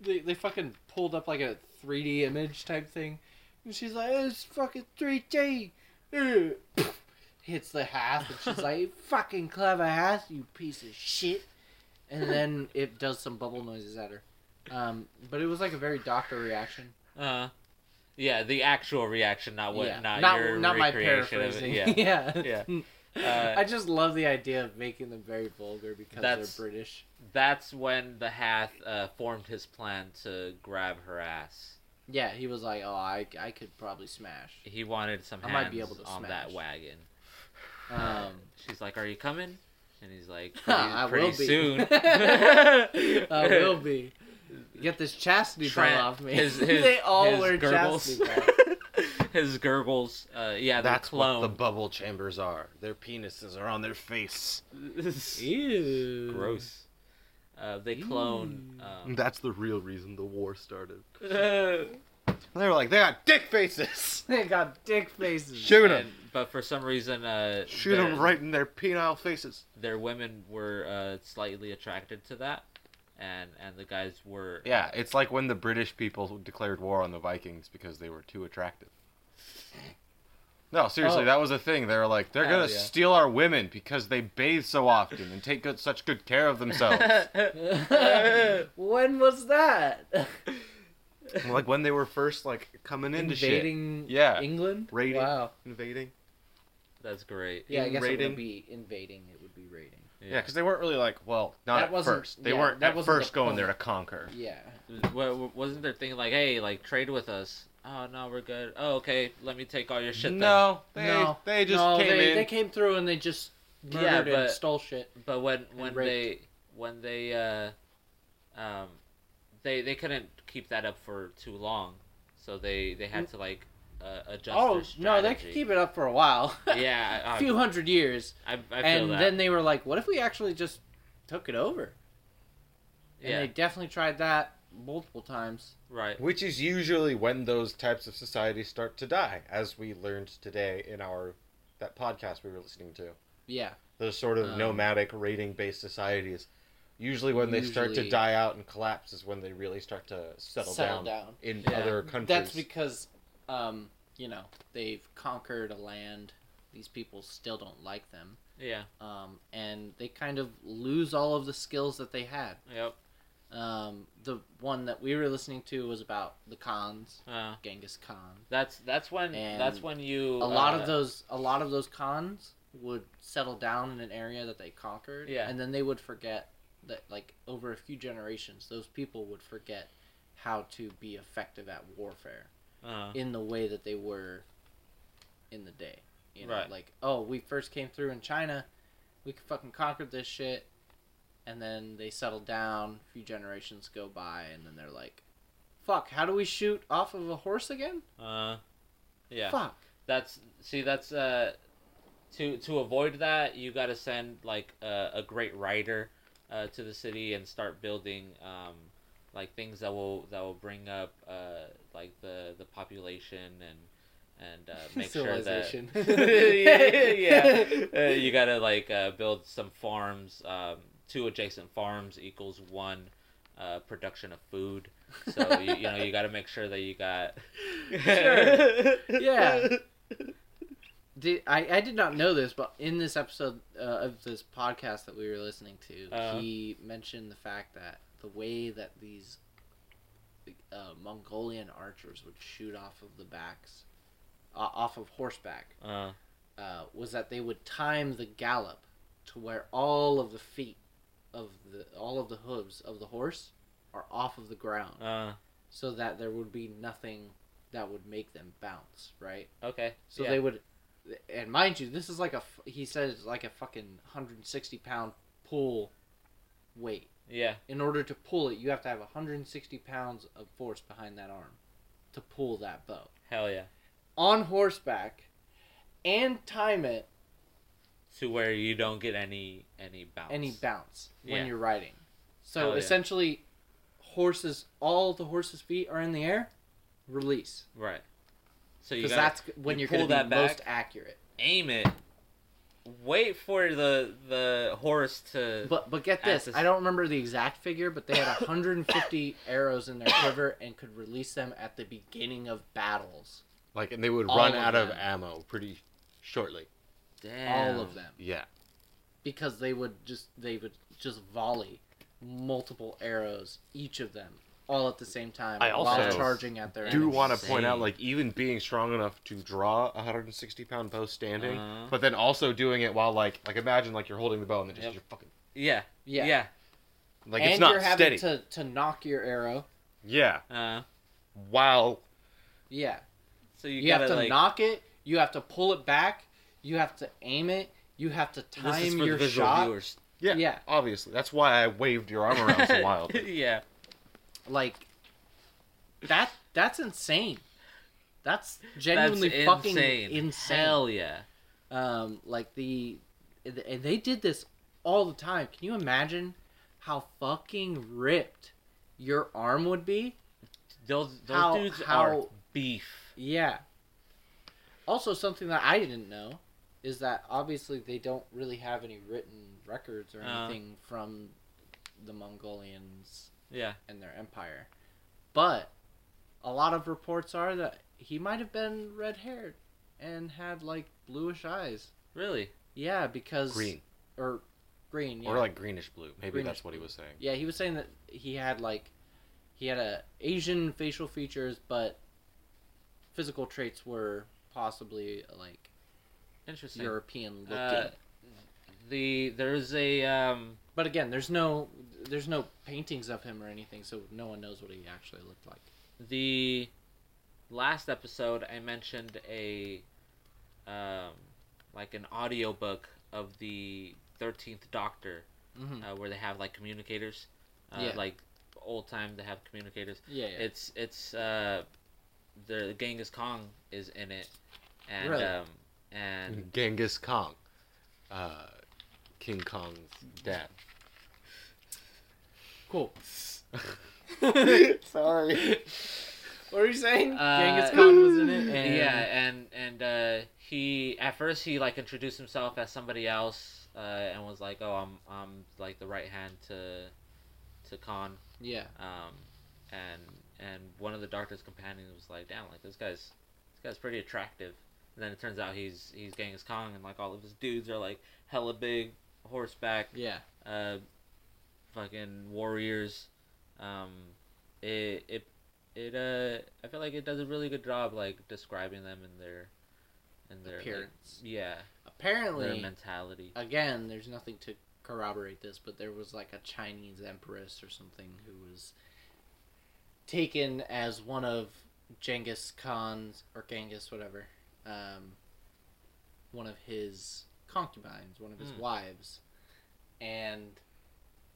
C: They, they fucking pulled up like a 3D image type thing, and she's like, "It's fucking 3D." Ugh. [LAUGHS] Hits the half, and she's like, "Fucking clever half, you piece of shit." And then it does some bubble noises at her, um, but it was like a very doctor reaction.
B: Uh, yeah, the actual reaction, not what,
C: Yeah.
B: not, your
C: my
B: recreation of it.
C: paraphrasing.
B: Yeah. [LAUGHS]
C: [LAUGHS] yeah.
B: Uh,
C: I just love the idea of making them very vulgar because
B: That's-
C: they're British.
B: That's when the Hath uh, formed his plan to grab her ass.
C: Yeah, he was like, "Oh, I, I could probably smash."
B: [LAUGHS] He wanted some
C: I
B: hands
C: might be able to
B: on
C: smash.
B: that wagon.
C: Um,
B: She's like, "Are you coming?" And he's
C: [LAUGHS]
B: like, "Pretty,
C: I
B: pretty
C: will be.
B: soon."
C: [LAUGHS] I will be. Get this chastity
B: Trent,
C: belt off me. [LAUGHS]
B: his- his-
C: they all
B: his
C: wear
B: gurgles.
C: chastity belts.
B: [LAUGHS] His gurgles, uh, yeah, they're
A: That's what the
B: clone.
A: bubble chambers are. Their penises are on their face.
B: [LAUGHS]
C: Ew.
B: Gross. Uh, they clone. Um,
A: That's the real reason the war started.
B: and-
A: They were like, they got dick faces.
C: [LAUGHS] They got dick
A: [LAUGHS]
C: faces.
A: Shoot them.
B: but for some reason, uh,
A: Shoot
B: their-
A: them right in their penile faces.
B: Their women were uh, slightly attracted to that, and and the guys were.
A: Yeah, it's like when the British people declared war on the Vikings because they were too attractive. No, seriously,
C: Oh.
A: that was a thing. They were like, they're
B: Oh,
A: gonna
B: yeah.
A: steal our women because they bathe so often and take good, such good care of
C: [LAUGHS]
A: themselves.
C: [LAUGHS] when was that?
A: like when they were first like coming into shit,
C: Invading
A: Yeah.
C: England?
A: Raiding.
C: Wow.
A: invading.
B: [LAUGHS] That's great.
C: Yeah, I guess it
A: Raiding.
C: would be invading. It would be raiding.
A: Yeah, because they weren't really like, well, not
C: That
A: at
C: wasn't-
A: first. They
C: yeah,
A: weren't
C: that
A: at
C: wasn't
A: first
C: the
A: going
C: point.
A: there to conquer.
C: Yeah.
B: Wa- wa- wasn't there thing like, hey, like trade with us? Oh no, we're good. Oh okay, let me take all your shit.
A: no, they
C: No.
A: they just
C: no,
A: came
C: they,
A: in.
C: they came through and they just
B: Yeah,
C: murdered and
B: but-
C: stole shit.
B: then. But when when they
C: raped.
B: when they uh, um, they they couldn't keep that up for too long, so they they had to like uh, adjust.
C: Oh
B: their strategy.
C: no, they could keep it up for a while.
B: [LAUGHS]
C: [LAUGHS]
B: Yeah,
C: a
B: I-
C: few hundred years,
B: I, I feel
C: and
B: that.
C: then they were like, "What if we actually just took it over?" And
B: yeah,
C: they definitely tried that multiple times.
B: right.
A: Which is usually when those types of societies start to die, as we learned today in our that podcast we were listening to.
C: Yeah,
A: Those sort of
C: Um,
A: nomadic raiding based societies. Usually when they start to
C: Usually-
A: die out and collapse is when they really start to settle,
C: settle
A: down,
C: down.
A: in
B: Yeah.
A: other countries.
C: That's because, um, you know, they've conquered a land. These people still don't like them,
B: Yeah.
C: um, and they kind of lose all of the skills that they had.
B: Yep.
C: Um, the one that we were listening to was about the Khans,
B: Uh,
C: Genghis Khan.
B: that's that's when
C: And
B: that's when you
C: a lot
B: uh,
C: of those a lot of those cons would settle down in an area that they conquered
B: Yeah.
C: and then they would forget that like over a few generations those people would forget how to be effective at warfare
B: uh,
C: in the way that they were in the day you know
B: Right.
C: like oh we first came through in china we fucking conquered this shit and then they settle down a few generations go by and then they're like fuck how do we shoot off of a horse again
B: uh, yeah.
C: fuck
B: That's see that's uh to to avoid that you got to send like a a great writer uh, to the city and start building um like things that will that will bring up uh like the the population and and uh, make sure that
C: civilization.
B: [LAUGHS] yeah, yeah. Uh, you gotta like uh, build some farms. Um, two adjacent farms equals one uh, production of food. So [LAUGHS] you, you know you gotta make sure that you got.
C: Sure. Yeah. did I, I did not know this, but in this episode uh, of this podcast that we were listening to,
B: Uh-huh.
C: he mentioned the fact that the way that these uh, Mongolian archers would shoot off of the backs, uh, off of horseback,
B: Uh,
C: uh, was that they would time the gallop to where all of the feet of the all of the hooves of the horse are off of the ground,
B: uh,
C: so that there would be nothing that would make them bounce, right?
B: okay.
C: So
B: yeah.
C: they would, and mind you, this is like a f- he said it's like a fucking 160 pound pull weight.
B: Yeah.
C: In order to pull it, you have to have 160 pounds of force behind that arm to pull that bow
B: Hell yeah.
C: on horseback, and time it
B: To where you don't get any any bounce.
C: any bounce when
B: Yeah.
C: you're riding. So
B: Oh, yeah.
C: essentially, horses, all the horses' feet are in the air, release
B: Right. So you
C: because
B: gotta
C: that's when
B: you
C: you are going
B: pull
C: to
B: that
C: be
B: back.
C: most accurate.
B: aim it. Wait for the the horse to.
C: But but get
B: As
C: this,
B: this-
C: I don't remember the exact figure, but they had 150 [LAUGHS] arrows in their quiver and could release them at the beginning of battles.
A: Like, and they would
C: All
A: run
C: of
A: out of
C: them.
A: ammo pretty shortly.
B: Damn.
C: All of them,
A: Yeah.
C: because they would just they would just volley multiple arrows, each of them, all at the same time,
A: I
C: while
A: also
C: charging at their
A: do
C: enemies.
A: want to point out
B: insane.
A: like even being strong enough to draw a 160 pound bow standing
B: Uh-huh.
A: but then also doing it while like like imagine like you're holding the bow and then just
B: Yep.
A: you're fucking
B: Yeah.
C: yeah.
B: Yeah.
A: like
C: and
A: it's not
C: you're
A: steady
C: having to, to knock your arrow.
A: yeah
B: Uh,
A: while
C: Yeah.
B: so you,
C: You,
B: gotta
C: have to
B: like.
C: knock it. You have to pull it back. You have to aim it. You have to
B: this is
C: time
B: for
C: your
B: the visual
C: shot.
B: viewers.
A: yeah
C: Yeah.
A: obviously that's why i waved your arm around
B: [LAUGHS]
C: [LAUGHS]
A: so wildly
B: yeah.
C: Like that. That's insane. That's genuinely
B: that's
C: fucking
B: insane.
C: insane.
B: Hell yeah.
C: Um, like the, and they did this all the time. Can you imagine how fucking ripped your arm would be?
B: Those those
C: How-
B: dudes are
C: how-
B: beef.
C: Yeah. Also, something that I didn't know is that obviously they don't really have any written records or
B: Uh.
C: anything from the Mongolians
B: Yeah.
C: and their empire. But a lot of reports are that he might have been red haired and had like bluish eyes.
B: Really.
C: Yeah, because.
A: green
C: Or green. Yeah.
A: or like greenish blue maybe
C: Greenish
A: that's what he
C: blue.
A: was saying
C: Yeah, he was saying that he had like he had a Asian facial features, but physical traits were possibly like
B: Interesting.
C: European looking.
B: Uh, the there's a um
C: but again, there's no there's no paintings of him or anything, so no one knows what he actually looked like.
B: the last episode I mentioned a um like an audiobook of the 13th Doctor
C: Mm-hmm.
B: uh, where they have like communicators uh,
C: Yeah.
B: like old time they have communicators
C: Yeah, yeah.
B: it's it's uh the Genghis Kong is in it and
C: Really? Mm-hmm.
B: um and
A: genghis kong uh king kong's
C: [LAUGHS]
A: dad
C: cool.
A: sorry
C: What are you saying?
B: Uh,
C: Genghis Khan was in it. And
B: yeah and and uh he at first he like introduced himself as somebody else uh and was like oh i'm i'm like the right hand to to khan
C: yeah,
B: um and and one of the doctor's companions was like damn like this guy's this guy's pretty attractive and then it turns out he's he's genghis kong and like all of his dudes are like hella big horseback
C: yeah.
B: uh, fucking warriors. Um, it it it uh, I feel like it does a really good job like describing them and their and their like,
C: Appearance.
B: yeah, their
C: Apparently,
B: mentality.
C: again, there's nothing to corroborate this, but there was like a Chinese empress or something who was taken as one of Genghis Khan's or Genghis, whatever, um, one of his concubines, one of his
B: Hmm.
C: wives, and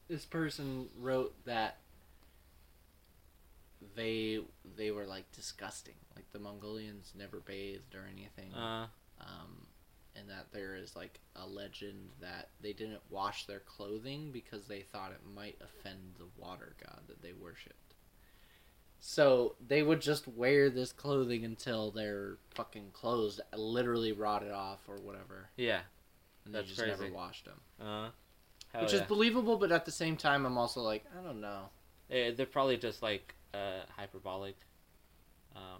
C: this person wrote that they they were like disgusting, like the Mongolians never bathed or anything
B: Uh,
C: um, and that there is like a legend that they didn't wash their clothing because they thought it might offend the water god that they worshipped. So they would just wear this clothing until their fucking clothes literally rotted off or whatever,
B: yeah.
C: and
B: That's
C: they just never
B: crazy.
C: washed them,
B: Uh, hell
C: which
B: yeah.
C: is believable. But at the same time, I'm also like, I don't know.
B: Eh, they're probably just like uh, hyperbolic. Um,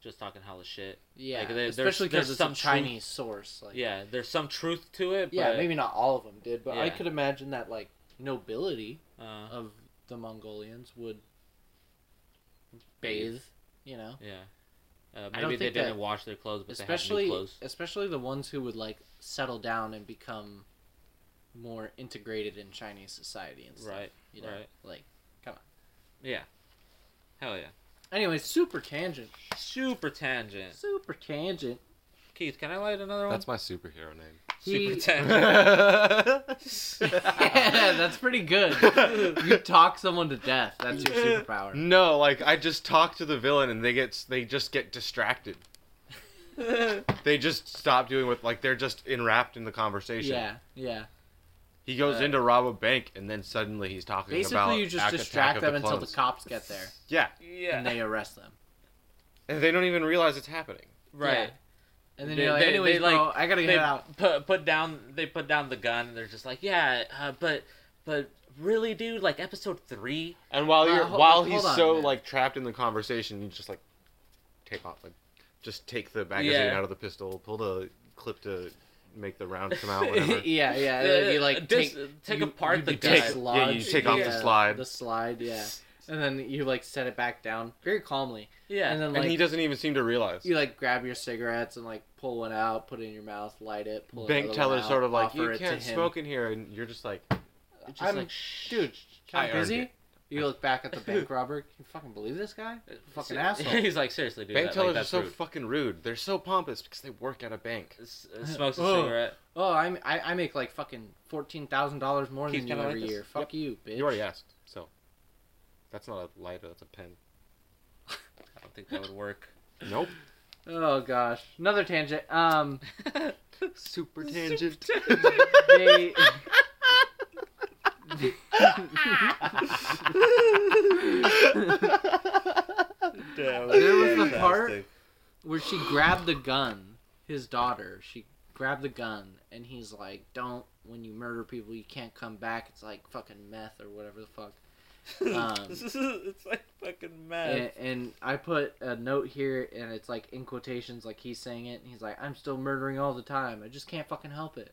B: just talking hella shit.
C: Yeah,
B: Like, there-
C: especially
B: there's- there's
C: because it's
B: some
C: a
B: truth-
C: Chinese source. Like,
B: Yeah, there's some truth to it.
C: yeah,
B: but,
C: maybe not all of them did, but I
B: Yeah.
C: could imagine that like nobility
B: Uh,
C: of the Mongolians would bathe, you know,
B: yeah. Uh,
C: I don't
B: maybe they
C: think
B: didn't
C: that-
B: wash their clothes, but they had
C: especially
B: new clothes.
C: especially the ones who would like settle down and become more integrated in Chinese society and stuff.
B: Right,
C: You know,
B: right.
C: like
B: Yeah. Hell yeah.
C: anyway, super tangent,
B: Super tangent.
C: super tangent.
B: Keith, can I light another
A: That's my superhero name.
B: one? Super [LAUGHS]
C: [LAUGHS] He-
B: tangent.
C: [LAUGHS] yeah, that's pretty
B: [LAUGHS]
C: good. You talk someone to death. That's your superpower.
A: no, like I just talk to the villain and they get they just get distracted. They just stop doing what like they're just enwrapped in the conversation.
C: Yeah, yeah.
A: He goes
B: Uh,
A: into rob a bank and then suddenly he's talking about
C: Basically, you just
A: Attack of
C: distract them until the
A: Clones.
C: cops get there
A: Yeah,
B: yeah. [LAUGHS]
C: and they arrest them.
A: and they don't even realize it's happening.
B: right.
C: Yeah. And then
B: They-
C: you're like,
B: they-
C: anyways,
B: they, like,
C: bro, I gotta
B: they
C: get out.
B: put put down they put down the gun and they're just like yeah uh, but but really dude like episode three
A: And while
C: Uh,
A: you're
C: ho-
A: while
C: hold
A: he's
C: on a
A: so
C: minute.
A: like trapped in the conversation, you just like take off like just take the magazine
B: Yeah.
A: out of the pistol, pull the clip to make the round come
C: [LAUGHS]
A: out. Whatever.
C: yeah,
A: [LAUGHS]
C: yeah.
B: Uh,
C: and you like
B: dis-
C: take,
B: take
C: you-
B: apart
C: you
B: the
A: take-
B: gun
C: dislodge-
A: yeah, you take off the
C: yeah,
A: slide.
C: The slide, yeah. And then you like set it back down very calmly.
B: yeah
C: And then
A: And
C: like
A: he doesn't even seem to realize.
C: you like grab your cigarettes and like pull one out, put it in your mouth, light it. Pull
A: Bank
C: another
A: teller
C: one out,
A: sort of like
C: offer
A: you
C: it to
A: can't
C: him.
A: smoke in here, and you're just like,
B: just
C: I'm-
B: [LAUGHS] like
C: dude.
A: I
C: I'm
A: earned
C: busy.
A: it.
C: You look
A: [LAUGHS]
C: back at the bank robber. Can you fucking believe this guy? Fucking asshole.
B: [LAUGHS] he's like seriously dude
A: bank
B: that,
A: tellers
B: like,
A: are
B: that's
A: so
B: rude.
A: fucking rude. They're so pompous because they work at a bank.
B: S- uh, smokes a
C: Ugh.
B: cigarette
C: Oh, I'm, I I make like fucking fourteen thousand dollars more
B: Keith,
C: than
B: can
C: you
B: I light
C: every
B: this?
C: year. Fuck you, bitch.
A: You already asked, so that's not a lighter. That's a pen.
B: I don't think that would
C: [LAUGHS]
B: work
A: Nope.
C: Oh gosh, another tangent. Um,
A: [LAUGHS] Super tangent. [LAUGHS]
B: [LAUGHS]
C: they.
D: Damn,
C: There was the part where she grabbed the gun, his daughter. She grabbed the gun, and he's like, "Don't when you murder people, you can't come back. It's like fucking meth or whatever the fuck." Um,
B: [LAUGHS] it's like fucking mad
C: and, and I put a note here, and it's like in quotations, like he's saying it, and he's like, "I'm still murdering all the time. I just can't fucking help it,"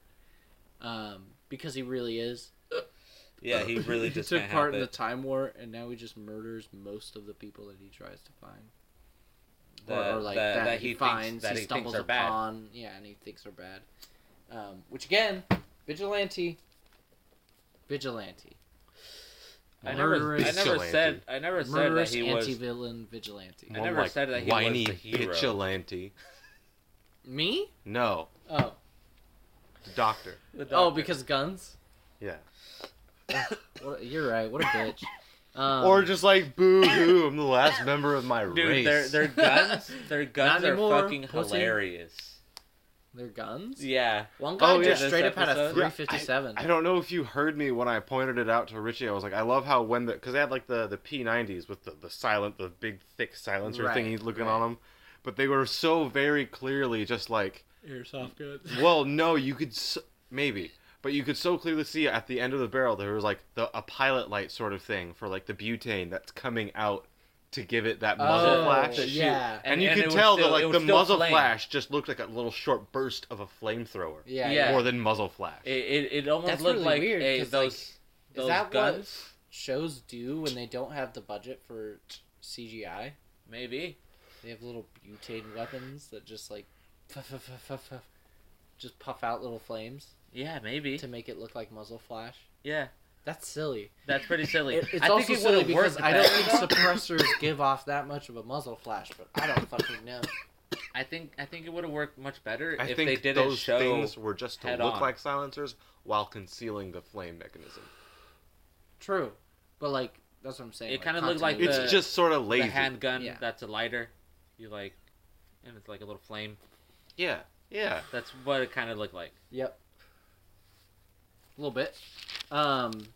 C: um, because he really is.
B: yeah he really
C: [LAUGHS] he
B: just
C: took
B: can't
C: part
B: help
C: in the
B: it.
C: time war, and now he just murders most of the people that he tries to find,
B: That-
C: or, or like
B: that-
C: that,
B: that
C: he,
B: he thinks-
C: finds,
B: that
C: he,
B: he thinks
C: stumbles
B: are bad.
C: upon, yeah, and he thinks are bad. Um, which again, vigilante, vigilante,
B: I never, I
C: Murderous-
B: never said I never said that
C: murderous
B: he was
C: anti-villain vigilante.
B: I never said that he was
A: whiny
B: the hero.
A: vigilante.
C: Me?
A: No,
C: Oh,
A: the doctor.
B: the
C: oh,
B: doctor.
C: because guns.
A: Yeah.
C: What, you're right. What a
B: [LAUGHS]
C: bitch. Um,
A: or just like boo hoo, I'm the last member of my
B: dude
A: race.
B: their their guns their guns are
C: anymore,
B: fucking
C: pussy.
B: hilarious
C: their guns.
B: yeah
C: One guy
A: Oh, yeah,
C: just
B: this
C: straight up had a
B: episode.
A: Yeah, I-
C: 357.
A: I don't know if you heard me when I pointed it out to Richie. I was like, I love how when the because they had like the the P90s with the the silent the big thick silencer
C: Right,
A: thingy looking
C: right.
A: on them, but they were so very clearly just like,
C: Airsoft guns.
A: well, no, you could s maybe. But you could so clearly see at the end of the barrel there was like the a pilot light sort of thing for like the butane that's coming out to give it that muzzle
C: Oh,
A: flash.
C: to yeah.
A: and, you
B: it
A: could
B: was
A: tell
B: still-
A: that
B: it
A: like
B: was
A: the
B: still
A: muzzle
B: flame.
A: flash just looked like a little short burst of a flamethrower
C: Yeah.
B: Yeah.
A: more than muzzle flash
B: It, it, it almost
C: That's
B: looked
C: really
B: like
C: weird,
B: a,
C: 'cause,
B: those those
C: Is that
B: guns.
C: what shows do when they don't have the budget for CGI?
B: Maybe
C: They have little butane weapons that just like, puff, puff, puff, puff, puff, just puff out little flames
B: yeah, maybe
C: to make it look like muzzle flash.
B: yeah.
C: That's silly.
B: That's
C: [LAUGHS]
B: pretty silly.
C: It, it's
B: I
C: also
B: think it would
C: silly
B: have
C: because
B: worked.
C: I don't think
B: better, though.
C: suppressors give off that much of a muzzle flash, but I don't fucking know.
B: I think I think it would have worked much better
A: i
B: if
A: think
B: they didn't
A: those
B: show.
A: things were just to
B: head
A: look
B: on.
A: like silencers while concealing the flame mechanism
C: True, but like that's what I'm saying.
B: It
C: like,
B: kinda looked like
C: continuity.
A: it's
B: The-
A: just sort of
B: The
A: lazy
B: handgun
C: Yeah.
B: that's a lighter, you like, and it's like a little flame.
A: yeah yeah
B: That's what it kind of looked like.
C: Yep. A little bit. Um. Let's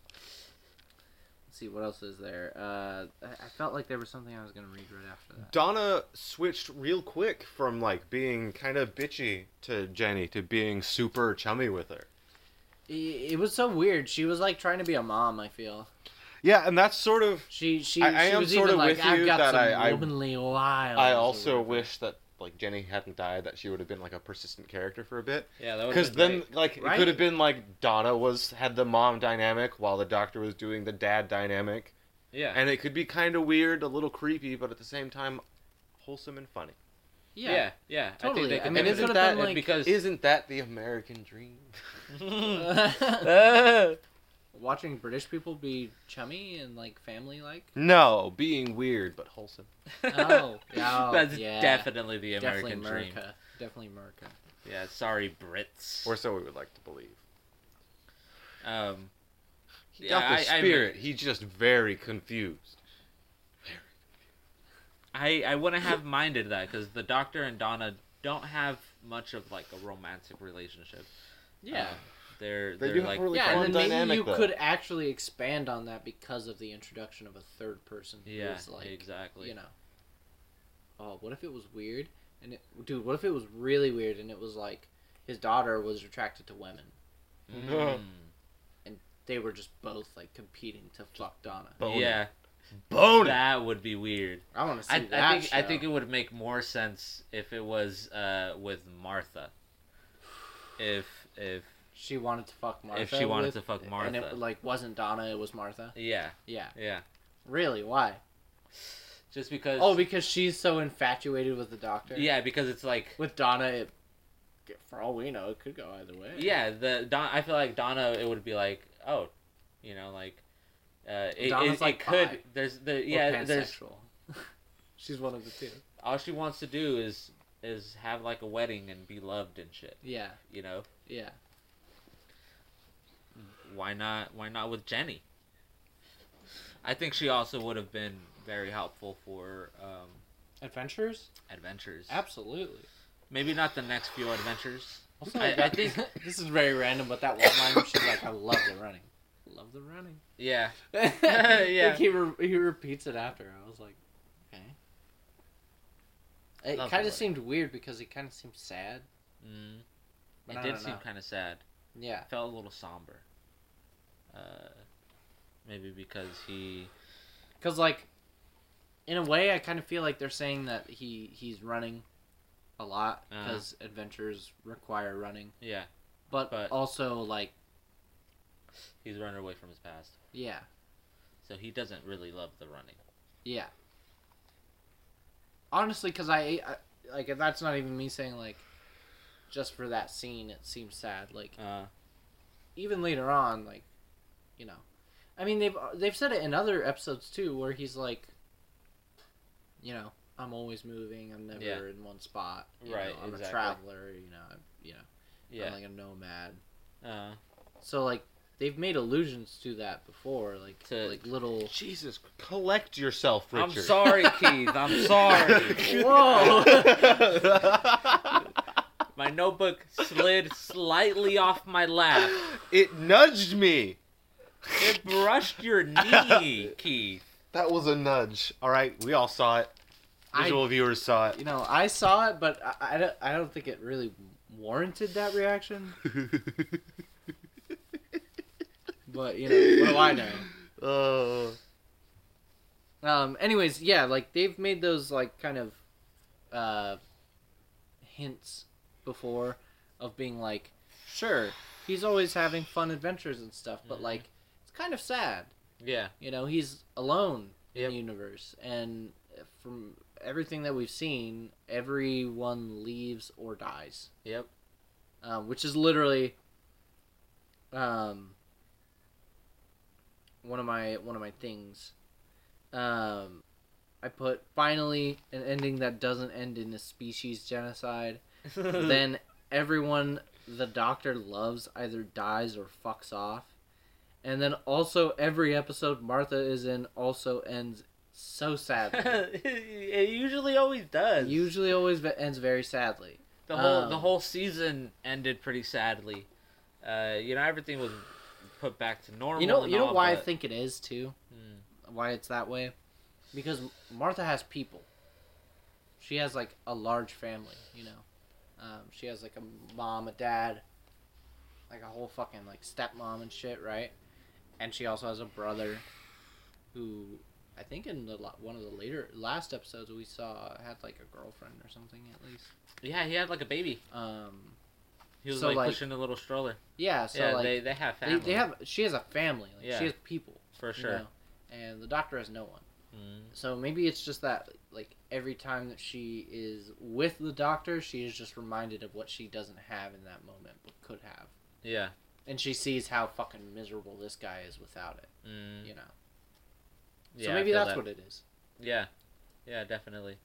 C: see what else is there. Uh, I, I felt like there was something I was gonna read right after that.
A: donna switched real quick from like being kind of bitchy to jenny to being super chummy with her
C: It, it was so weird. She was like trying to be a mom. I feel.
A: Yeah, and that's sort of.
C: She she,
A: I- I
C: she
A: am
C: was
A: sort
C: even
A: of
C: like
A: with
C: I've
A: you
C: got
A: that
C: some
A: I- I-
C: womanly wiles.
A: I
C: or
A: also
C: whatever.
A: wish that like Jenny hadn't died; that she would have been like a persistent character for a bit.
B: Yeah, that would
A: Because then, like,
C: Right?
A: it could have been like Donna was had the mom dynamic while the doctor was doing the dad dynamic,
B: yeah,
A: and it could be kind of weird, a little creepy, but at the same time, wholesome and funny.
B: yeah, yeah,
C: Totally.
B: I
C: I
B: think they
C: mean,
A: and
C: it
B: could
A: isn't
C: could've
A: that
C: been, like-
B: because [LAUGHS]
A: isn't that the American dream? [LAUGHS]
C: [LAUGHS]
B: [LAUGHS]
C: Watching British people be chummy and like
B: [LAUGHS]
C: family like.
A: No, being weird but wholesome.
C: [LAUGHS] Oh, yeah,
B: that's
C: yeah.
B: definitely the
C: Definitely
B: American dream.
C: America. Definitely America.
B: Yeah, sorry Brits.
A: Or so we would like to believe.
B: um,
A: He got
B: Yeah,
A: the
B: I- I mean-
A: spirit. He's just very confused.
B: I I
A: [LAUGHS]
B: wouldn't have minded that because the Doctor and Donna don't have much of like a romantic relationship.
C: Yeah.
B: Um, they're
A: They
B: they're
A: do have
B: like
A: a really
C: yeah,
A: fun
C: and then
A: dynamic,
C: maybe you
A: though.
C: could actually expand on that because of the introduction of a third person who's
B: yeah
C: like
B: exactly
C: you know. Oh, what if it was weird? And it, dude, what if it was really weird and it was like his daughter was attracted to women.
B: Mm.
C: They were just both like competing to fuck Donna.
A: Bone it.
B: yeah
A: Bone it.
B: that would be weird.
C: I want to see
B: I,
C: that.
B: I think I
C: show.
B: think it would make more sense if it was uh, with Martha. If if
C: she wanted to fuck Martha.
B: if she wanted
C: with-
B: to fuck
C: and
B: Martha,
C: it like wasn't Donna, it was Martha.
B: yeah
C: Yeah,
B: yeah,
C: really? Why?
B: just because
C: Oh, because she's so infatuated with the doctor.
B: yeah because it's like
C: With Donna, it for all we know, it could go either way.
B: yeah the Don I feel like Donna it would be like oh you know like uh, it,
C: Donna's
B: it, it
C: like
B: could
C: bi
B: there's the
C: Or
B: yeah there's [LAUGHS]
C: pansexual. she's one of the two.
B: all she wants to do is is have like a wedding and be loved and shit
C: Yeah,
B: you know
C: yeah.
B: why not why not with Jenny? I think she also would have been very helpful for um,
C: Adventures?
B: adventures.
C: Absolutely.
B: Maybe not the next few adventures.
C: Also,
B: I-
C: I,
B: I
C: think
B: [LAUGHS] think-
C: [LAUGHS] this is very random, but that one line, she's like, "I love the running, love the running."
B: Yeah. [LAUGHS]
C: yeah,
B: Yeah.
C: he re- he repeats it after. I was like, okay.
B: Love the
C: It kind
B: running.
C: of seemed weird because he kind of seemed sad.
B: Mm.
C: But
B: It
C: I
B: did
C: don't
B: seem
C: know.
B: kind of sad.
C: Yeah,
B: It felt a little somber. Uh, maybe because he.
C: because like, in a way, I kind of feel like they're saying that he he's running a lot
B: Uh-huh.
C: because adventures require running,
B: Yeah,
C: but,
B: But-
C: also like,
B: he's running away from his past,
C: yeah,
B: so he doesn't really love the running.
C: yeah. Honestly, because I, I like that's not even me saying like, just for that scene, it seems sad. Like
B: Uh,
C: even later on, like, you know, I mean they've they've said it in other episodes too, where he's like, you know, I'm always moving. I'm never
B: Yeah.
C: in one spot. you
B: Right,
C: know, I'm a
B: exactly.
C: traveler. You know. I'm, you know. I'm
B: yeah.
C: like a nomad.
B: Uh,
C: So like they've made allusions to that before, like
B: To-
C: like little.
A: Jesus, collect yourself,
B: I'm
A: Richard.
B: sorry, Keith. [LAUGHS] I'm
A: [LAUGHS]
B: sorry. [LAUGHS] My notebook slid slightly off my lap.
A: it nudged me.
B: It brushed your knee, Keith.
A: That was a nudge. All right, we all saw it.
C: I-
A: Visual viewers saw
C: You know, I saw it, but I, I, don't, I don't think it really warranted that reaction.
B: [LAUGHS]
A: it. [LAUGHS]
C: But you know, what do I know?
A: Oh.
C: Um. Anyways, yeah, like they've made those like kind of uh, hints before of being like, sure, he's always having fun adventures and stuff, but
B: Mhm.
C: like it's kind of sad.
B: Yeah.
C: You know, he's alone in
B: Yep.
C: the universe, and from everything that we've seen, everyone leaves or dies,
B: [LAUGHS] Yep.
C: um, which is literally um, one of my one of my things. Um, I put finally an ending that doesn't end in a
B: [LAUGHS]
C: species genocide. then everyone the doctor loves either dies or fucks off. And then also every episode Martha is in also ends
B: [LAUGHS]
C: so sadly.
B: it usually always does.
C: Usually always ve- ends very sadly.
B: the whole the
C: um,
B: whole season ended pretty sadly. Uh, you know everything was put back to normal.
C: You know
B: and
C: you know
B: all,
C: why I
B: but-
C: think it is too?
B: Mm.
C: Why it's that way? Because Martha has people. She has like a large family, you know. Um, she has like a mom, a dad, like a whole fucking like stepmom and shit, right? And she also has a brother. who I think in the la- one of the later last episodes we saw had like a girlfriend or something at least.
B: Yeah, he had like a baby.
C: Um,
B: He was
C: So,
B: like,
C: like-
B: pushing a little stroller.
C: yeah, so
B: yeah,
C: like
B: they, they have
C: they,
B: family.
C: they have she has a family, like
B: Yeah.
C: she has people
B: for
C: you
B: sure.
C: know, and the doctor has no one.
B: Mm.
C: So maybe it's just that like every time that she is with the doctor, she is just reminded of what she doesn't have in that moment but could have.
B: Yeah.
C: And she sees how fucking miserable this guy is without it,
B: Mm.
C: you know. So
B: Yeah, I
C: maybe
B: feel
C: that's
B: that.
C: what it is.
B: Yeah, yeah, definitely,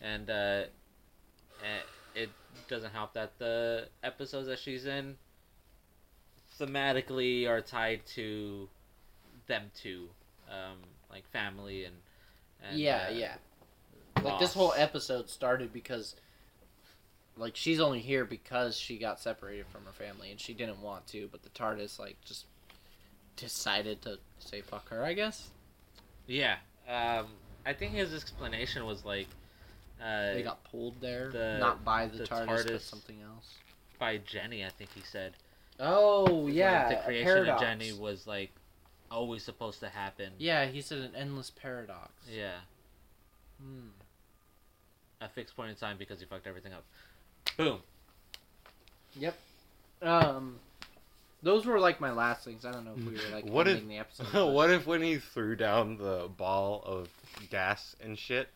B: and uh, eh, it doesn't help that the episodes that she's in thematically are tied to them two, um, like family and, and
C: yeah,
B: uh,
C: yeah. Like this whole
B: loss.
C: episode started because like she's only here because she got separated from her family and she didn't want to, but the TARDIS like just decided to say fuck her, I guess.
B: yeah. Um, I think his explanation was like uh,
C: They got pulled there,
B: the-
C: not by the,
B: the
C: TARDIS, but
B: TARDIS.
C: something else.
B: by Jenny. I think he said
C: Oh
B: Like,
C: yeah,
B: the
C: a
B: creation
C: paradox.
B: of Jenny was like always supposed to happen.
C: Yeah, he said an endless paradox.
B: yeah.
C: Hmm.
B: A fixed point in time because he fucked everything up.
A: [LAUGHS]
B: Boom. [LAUGHS]
C: Um, those were like my last things. I don't know if we were like
A: What if-
C: ending the episode.
A: [LAUGHS]
C: but-
A: what if when he threw down the ball of gas and shit,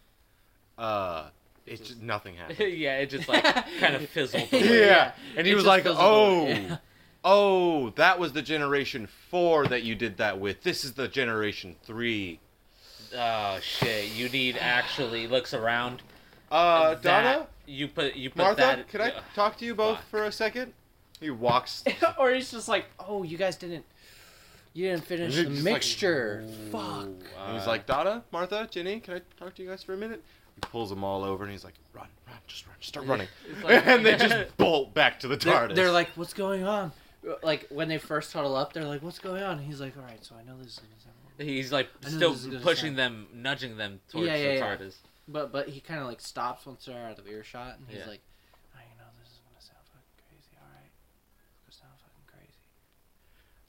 A: uh, it just, nothing
B: [LAUGHS]
A: happened.
B: yeah, it just like kind
A: [LAUGHS]
B: of fizzled. Away.
A: Yeah. And he
C: It
A: was
C: just
A: like,
C: fizzled
A: "Oh,
C: away. Yeah.
A: [LAUGHS] oh, that was the generation four that you did that with. This is the generation three.
B: Oh shit! You need actually looks around.
A: Uh,
B: That-
A: Donna,
B: you put you put
A: Martha,
B: that.
A: could I
B: Ugh.
A: talk to you both
B: fuck.
A: for a second? He
C: [LAUGHS]
A: walks.
C: or he's just like, oh, you guys didn't, you didn't finish
A: He's
C: the
A: just like,
C: mixture.
B: Ooh,
C: Fuck.
B: uh,
A: he was like, Donna, Martha, Jenny, can I talk to you guys for a minute? He pulls them all over and he's like, run, run, just run, start running. [LAUGHS]
B: It's like-
A: and they just bolt back to the
C: They're,
A: TARDIS.
C: they're like, what's going on? Like when they first huddle up, they're like, what's going on? And he's like, all right, so I know this is gonna sound.
B: [LAUGHS] He's like
C: I know
B: still
C: this is gonna
B: pushing
C: sound-
B: them, nudging them towards
C: Yeah, yeah,
B: the
C: yeah.
B: TARDIS.
C: But but he kind of like stops once they're out of earshot, and he's
B: Yeah.
C: like, I know this is gonna sound fucking crazy. All right, it's gonna sound fucking crazy,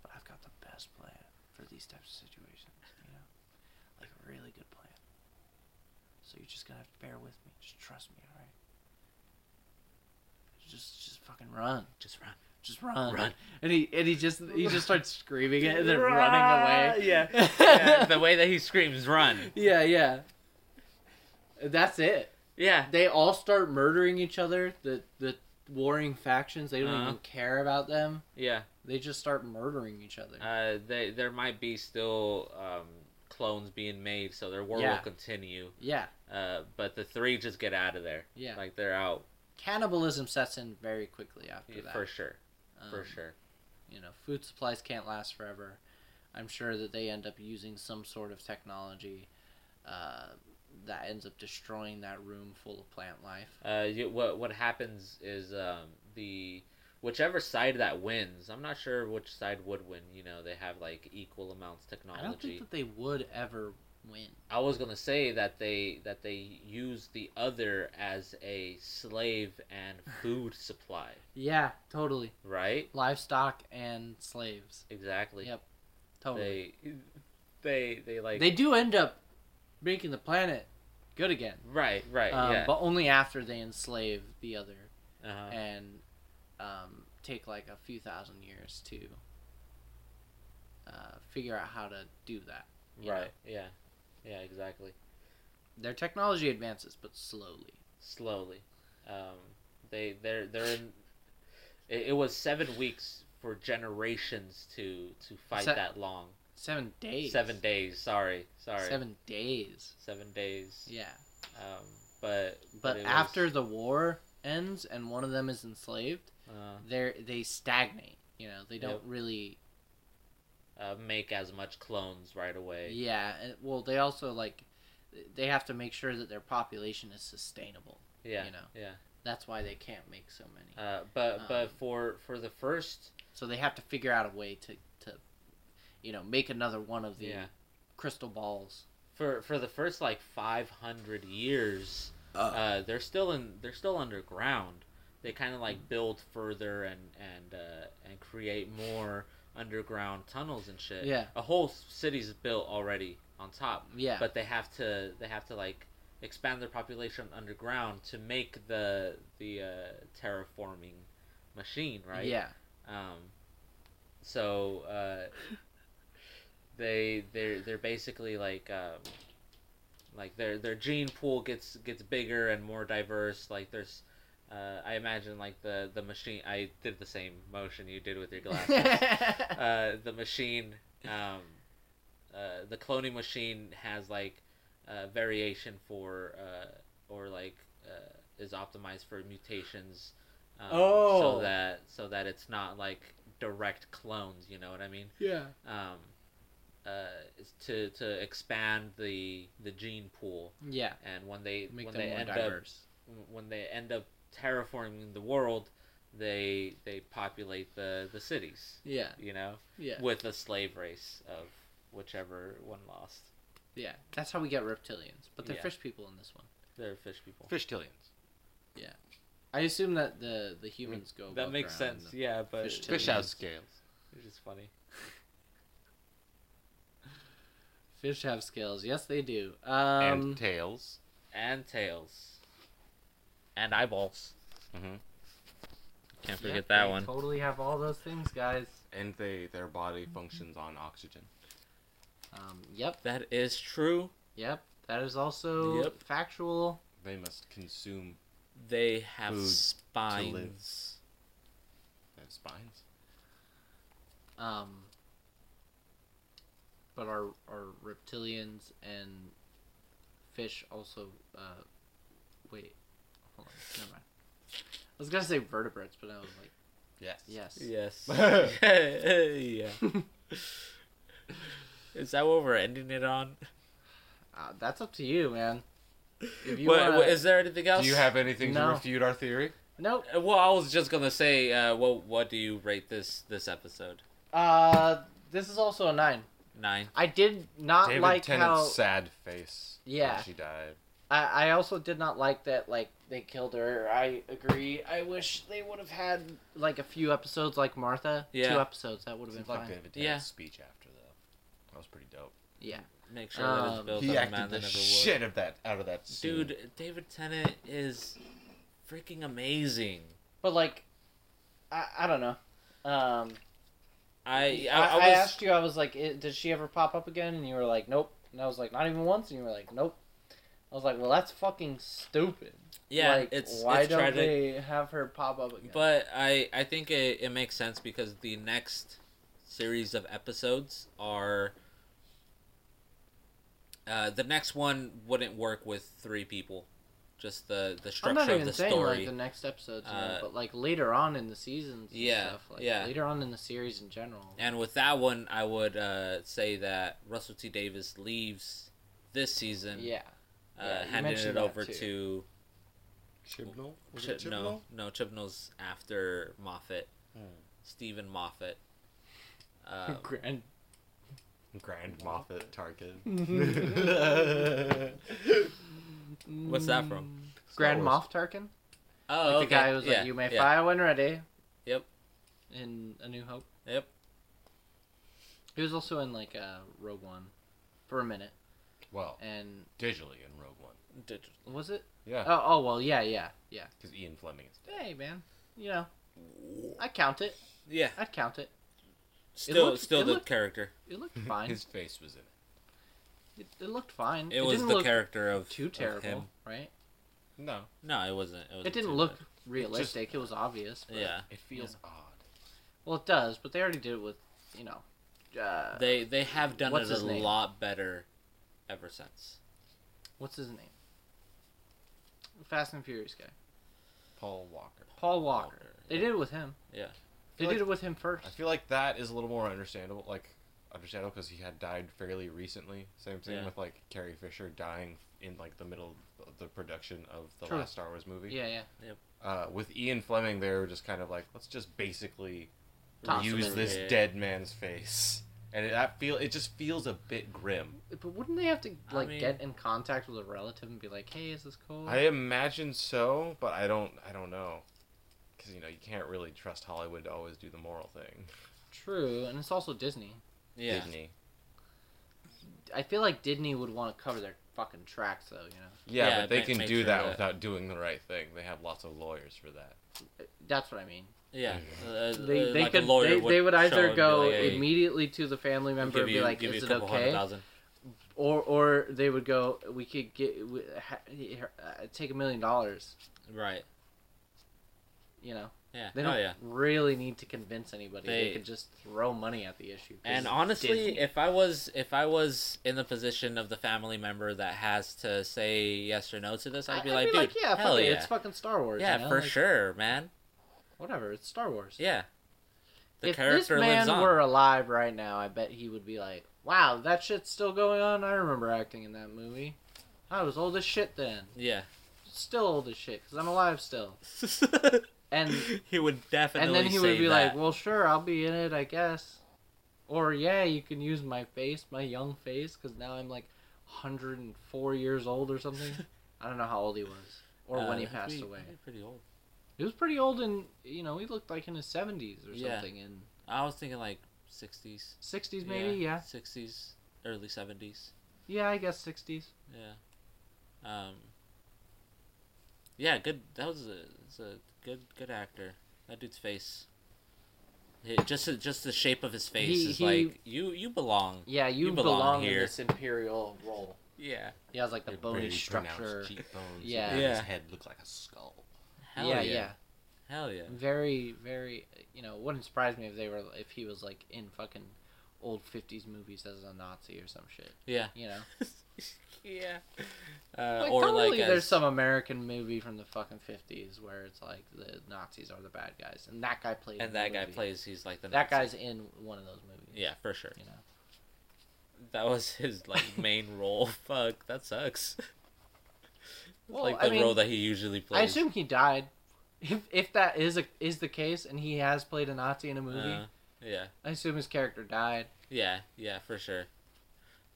C: but I've got the best plan for these types of situations. You know, like a really good plan. So you're just gonna have to bear with me. Just trust me. All right. Just just fucking run.
B: Just run.
C: Just
B: [LAUGHS]
C: run.
B: Run.
C: And he and he just he
B: [LAUGHS]
C: just starts screaming it and then running away.
B: Yeah. [LAUGHS] Yeah, the way that he screams, run.
C: [LAUGHS] yeah, yeah. That's it.
B: Yeah.
C: they all start murdering each other. The the warring factions. They don't
B: Uh-huh.
C: even care about them.
B: Yeah.
C: They just start murdering each other.
B: Uh, they there might be still um, clones being made, so their war will
C: Yeah.
B: continue.
C: yeah,
B: Uh, but the three just get out of there.
C: yeah.
B: Like they're out
C: Cannibalism sets in very quickly after that.
B: for sure,
C: Um,
B: for sure.
C: You know, food supplies can't last forever. I'm sure that they end up using some sort of technology uh, that ends up destroying that room full of plant life.
B: Uh, you, what what happens is um, the whichever side that wins. I'm not sure which side would win. You know, they have like equal amounts
C: I don't think
B: technology.
C: that they would ever win.
B: I was gonna say that they that they use the other as a slave and
C: [LAUGHS]
B: food supply,
C: Yeah, totally.
B: right?
C: Livestock and slaves.
B: Exactly.
C: Yep. Totally.
B: They they they like
C: they do end up making the planet good again,
B: right right
C: um,
B: yeah.
C: but only after they enslave the other
B: uh-huh.
C: and um, take like a few thousand years to uh, figure out how to do that. you know.
B: Right. Yeah. Yeah. Exactly.
C: Their technology advances, but slowly.
B: Slowly. Um, they they're they're in. It, it was seven weeks for generations to to fight
C: Se-
B: that long.
C: Seven days.
B: Seven days. Sorry. Sorry.
C: Seven days.
B: Seven days.
C: Yeah,
B: Um, but
C: but
B: it was,
C: after the war ends and one of them is enslaved,
B: uh,
C: they are they stagnate. You know, they don't
B: Yep.
C: really
B: uh, make as much clones right away.
C: Yeah, and- well, they also like they have to make sure that their population is sustainable.
B: Yeah.
C: you know.
B: Yeah.
C: That's why they can't make so many.
B: Uh, but but
C: Um,
B: for for the first
C: So they have to figure out a way to to you know, make another one of the
B: yeah
C: crystal balls.
B: for for the first like 500 years uh, they're still in they're still underground they kind of like build further and and uh, and create more underground tunnels and shit
C: Yeah.
B: a whole city's built already on top.
C: Yeah.
B: But they have to they have to like expand their population underground to make the the uh, terraforming machine, right?
C: Yeah.
B: Um, so uh, they they're they're basically like um, like their their gene pool gets gets bigger and more diverse. Like there's, uh, I imagine like the the machine. I did the same motion you did with your glasses.
C: [LAUGHS]
B: uh, the machine, um, uh, the cloning machine has like uh, variation for uh, or like uh, is optimized for mutations. Um,
C: Oh.
B: So that so that it's not like direct clones. You know what I mean?
C: yeah.
B: Um, uh, is to to expand the the gene pool,
C: Yeah.
B: and when they
C: Make
B: when
C: them
B: they
C: more
B: end up
C: diverse.
B: when they end up terraforming the world, they they populate the the cities.
C: Yeah.
B: You know
C: Yeah.
B: with a slave race of whichever one lost.
C: Yeah. That's how we get reptilians, but they're
B: Yeah.
C: fish people in this one.
B: They're fish people.
A: Fishtilians.
C: I assume that the the humans go.
B: that
C: above
B: makes
C: ground and
B: sense.
C: the-
B: Yeah, but
C: fish
B: it's
C: Fish
A: Fish
C: out
A: out
C: Tilians.
A: scales.
B: just funny.
C: Fish have scales. Yes, they do. Um,
A: and tails.
B: And tails. And eyeballs.
A: Mhm.
B: Can't
C: Yep,
B: forget that
C: they
B: one.
C: Totally have all those things, guys.
A: And they their body functions on oxygen.
C: Um, yep.
B: That is true.
C: Yep. That is also
B: Yep.
C: factual.
A: They must consume
B: They have
A: Food to live.
B: spines.
A: their spines.
C: Um, but are are reptilians and fish also? Uh, wait, hold on. Never mind. I was gonna say vertebrates, but I was like,
A: Yes.
C: yes.
B: Yes. [LAUGHS] yeah. is that what we're ending it on?
C: Uh, that's up to you, man. If you
B: What,
C: wanna...
B: what- is there anything else?
A: Do you have anything
C: No.
A: to refute our theory?
C: nope.
B: Uh, Well, I was just gonna say, uh, what what do you rate this this episode?
C: Uh, this is also a nine.
B: Nine.
C: I did not
A: David
C: like
A: Tennant's
C: how.
A: sad face. when
C: Yeah.
A: she died.
C: I, I also did not like that like they killed her. I agree. I wish they would have had like a few episodes like Martha.
B: Yeah.
C: Two episodes that would have been
A: It's
C: fine.
A: like David Tennant's
B: Yeah.
A: speech after though. That was pretty dope.
C: Yeah.
B: Make sure that
C: Um,
B: it's built
A: he
B: on a man
A: acted
B: that
A: the
B: never
A: shit of that out of that
B: was.
A: scene.
B: Dude, David Tennant is freaking amazing.
C: But like, I, I don't know. Um,
B: I
C: I,
B: I, I
C: I
B: was
C: asked you. I was like, "I- did she ever pop up again? And you were like, nope. And I was like, not even once. And you were like, nope. I was like, well, that's fucking stupid.
B: yeah,
C: Like,
B: it's
C: why
B: it's
C: don't
B: tragic,
C: they have her pop up again?
B: but I I think it, it makes sense because the next series of episodes are. Uh, the next one wouldn't work with three people, just the the
C: I'm
B: structure
C: not
B: of
C: even
B: the
C: saying
B: story.
C: like the next episodes, you know,
B: Uh,
C: but like later on in the seasons, and
B: Yeah,
C: stuff, like,
B: yeah.
C: later on in the series in general.
B: And with that one, I would uh, say that Russell T Davis leaves this season,
C: yeah,
B: uh,
C: yeah, you
B: handing
C: mentioned
B: it
C: that
B: over
C: too.
B: to
A: Chibnall? Was it
B: Chip, no, no, Chibnall's after Moffat,
A: Hmm.
B: Stephen Moffat. Um,
C: [LAUGHS] grand.
A: Chibnall? Grand Moffat
C: [LAUGHS]
A: Tarkin. [LAUGHS]
B: What's that from?
C: [LAUGHS] Grand
A: Star Wars.
C: Moff Tarkin,
B: oh,
C: like
B: okay.
C: the guy who was
B: yeah,
C: like, "You may
B: yeah.
C: fly when ready."
B: Yep.
C: In A New Hope.
B: Yep.
C: He was also in like uh, Rogue One, for a minute,
A: Well,
C: and
A: digitally in Rogue One.
B: Did-
C: was it?
A: Yeah.
C: Oh, oh well, yeah, yeah, yeah.
A: Because Ian Fleming is dead.
C: Hey, man, you know, I count it.
B: Yeah,
C: I'd count it.
B: still,
C: looked-
B: still
C: it
B: the
C: looked-
B: character. [LAUGHS]
C: It looked [LAUGHS] fine.
A: His face was in it.
C: It, it looked fine.
B: It, was
C: didn't
B: the
C: look
B: character of
C: too
B: of
C: terrible,
B: him.
C: right?
A: No.
B: No, it wasn't. It, wasn't
C: It didn't
B: too
C: look
B: bad.
C: realistic. it was obvious. but-
B: Yeah,
A: It feels odd.
C: Well, it does, but they already did it with, you know. Uh,
B: they they have done
C: What's
B: it
C: his
B: a
C: name?
B: lot better ever since.
C: what's his name? Fast and Furious guy,
A: Paul Walker.
C: Paul Walker.
B: Walker,
C: They did it with him.
B: Yeah.
C: They
A: Like-
C: did it with him first.
A: I feel like that is a little more understandable. Like, understandable because he had died fairly recently. Same thing
B: Yeah.
A: with, like, Carrie Fisher dying in, like, the middle of the production of the
C: True.
A: last Star Wars movie.
C: Yeah, yeah.
A: Uh, with Ian Fleming, they were just kind of like, let's just basically
C: Toss him
A: use
C: in.
A: this
B: Yeah.
A: dead man's face. And it, that feel it just feels a bit grim.
C: But wouldn't they have to
B: I
C: like
B: mean-
C: get in contact with a relative and be like, "Hey, is this cool?"
A: I imagine so, but I don't. I don't know, because you know you can't really trust Hollywood to always do the moral thing.
C: True, and it's also Disney.
B: Yeah.
A: Disney.
C: I feel like Disney would want to cover their fucking tracks though. You know,
E: Yeah,
B: Yeah,
E: but they
B: make-
E: can
B: make
E: do
B: sure
E: that
B: that-
E: without doing the right thing. They have lots of lawyers for that.
C: that's what I mean.
B: Yeah, uh,
C: They,
B: uh,
C: they
B: like a
C: could
B: lawyer
C: they, they would
B: show and
C: either
B: be
C: go
B: like, "Hey,
C: immediately to the family member
B: give
C: and be
B: you,
C: like,
B: give you
C: "Is
B: a
C: it
B: couple hundred
C: okay?"
B: thousand.
C: or or they would go we could get we, ha, here, uh, take a million dollars
B: Right.
C: you know
B: Yeah.
C: they
B: oh
C: don't
B: yeah.
C: really need to convince anybody they,
B: They-
C: could just throw money at the issue 'cause
B: And
C: it's
B: honestly,
C: Disney.
B: if I was if I was in the position of the family member that has to say yes or no to this,
C: I-
B: I'd be like, dude,
C: yeah
B: hell
C: fuck it,
B: yeah,
C: it's fucking star wars
B: yeah,
C: you know?
B: for
C: Like,
B: sure, man.
C: whatever it's star wars
B: Yeah, the
C: if this
B: character
C: man
B: lives on.
C: were alive right now i bet he would be like wow that shit's still going on i remember acting in that movie i was old as shit then
B: Yeah,
C: still old as shit because i'm alive still [LAUGHS]
B: [LAUGHS]
C: and
B: he would definitely.
C: and then he
B: say
C: would be
B: that.
C: like, "Well, sure, I'll be in it, I guess." Or yeah, you can use my face, my young face, because now I'm like 104 years old or something.
B: [LAUGHS]
C: I don't know how old he was, or
B: Uh,
C: when he
B: that's
C: passed
B: pretty-
C: away.
B: Pretty old.
C: He was pretty old, and you know, he looked like in his 70s or
B: Yeah.
C: something, in
B: I was thinking like sixties,
C: 60s maybe. Yeah,
B: sixties, early seventies.
C: yeah, I guess 60s.
B: Yeah. Um. Yeah, good. That was a, it's a good good actor. That dude's face. He- just just the shape of his face
C: He-
B: is
C: he-
B: like you you belong.
C: Yeah, you,
B: You
C: belong,
B: belong
C: in
B: here.
C: this imperial role.
B: Yeah.
C: He has like the
E: With
C: bony
E: very pronounced
C: structure.
E: cheekbones.
C: Yeah.
E: and His
B: Yeah.
E: head looked like a skull.
B: Hell
C: yeah,
B: yeah,
C: yeah,
B: Hell yeah.
C: very very you know wouldn't surprise me if they were if he was like in fucking old 50s movies as a nazi or some shit
B: Yeah.
C: you know
B: [LAUGHS] yeah. Uh,
C: like,
B: or
C: totally
B: like
C: there's
B: as-
C: some american movie from the fucking 50s where it's like the nazis are the bad guys and that guy plays in
B: and
C: the
B: that guy
C: movie.
B: plays. He's like the
C: that
B: Nazi.
C: guy's in one of those movies
B: Yeah, for sure.
C: you know
B: That was his
C: [LAUGHS]
B: like main role. Fuck, that sucks.
C: well
B: like the
C: i mean
B: role that he usually plays.
C: i assume he died if, if that is a, is the case and he has played a nazi in a movie
B: Uh, yeah.
C: i assume his character died
B: Yeah, yeah, for sure.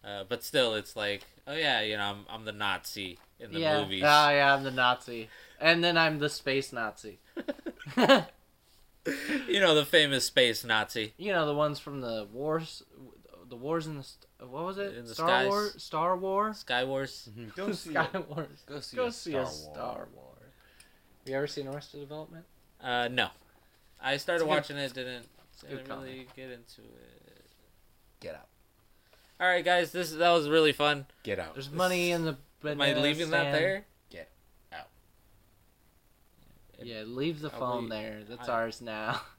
B: Uh, but still, it's like, oh yeah, you know, I'm I'm the Nazi in the
C: yeah
B: movies.
C: Ah, yeah i'm the nazi and then i'm the space nazi
B: [LAUGHS]
C: [LAUGHS]
B: you know, the famous space Nazi.
C: you know the ones from the wars the wars in the st- what was it
B: In the
C: star
B: skies.
C: war star war
B: Sky Wars.
C: [LAUGHS]
E: Go see
C: sky
E: it.
C: wars
E: Go see,
C: go
E: a,
C: see
E: Star
C: a star wars have you ever seen arrested development
B: Uh, no, I
C: It's a
B: started
C: good-
B: watching it, didn't
C: good
B: didn't
C: comment.
B: really get into it.
E: Get out.
B: All right, guys, this that was really fun.
E: Get out.
C: there's money in the
B: Am I
C: banana
B: leaving that
C: stand.
B: there?
E: Get out.
C: yeah leave the
B: Are
C: phone
B: we-
C: there that's
B: I-
C: ours now [LAUGHS]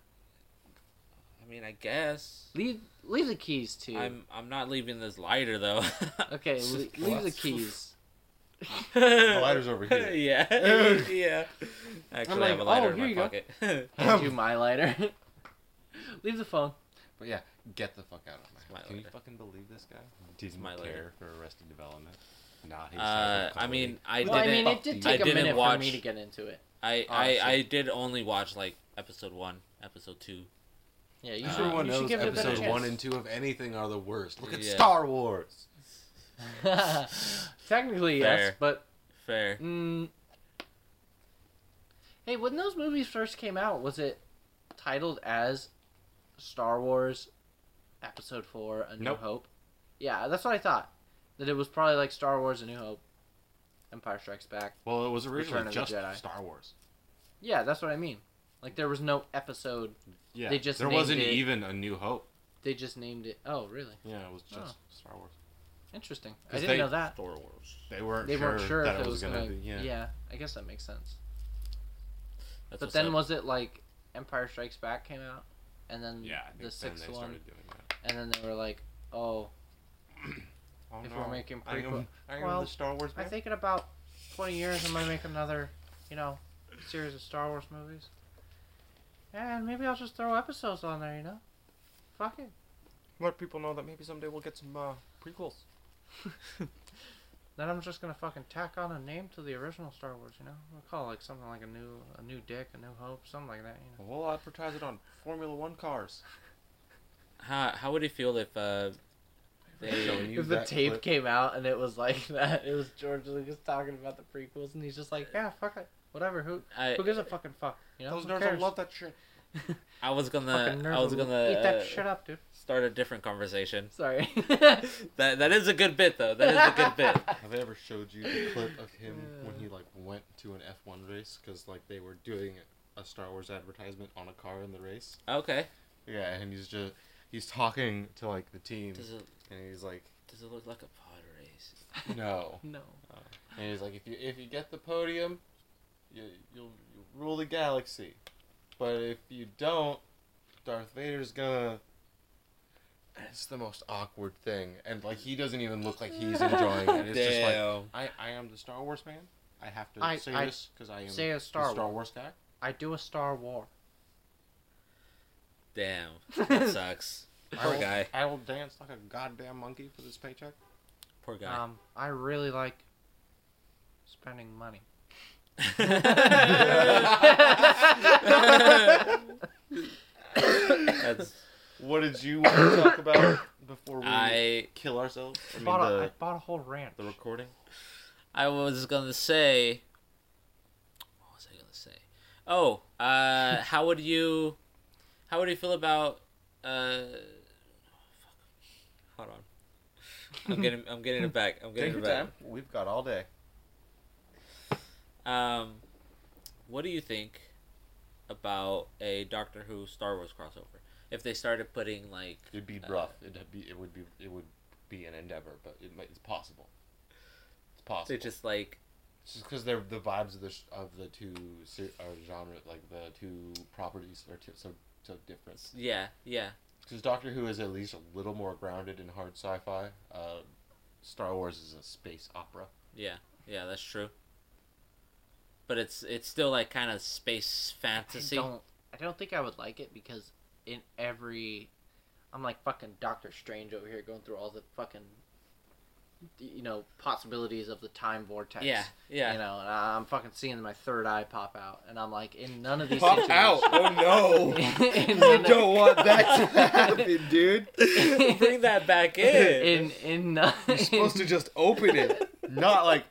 B: I mean, I guess.
C: leave leave the keys too
B: I'm I'm not leaving this lighter though. [LAUGHS]
C: okay le- leave the keys
B: the
E: lighter's over here.
B: [LAUGHS]
E: [LAUGHS]
B: yeah, yeah. Actually, I have a
C: like,
B: lighter
C: oh,
B: in
C: here
B: my
C: you go.
B: pocket. [LAUGHS] It's
C: Hand you my lighter [LAUGHS] leave the phone
E: But yeah, get the fuck out of my house.
B: my
E: Can you
B: lighter.
E: fucking believe this guy? Didn't
B: my
E: care
B: lighter.
E: for Arrested Development. Not his
B: Uh,
E: type of
B: I
E: comedy.
B: mean, I
C: well i
B: didn't.
C: mean it did
E: you.
B: I
C: take a
B: didn't
C: minute for
B: watch-
C: me to get into it
B: I,
A: Oh,
E: Honestly.
B: I I did only watch like episode one, episode two.
C: yeah you
B: Uh,
C: should,
E: everyone
C: you
E: knows
C: should give it a better
E: episode
C: chance.
E: one and two of anything are the worst. Look at
B: Yeah.
E: Star Wars.
C: Technically, yes,
B: Fair.
C: but
B: Fair.
C: mm, hey, when those movies first came out, was it titled as Star Wars Episode Four: A New
E: Nope.
C: Hope? Yeah, that's what I thought. That it was probably like Star Wars: A New Hope, Empire Strikes Back.
E: Well, it was
C: Return
E: originally
C: of the
E: just
C: Jedi.
E: Star Wars.
C: Yeah, that's what I mean. Like there was no episode;
E: Yeah,
C: They just
E: there
C: named
E: wasn't
C: it-
E: even a New Hope.
C: they just named it. Oh, really?
E: Yeah, it was just
C: Oh.
E: Star Wars.
C: Interesting. I
E: 'Cause
C: didn't
E: they-
C: know that.
B: Star Wars.
E: They weren't.
C: They
E: sure
C: weren't sure
E: that
C: if
E: it was gonna. be, yeah.
C: yeah. I guess that makes sense.
B: That's
C: But
B: what's
C: then
B: up.
C: was it like Empire Strikes Back came out, and then
E: Yeah, I think
C: the
E: then they
C: sixth
E: started
C: one,
E: doing that.
C: and then they were like, "Oh,
E: Oh,
C: If we're making
E: I
C: prequel-
E: am, I am
C: Well,
E: the Star Wars
C: I
E: man.
C: think in about twenty years I'm gonna make another, you know, series of Star Wars movies, and maybe I'll just throw episodes on there, you know, fuck it."
A: Let people know that maybe someday we'll get some uh, prequels.
C: Then I'm just gonna fucking tack on a name to the original Star Wars, you know. We'll call it like something like a new, a new Dick, a new Hope, something like that, you know.
A: We'll advertise it on Formula One cars.
B: How how would it feel if uh
C: [LAUGHS]
B: they
E: Use
C: if the
E: that
C: tape
E: clip.
C: came out and it was like [LAUGHS] that, it was George Lucas talking about the prequels, and he's just like, "Yeah, fuck it, whatever. Who
B: I
C: Who gives a fucking fuck? You know,
A: Those
C: Who
A: nerds
C: cares?
A: will love that shit.
B: I was
C: Fucking
B: gonna,
C: nerds
B: I was
C: will
B: gonna
C: eat that
B: uh,
C: shit up, dude.
B: start a different conversation.
C: Sorry.
B: [LAUGHS] That that is a good bit though. That is a good bit.
A: [LAUGHS]
C: [LAUGHS]
A: Have I ever showed you the clip of him when he like went to an F one race because like they were doing a Star Wars advertisement on a car in the race?
B: Okay.
A: Yeah, and he's just he's talking to like the team,
B: Does it
A: and he's like,
B: does it look like a pod race?
A: no, Uh,
C: no.
A: and he's like, if you if you get the podium, you you'll, you'll rule the galaxy, but if you don't, Darth Vader's gonna. It's the most awkward thing, and like he doesn't even look like [LAUGHS] he's enjoying it. It's just like I, I am the Star Wars fan. I have to
C: I-
A: say
C: I
A: this because I am
C: say a
A: the
C: Star
A: Star Wars
C: Wars.
A: guy.
C: I do a Star War.
B: Damn.
C: [LAUGHS]
B: That sucks.
A: I
B: Poor
A: will,
B: guy.
A: I will dance like a goddamn monkey for this paycheck.
B: Poor guy.
C: Um, I really like spending money. Um.
A: [LAUGHS]
B: [LAUGHS] That's
A: What did you want to talk about before we
B: I
A: kill ourselves? I mean,
C: bought a, I
A: the,
C: bought a whole ranch.
A: the recording.
B: I was gonna say. What was I gonna say? Oh, uh, how would you, how would you feel about? Uh, fuck. Hold on. I'm getting, I'm getting it back. I'm getting
A: Take your
B: it back.
A: time. We've got all day.
B: Um, what do you think about a Doctor Who Star Wars crossover? If they started putting like,
A: It'd be
B: Uh,
A: rough. It'd be it would be it would be an endeavor, but it might, it's possible. It's possible.
B: they just like,
A: It's just because they're the vibes of the sh- of the two se- or genre, like the two properties, are t- so so different.
B: yeah, yeah,
A: Because Doctor Who is at least a little more grounded in hard sci-fi. Uh, Star Wars is a space opera.
B: yeah, yeah. That's true. But it's it's still like kind of space
C: I
B: fantasy.
C: don't. I don't think I would like it because in every, I'm like fucking Doctor Strange over here going through all the fucking, you know, possibilities of the time vortex.
B: Yeah, yeah.
C: You know, and I'm fucking seeing my third eye pop out, and I'm like, in none of these
A: Pop
C: situations.
A: out! Oh [LAUGHS] no!
B: [LAUGHS]
C: [LAUGHS] in
A: you
C: none of-
A: don't want that to happen, dude. [LAUGHS]
B: Bring that back [LAUGHS] in.
C: in in none.
A: You're supposed
C: [LAUGHS]
A: to just open it, not [LAUGHS] like.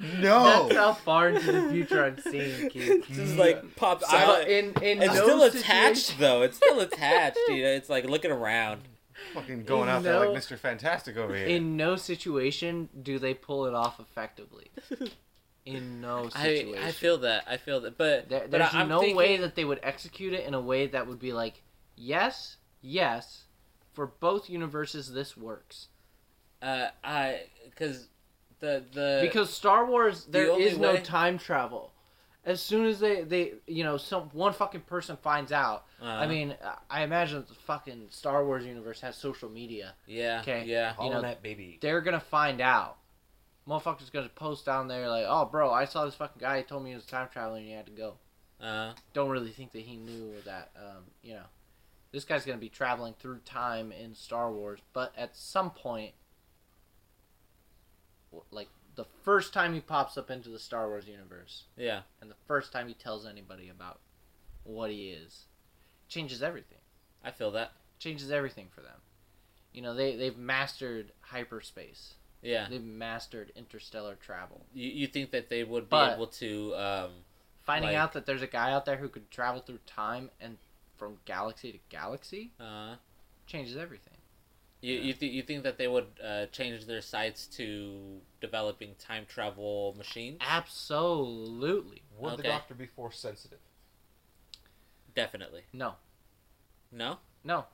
A: No.
C: That's how far into the future I'm seeing,
A: [LAUGHS]
C: kid.
B: just like pops
C: So
B: out.
C: in in
B: it's
C: no
B: still attached
C: situation-
B: though. It's still attached. You know, it's like looking around.
A: Fucking going out there
C: No.
A: like Mr. Fantastic over here.
C: In no situation do they pull it off effectively. In no
B: [LAUGHS] I
C: situation.
B: I feel that. I feel that. But
C: There-
B: but I-
C: there's
B: I'm
C: no
B: thinking-
C: way that they would execute it in a way that would be like, yes, yes, for both universes this works.
B: Uh, I because the the
C: Because Star Wars, there
B: only
C: is no
B: way-
C: time travel. As soon as they, they you know, some one fucking person finds out.
B: uh,
C: I mean, I imagine the fucking Star Wars universe has social media.
B: yeah
C: 'kay.
B: yeah
C: you know,
A: baby.
C: they're gonna find out. Motherfucker's gonna post down there like, "Oh, bro, I saw this fucking guy. He told me he was a time traveler and he had to go."
B: uh,
C: Don't really think that he knew that. Um, you know, this guy's gonna be traveling through time in Star Wars, but at some point, w- like the first time he pops up into the Star Wars universe
B: yeah
C: and the first time he tells anybody about what he is, changes everything
B: I feel that
C: changes everything for them. You know, they they've mastered hyperspace.
B: yeah
C: They've mastered interstellar travel.
B: you, you think that they would be
C: But-
B: able to um
C: Finding
B: Like-
C: out that there's a guy out there who could travel through time and from galaxy to galaxy
B: uh
C: changes everything.
B: you you, th- you think that they would uh, change their sights to developing time travel machines
C: Absolutely.
A: Would
B: Okay.
A: the doctor be force sensitive?
B: definitely
C: No.
B: no
C: No.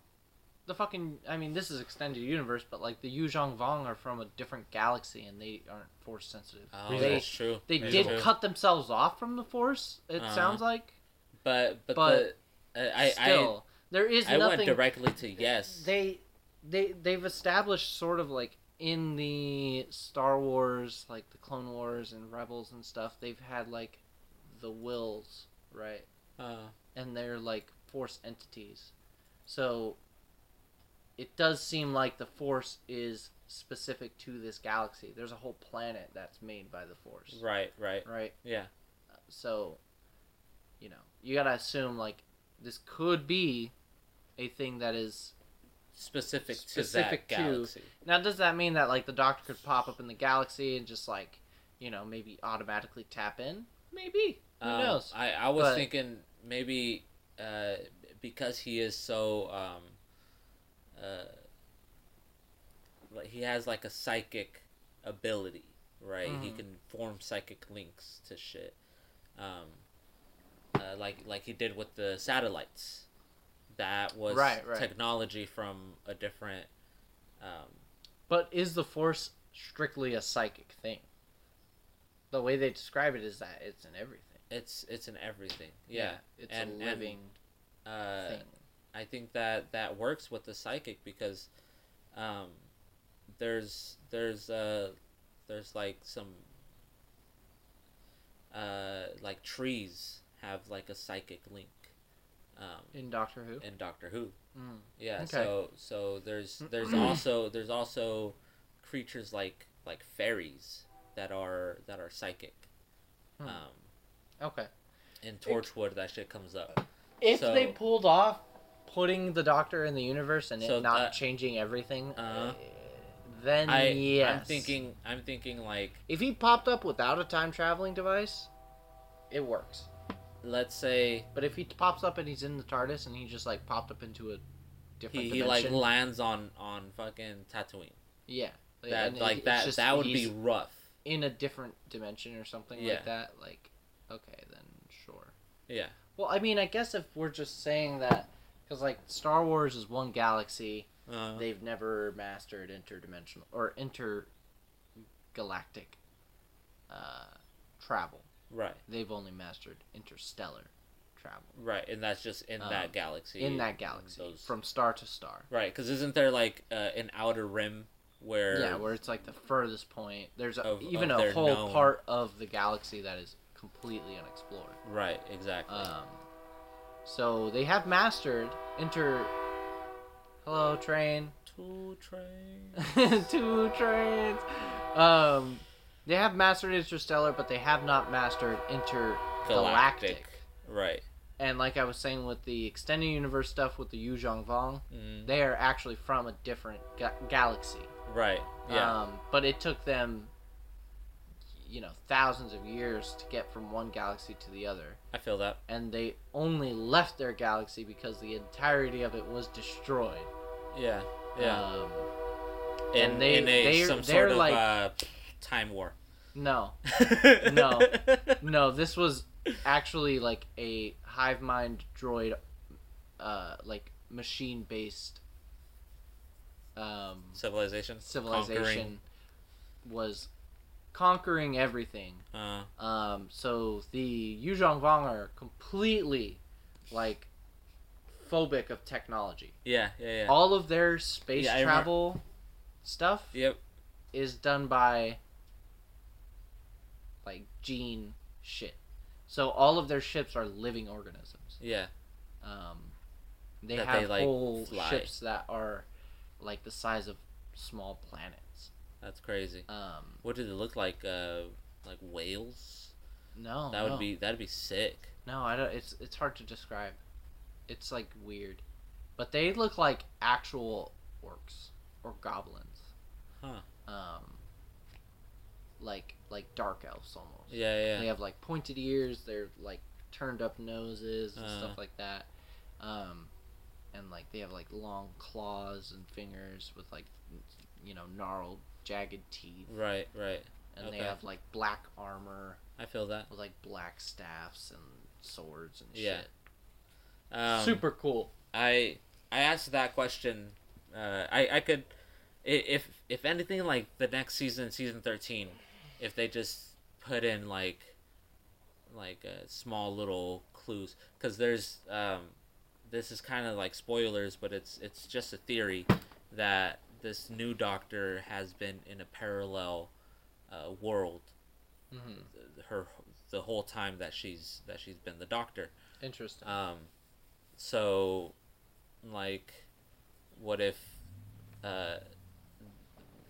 C: The fucking I mean this is extended universe, but like the Yuzhong Vong are from a different galaxy and they aren't force sensitive.
B: oh
C: They-
B: that's true
C: They
B: That's
C: did
B: true.
C: cut themselves off from the force, it
B: Uh-huh.
C: sounds like.
B: but but,
C: but
B: the, uh, I
C: Still, there is
B: I I
C: nothing
B: went directly to yes
C: they they they've established sort of like in the Star Wars, like the Clone Wars and Rebels and stuff, they've had like the wills, right?
B: uh,
C: And they're like force entities. So it does seem like the force is specific to this galaxy. There's a whole planet that's made by the force.
B: right right
C: Right?
B: yeah
C: So you know, you got to assume like this could be a thing that is
B: specific,
C: Specific
B: to
C: to-
B: that galaxy
C: Now, does that mean that like the Doctor could pop up in the galaxy and just like, you know, maybe automatically tap in? Maybe. Who
B: Um,
C: knows?
B: I I was
C: But-
B: thinking maybe uh, because he is so um, uh, like he has like a psychic ability, right? He
C: Mm-hmm.
F: Mhm.
B: can form psychic links to shit, um, uh, like like he did with the satellites. That was
F: Right, right.
B: technology from a different. Um,
C: But is the Force strictly a psychic thing? The way they describe it is that it's in everything.
B: it's it's in everything. Yeah.
C: it's
B: and-
C: a living
B: Uh,
C: thing.
B: I think that that works with the psychic because um, there's there's uh, there's like some uh, like trees have like a psychic link um,
C: in Doctor Who.
B: in Doctor Who.
C: Mm.
B: Yeah.
C: Okay. Mm-hmm.
B: So so there's there's also there's also creatures like like fairies that are that are psychic.
C: Hmm.
B: Um,
C: Okay.
B: in Torchwood, that shit comes up.
C: If
B: So-
C: they pulled off putting the Doctor in the universe and
B: So
C: it not
B: that-
C: changing everything, eh,
B: Uh-huh.
C: then
B: I
C: yes.
B: I'm thinking I'm thinking like
C: if he popped up without a time traveling device, it works.
B: let's say
C: But if he pops up and he's in the TARDIS and he just like popped up into a different
B: he, he
C: dimension,
B: like lands on on fucking Tatooine.
C: yeah,
B: That
C: and it-
B: like
C: it's
B: that
C: just
B: that would
C: he's
B: be rough.
C: in a different dimension or something
B: Yeah.
C: like that. Like, okay, then sure.
B: Yeah.
C: Well, I mean, I guess if we're just saying that, because like Star Wars is one galaxy,
B: Uh,
C: they've never mastered interdimensional or intergalactic uh, travel.
B: right.
C: They've only mastered interstellar travel
B: Right. And that's just in
C: Um,
B: that galaxy.
C: in that galaxy
B: those-
C: from star to star.
B: Right, cuz isn't there like uh, an outer rim where
C: Yeah, where it's like the furthest point. There's a,
B: Of-
C: even
B: of
C: a
B: their
C: whole
B: known-
C: part of the galaxy that is completely unexplored.
B: Right, exactly.
C: Um, so they have mastered inter. Hello,
B: [LAUGHS]
C: train.
B: Two train.
C: Two trains. Um, they have mastered interstellar, but they have not mastered intergalactic.
B: Galactic. [LAUGHS] Right.
C: And like I was saying with the extended universe stuff with the Yu Zhong Vong,
B: Mm,
C: they are actually from a different ga- galaxy.
B: right. Yeah.
C: Um, but it took them, you know, thousands of years to get from one galaxy to the other.
B: I feel that.
C: And they only left their galaxy because the entirety of it was destroyed.
B: Yeah. Yeah.
C: Um,
B: in,
C: and they-
B: in a
C: they're-
B: some
C: they're
B: sort of
C: like-
B: uh, time war.
C: no, [LAUGHS] No. no, this was actually like a hive mind droid, uh, like machine based um,
B: Civilization.
C: civilization was conquering everything
B: Conquering. Uh,
C: Um, so the Yu Zhong Vong are completely like phobic of technology.
B: yeah. Yeah. Yeah.
C: All of their space
B: Yeah, I remem-
C: travel stuff
B: Yep.
C: is done by like gene shit. So all of their ships are living organisms.
B: Yeah.
C: Um, they
B: That
C: have
B: they, like,
C: whole
B: fly.
C: ships that are like the size of small planets.
B: That's crazy.
C: Um,
B: What did it look like? Uh, like whales?
C: no,
B: that would
C: no.
B: be that'd be sick.
C: No, I don't. It's it's hard to describe. It's like weird, but they look like actual orcs or goblins.
B: Huh.
C: Um. Like like dark elves almost.
B: Yeah,
C: They
B: yeah.
C: have like pointed ears. They're like turned up noses and
B: Uh.
C: stuff like that. Um, and like they have like long claws and fingers with like you know gnarled jagged teeth.
B: Right, right.
C: And they
B: Okay.
C: have like black armor
B: I feel that.
C: with like black staffs and swords and
B: Yeah.
C: shit.
B: Um,
C: Super cool.
B: I I asked that question. Uh, I I could i- if if anything like the next season, season thirteen, if they just put in like like uh, small little clues, because there's um, this is kind of like spoilers, but it's it's just a theory that this new doctor has been in a parallel uh, world
C: Mhm.
B: her the whole time that she's that she's been the doctor.
C: Interesting.
B: Um, so, like, what if, uh,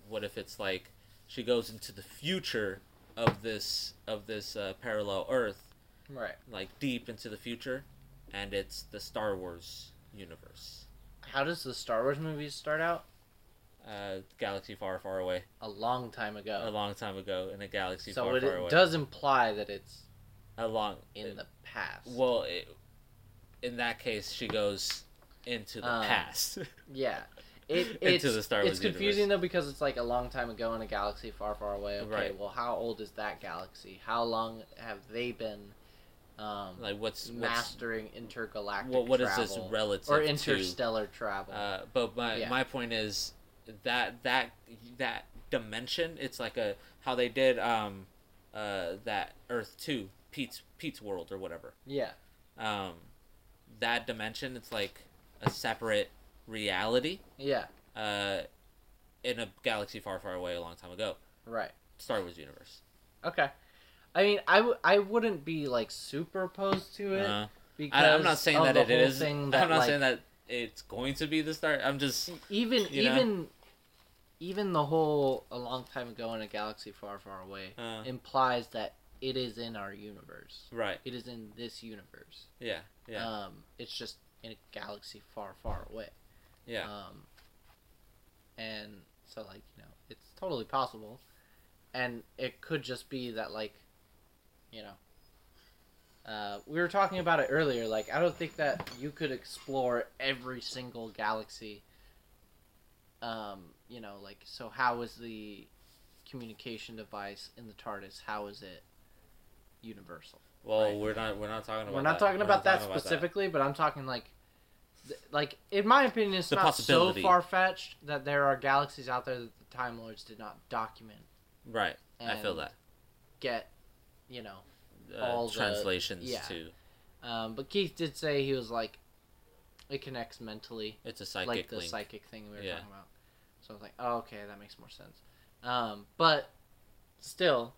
B: what if it's like she goes into the future of this of this uh, parallel Earth,
C: right.
B: like deep into the future, and it's the Star Wars universe,
C: How does the Star Wars movies start out?
B: uh, galaxy far far away,
C: A long time
B: a
C: ago.
B: long time ago in a galaxy
C: So
B: far
C: it,
B: far away,
C: does imply that it's
B: a long
C: in the past.
B: well, it, in that case, she goes into the
C: Um,
B: past. [LAUGHS]
C: Yeah. It,
B: Into
C: it's
B: the Star
C: it's
B: Wars
C: confusing
B: universe.
C: though because it's like a long time ago in a galaxy far, far away. Okay,
B: Right.
C: well, how old is that galaxy? How long have they been um,
B: like what's what's
C: mastering intergalactic
B: what what is
C: travel
B: this relative
C: or
B: to-
C: interstellar travel?
B: Uh, but my
C: Yeah.
B: my point is that that that dimension. It's like a how they did um, uh, that Earth Two Pete's Pete's world or whatever.
C: yeah,
B: Um, that dimension. It's like a separate reality
C: yeah,
B: uh, in a galaxy far, far away, a long time ago.
C: right.
B: Star Wars universe.
C: Okay. I mean, I, w- I wouldn't be like super opposed to it
B: Uh,
C: because
B: I, I'm not saying
C: of
B: that
C: the
B: it
C: whole
B: is.
C: Thing
B: I'm
C: that,
B: not
C: like,
B: saying that it's going to be the star. I'm just
C: even
B: you know?
C: even even the whole a long time ago in a galaxy far far away
B: uh,
C: implies that it is in our universe
B: right.
C: it is in this universe
B: Yeah. Yeah.
C: um it's just in a galaxy far far away
B: yeah.
C: um and so like you know it's totally possible and it could just be that like you know uh, we were talking about it earlier like i don't think that you could explore every single galaxy um you know like so how is the communication device in the tardis how is it universal
B: well,
C: right.
B: we're not. We're not talking about.
C: we're
B: that.
C: not talking
B: We're
C: about
B: not
C: that specifically, but I'm talking like, th- like in my opinion, it's
B: The
C: not so
B: possibility.
C: far fetched that there are galaxies out there that the Time Lords did not document
B: Right. I feel
C: And-
B: that.
C: get, you know.
B: Uh,
C: all the-
B: translations
C: yeah.
B: to
C: Um, but Keith did say he was like, it connects mentally,
B: it's a psychic
C: like the
B: link.
C: psychic thing we were
B: Yeah.
C: talking about. So I was like, oh, okay, that makes more sense. Um, but still,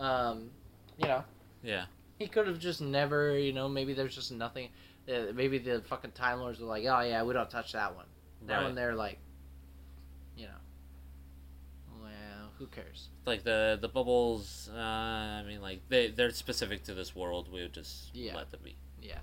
C: um, you know,
B: yeah.
C: He could have just never, you know, maybe there's just nothing. Uh, maybe the fucking Time Lords were like, oh yeah, we don't touch that one. That
B: Right.
C: one they're like, you know, well, who cares?
B: Like the the bubbles. Uh, I mean, like they they're specific to this world. We would just
C: Yeah.
B: let them be.
C: Yeah.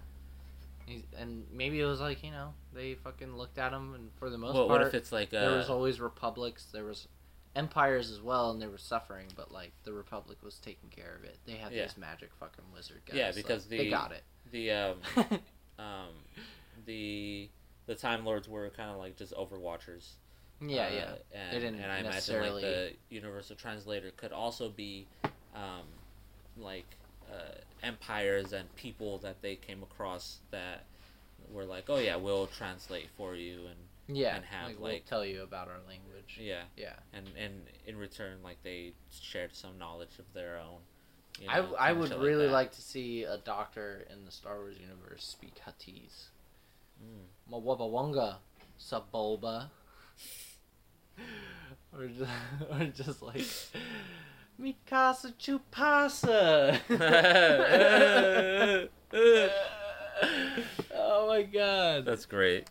C: He's, and maybe it was like, you know, they fucking looked at him, and for the most
B: Well,
C: part,
B: what if it's uh, like
C: there
B: a
C: was always republics, there was empires as well, and they were suffering, but like the republic was taking care of it. They had
B: Yeah.
C: these magic fucking wizard guys.
B: Yeah,
C: like,
B: because
C: they
B: the-
C: got it. [LAUGHS]
B: the um um the the time lords were kind of like just overwatchers.
C: yeah,
B: Uh,
C: yeah.
B: And,
C: They didn't
B: and I imagine like
C: necessarily-
B: the universal translator could also be, um, like uh, empires and people that they came across that were like, oh yeah, we'll translate for you, and
C: Yeah,
B: and have,
C: like,
B: like-
C: we'll tell you about our language.
B: yeah,
C: Yeah,
B: and and in return, like they shared some knowledge of their own. You
C: I,
B: know,
C: I
B: kinda
C: would
B: shit
C: really
B: that.
C: like to see a doctor in the Star Wars universe speak Huttese.
B: Mm.
C: Mawabawanga, Saboba, [LAUGHS] or just, [LAUGHS] or just like Mikasa Chupasa. [LAUGHS]
B: [LAUGHS]
C: oh my God!
B: That's great.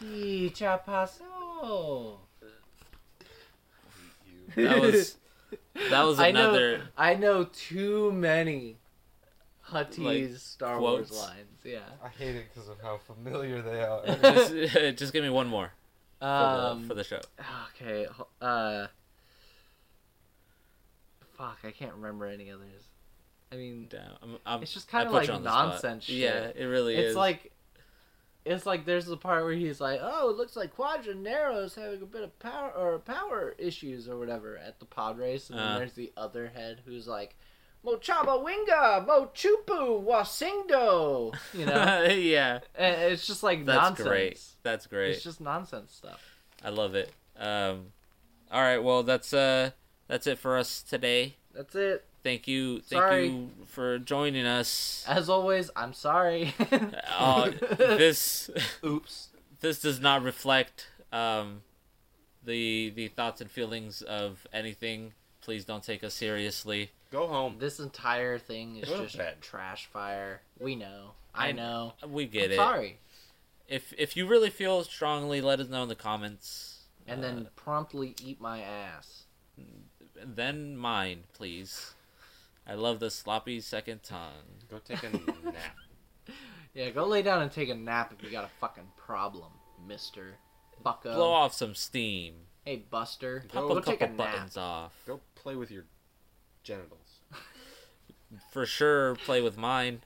C: Ki Chapaso.
B: That was that was
C: [LAUGHS] I know-
B: another.
C: I know too many Huttese
B: Like,
C: Star
B: quotes?
C: Wars lines. Yeah.
A: I hate it because of how familiar they are.
B: just, [LAUGHS] just give me one more for,
C: Um,
B: the, for the show.
C: Okay. ho- Uh. Fuck, I can't remember any others. I mean,
B: Damn, I'm, I'm,
C: it's just
B: Um, I
C: kind of
B: put
C: like
B: you on the spot.
C: nonsense shit.
B: Yeah, it really
C: it's
B: is.
C: like, it's like there's the part where he's like, "Oh, it looks like Quadranero's having a bit of power or power issues or whatever at the pod race," and
B: Uh.
C: then there's the other head who's like, "Mochaba Winga, Mochupu Wasingo,"
B: [LAUGHS]
C: you know.
B: yeah,
C: And it's just like
B: that's
C: nonsense.
B: great. That's great.
C: It's just nonsense stuff.
B: I love it. Um, all right, well, that's uh, that's it for us today.
C: That's it.
B: Thank you, thank
C: Sorry.
B: you for joining us.
C: [LAUGHS] As always,
B: [LAUGHS]
C: I'm sorry.
B: Uh, this
A: [LAUGHS] Oops.
B: this does not reflect um, the the thoughts and feelings of anything. Please don't take us seriously.
G: Go home.
C: this entire thing is
A: Go to
C: just
A: bed.
C: trash fire. We know. I
B: I-
C: know.
B: We get
C: I'm
B: it.
C: sorry.
B: If if you really feel strongly, let us know in the comments.
C: And
B: Uh,
C: then promptly eat my ass.
B: then mine, please. I love the sloppy second tongue.
A: Go take a nap.
C: Yeah, go lay down and take a nap if you got a fucking problem, Mister Bucko.
B: Blow off some steam.
C: Hey, Buster.
B: Pop
C: go
B: a
C: take
B: couple
C: a nap.
B: buttons off.
A: Go play with your genitals.
B: For sure, play with mine.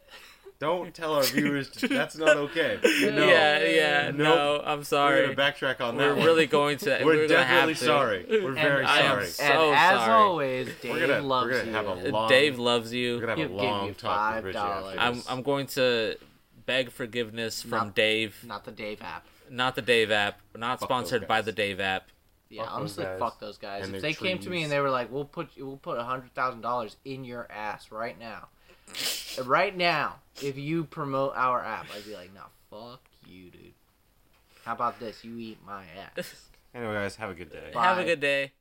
A: Don't tell our [LAUGHS] viewers to- that's not okay. [LAUGHS] No.
B: Yeah, yeah. No,
A: Nope.
B: I'm
A: We're
B: sorry.
A: gonna backtrack on
B: We're
A: that. one.
B: really going to.
A: [LAUGHS] We're,
B: we're, gonna have
A: definitely
B: to.
A: sorry.
B: [LAUGHS]
A: We're very
B: I
A: sorry.
B: am so
C: And as
B: sorry.
C: always, Dave
A: gonna- we're
C: loves
A: gonna
C: you.
A: have a- Long-
B: Dave loves
A: We're
B: you.
A: gonna
C: You
A: have a
C: give me
A: long talk
C: five
A: with Richie after
C: dollars.
B: I'm
A: this.
B: I'm going to beg forgiveness from
C: Not-
B: Dave.
C: Not the Dave app.
B: Not the Dave app. We're not
A: Fuck
B: sponsored
A: those
B: by
A: guys.
B: the Dave app.
C: Yeah,
H: Fuck those
C: honestly,
H: guys.
C: fuck those guys.
A: And
C: if
A: their
C: they came to me
A: trees.
C: and they were like, "We'll put we'll put a hundred thousand dollars in your ass right now, right now, if you promote our app," I'd be like, "No, fuck you, dude. How about this? You eat my ass."
A: [LAUGHS] Anyway, guys, have a good day.
C: Bye.
B: Have a good day.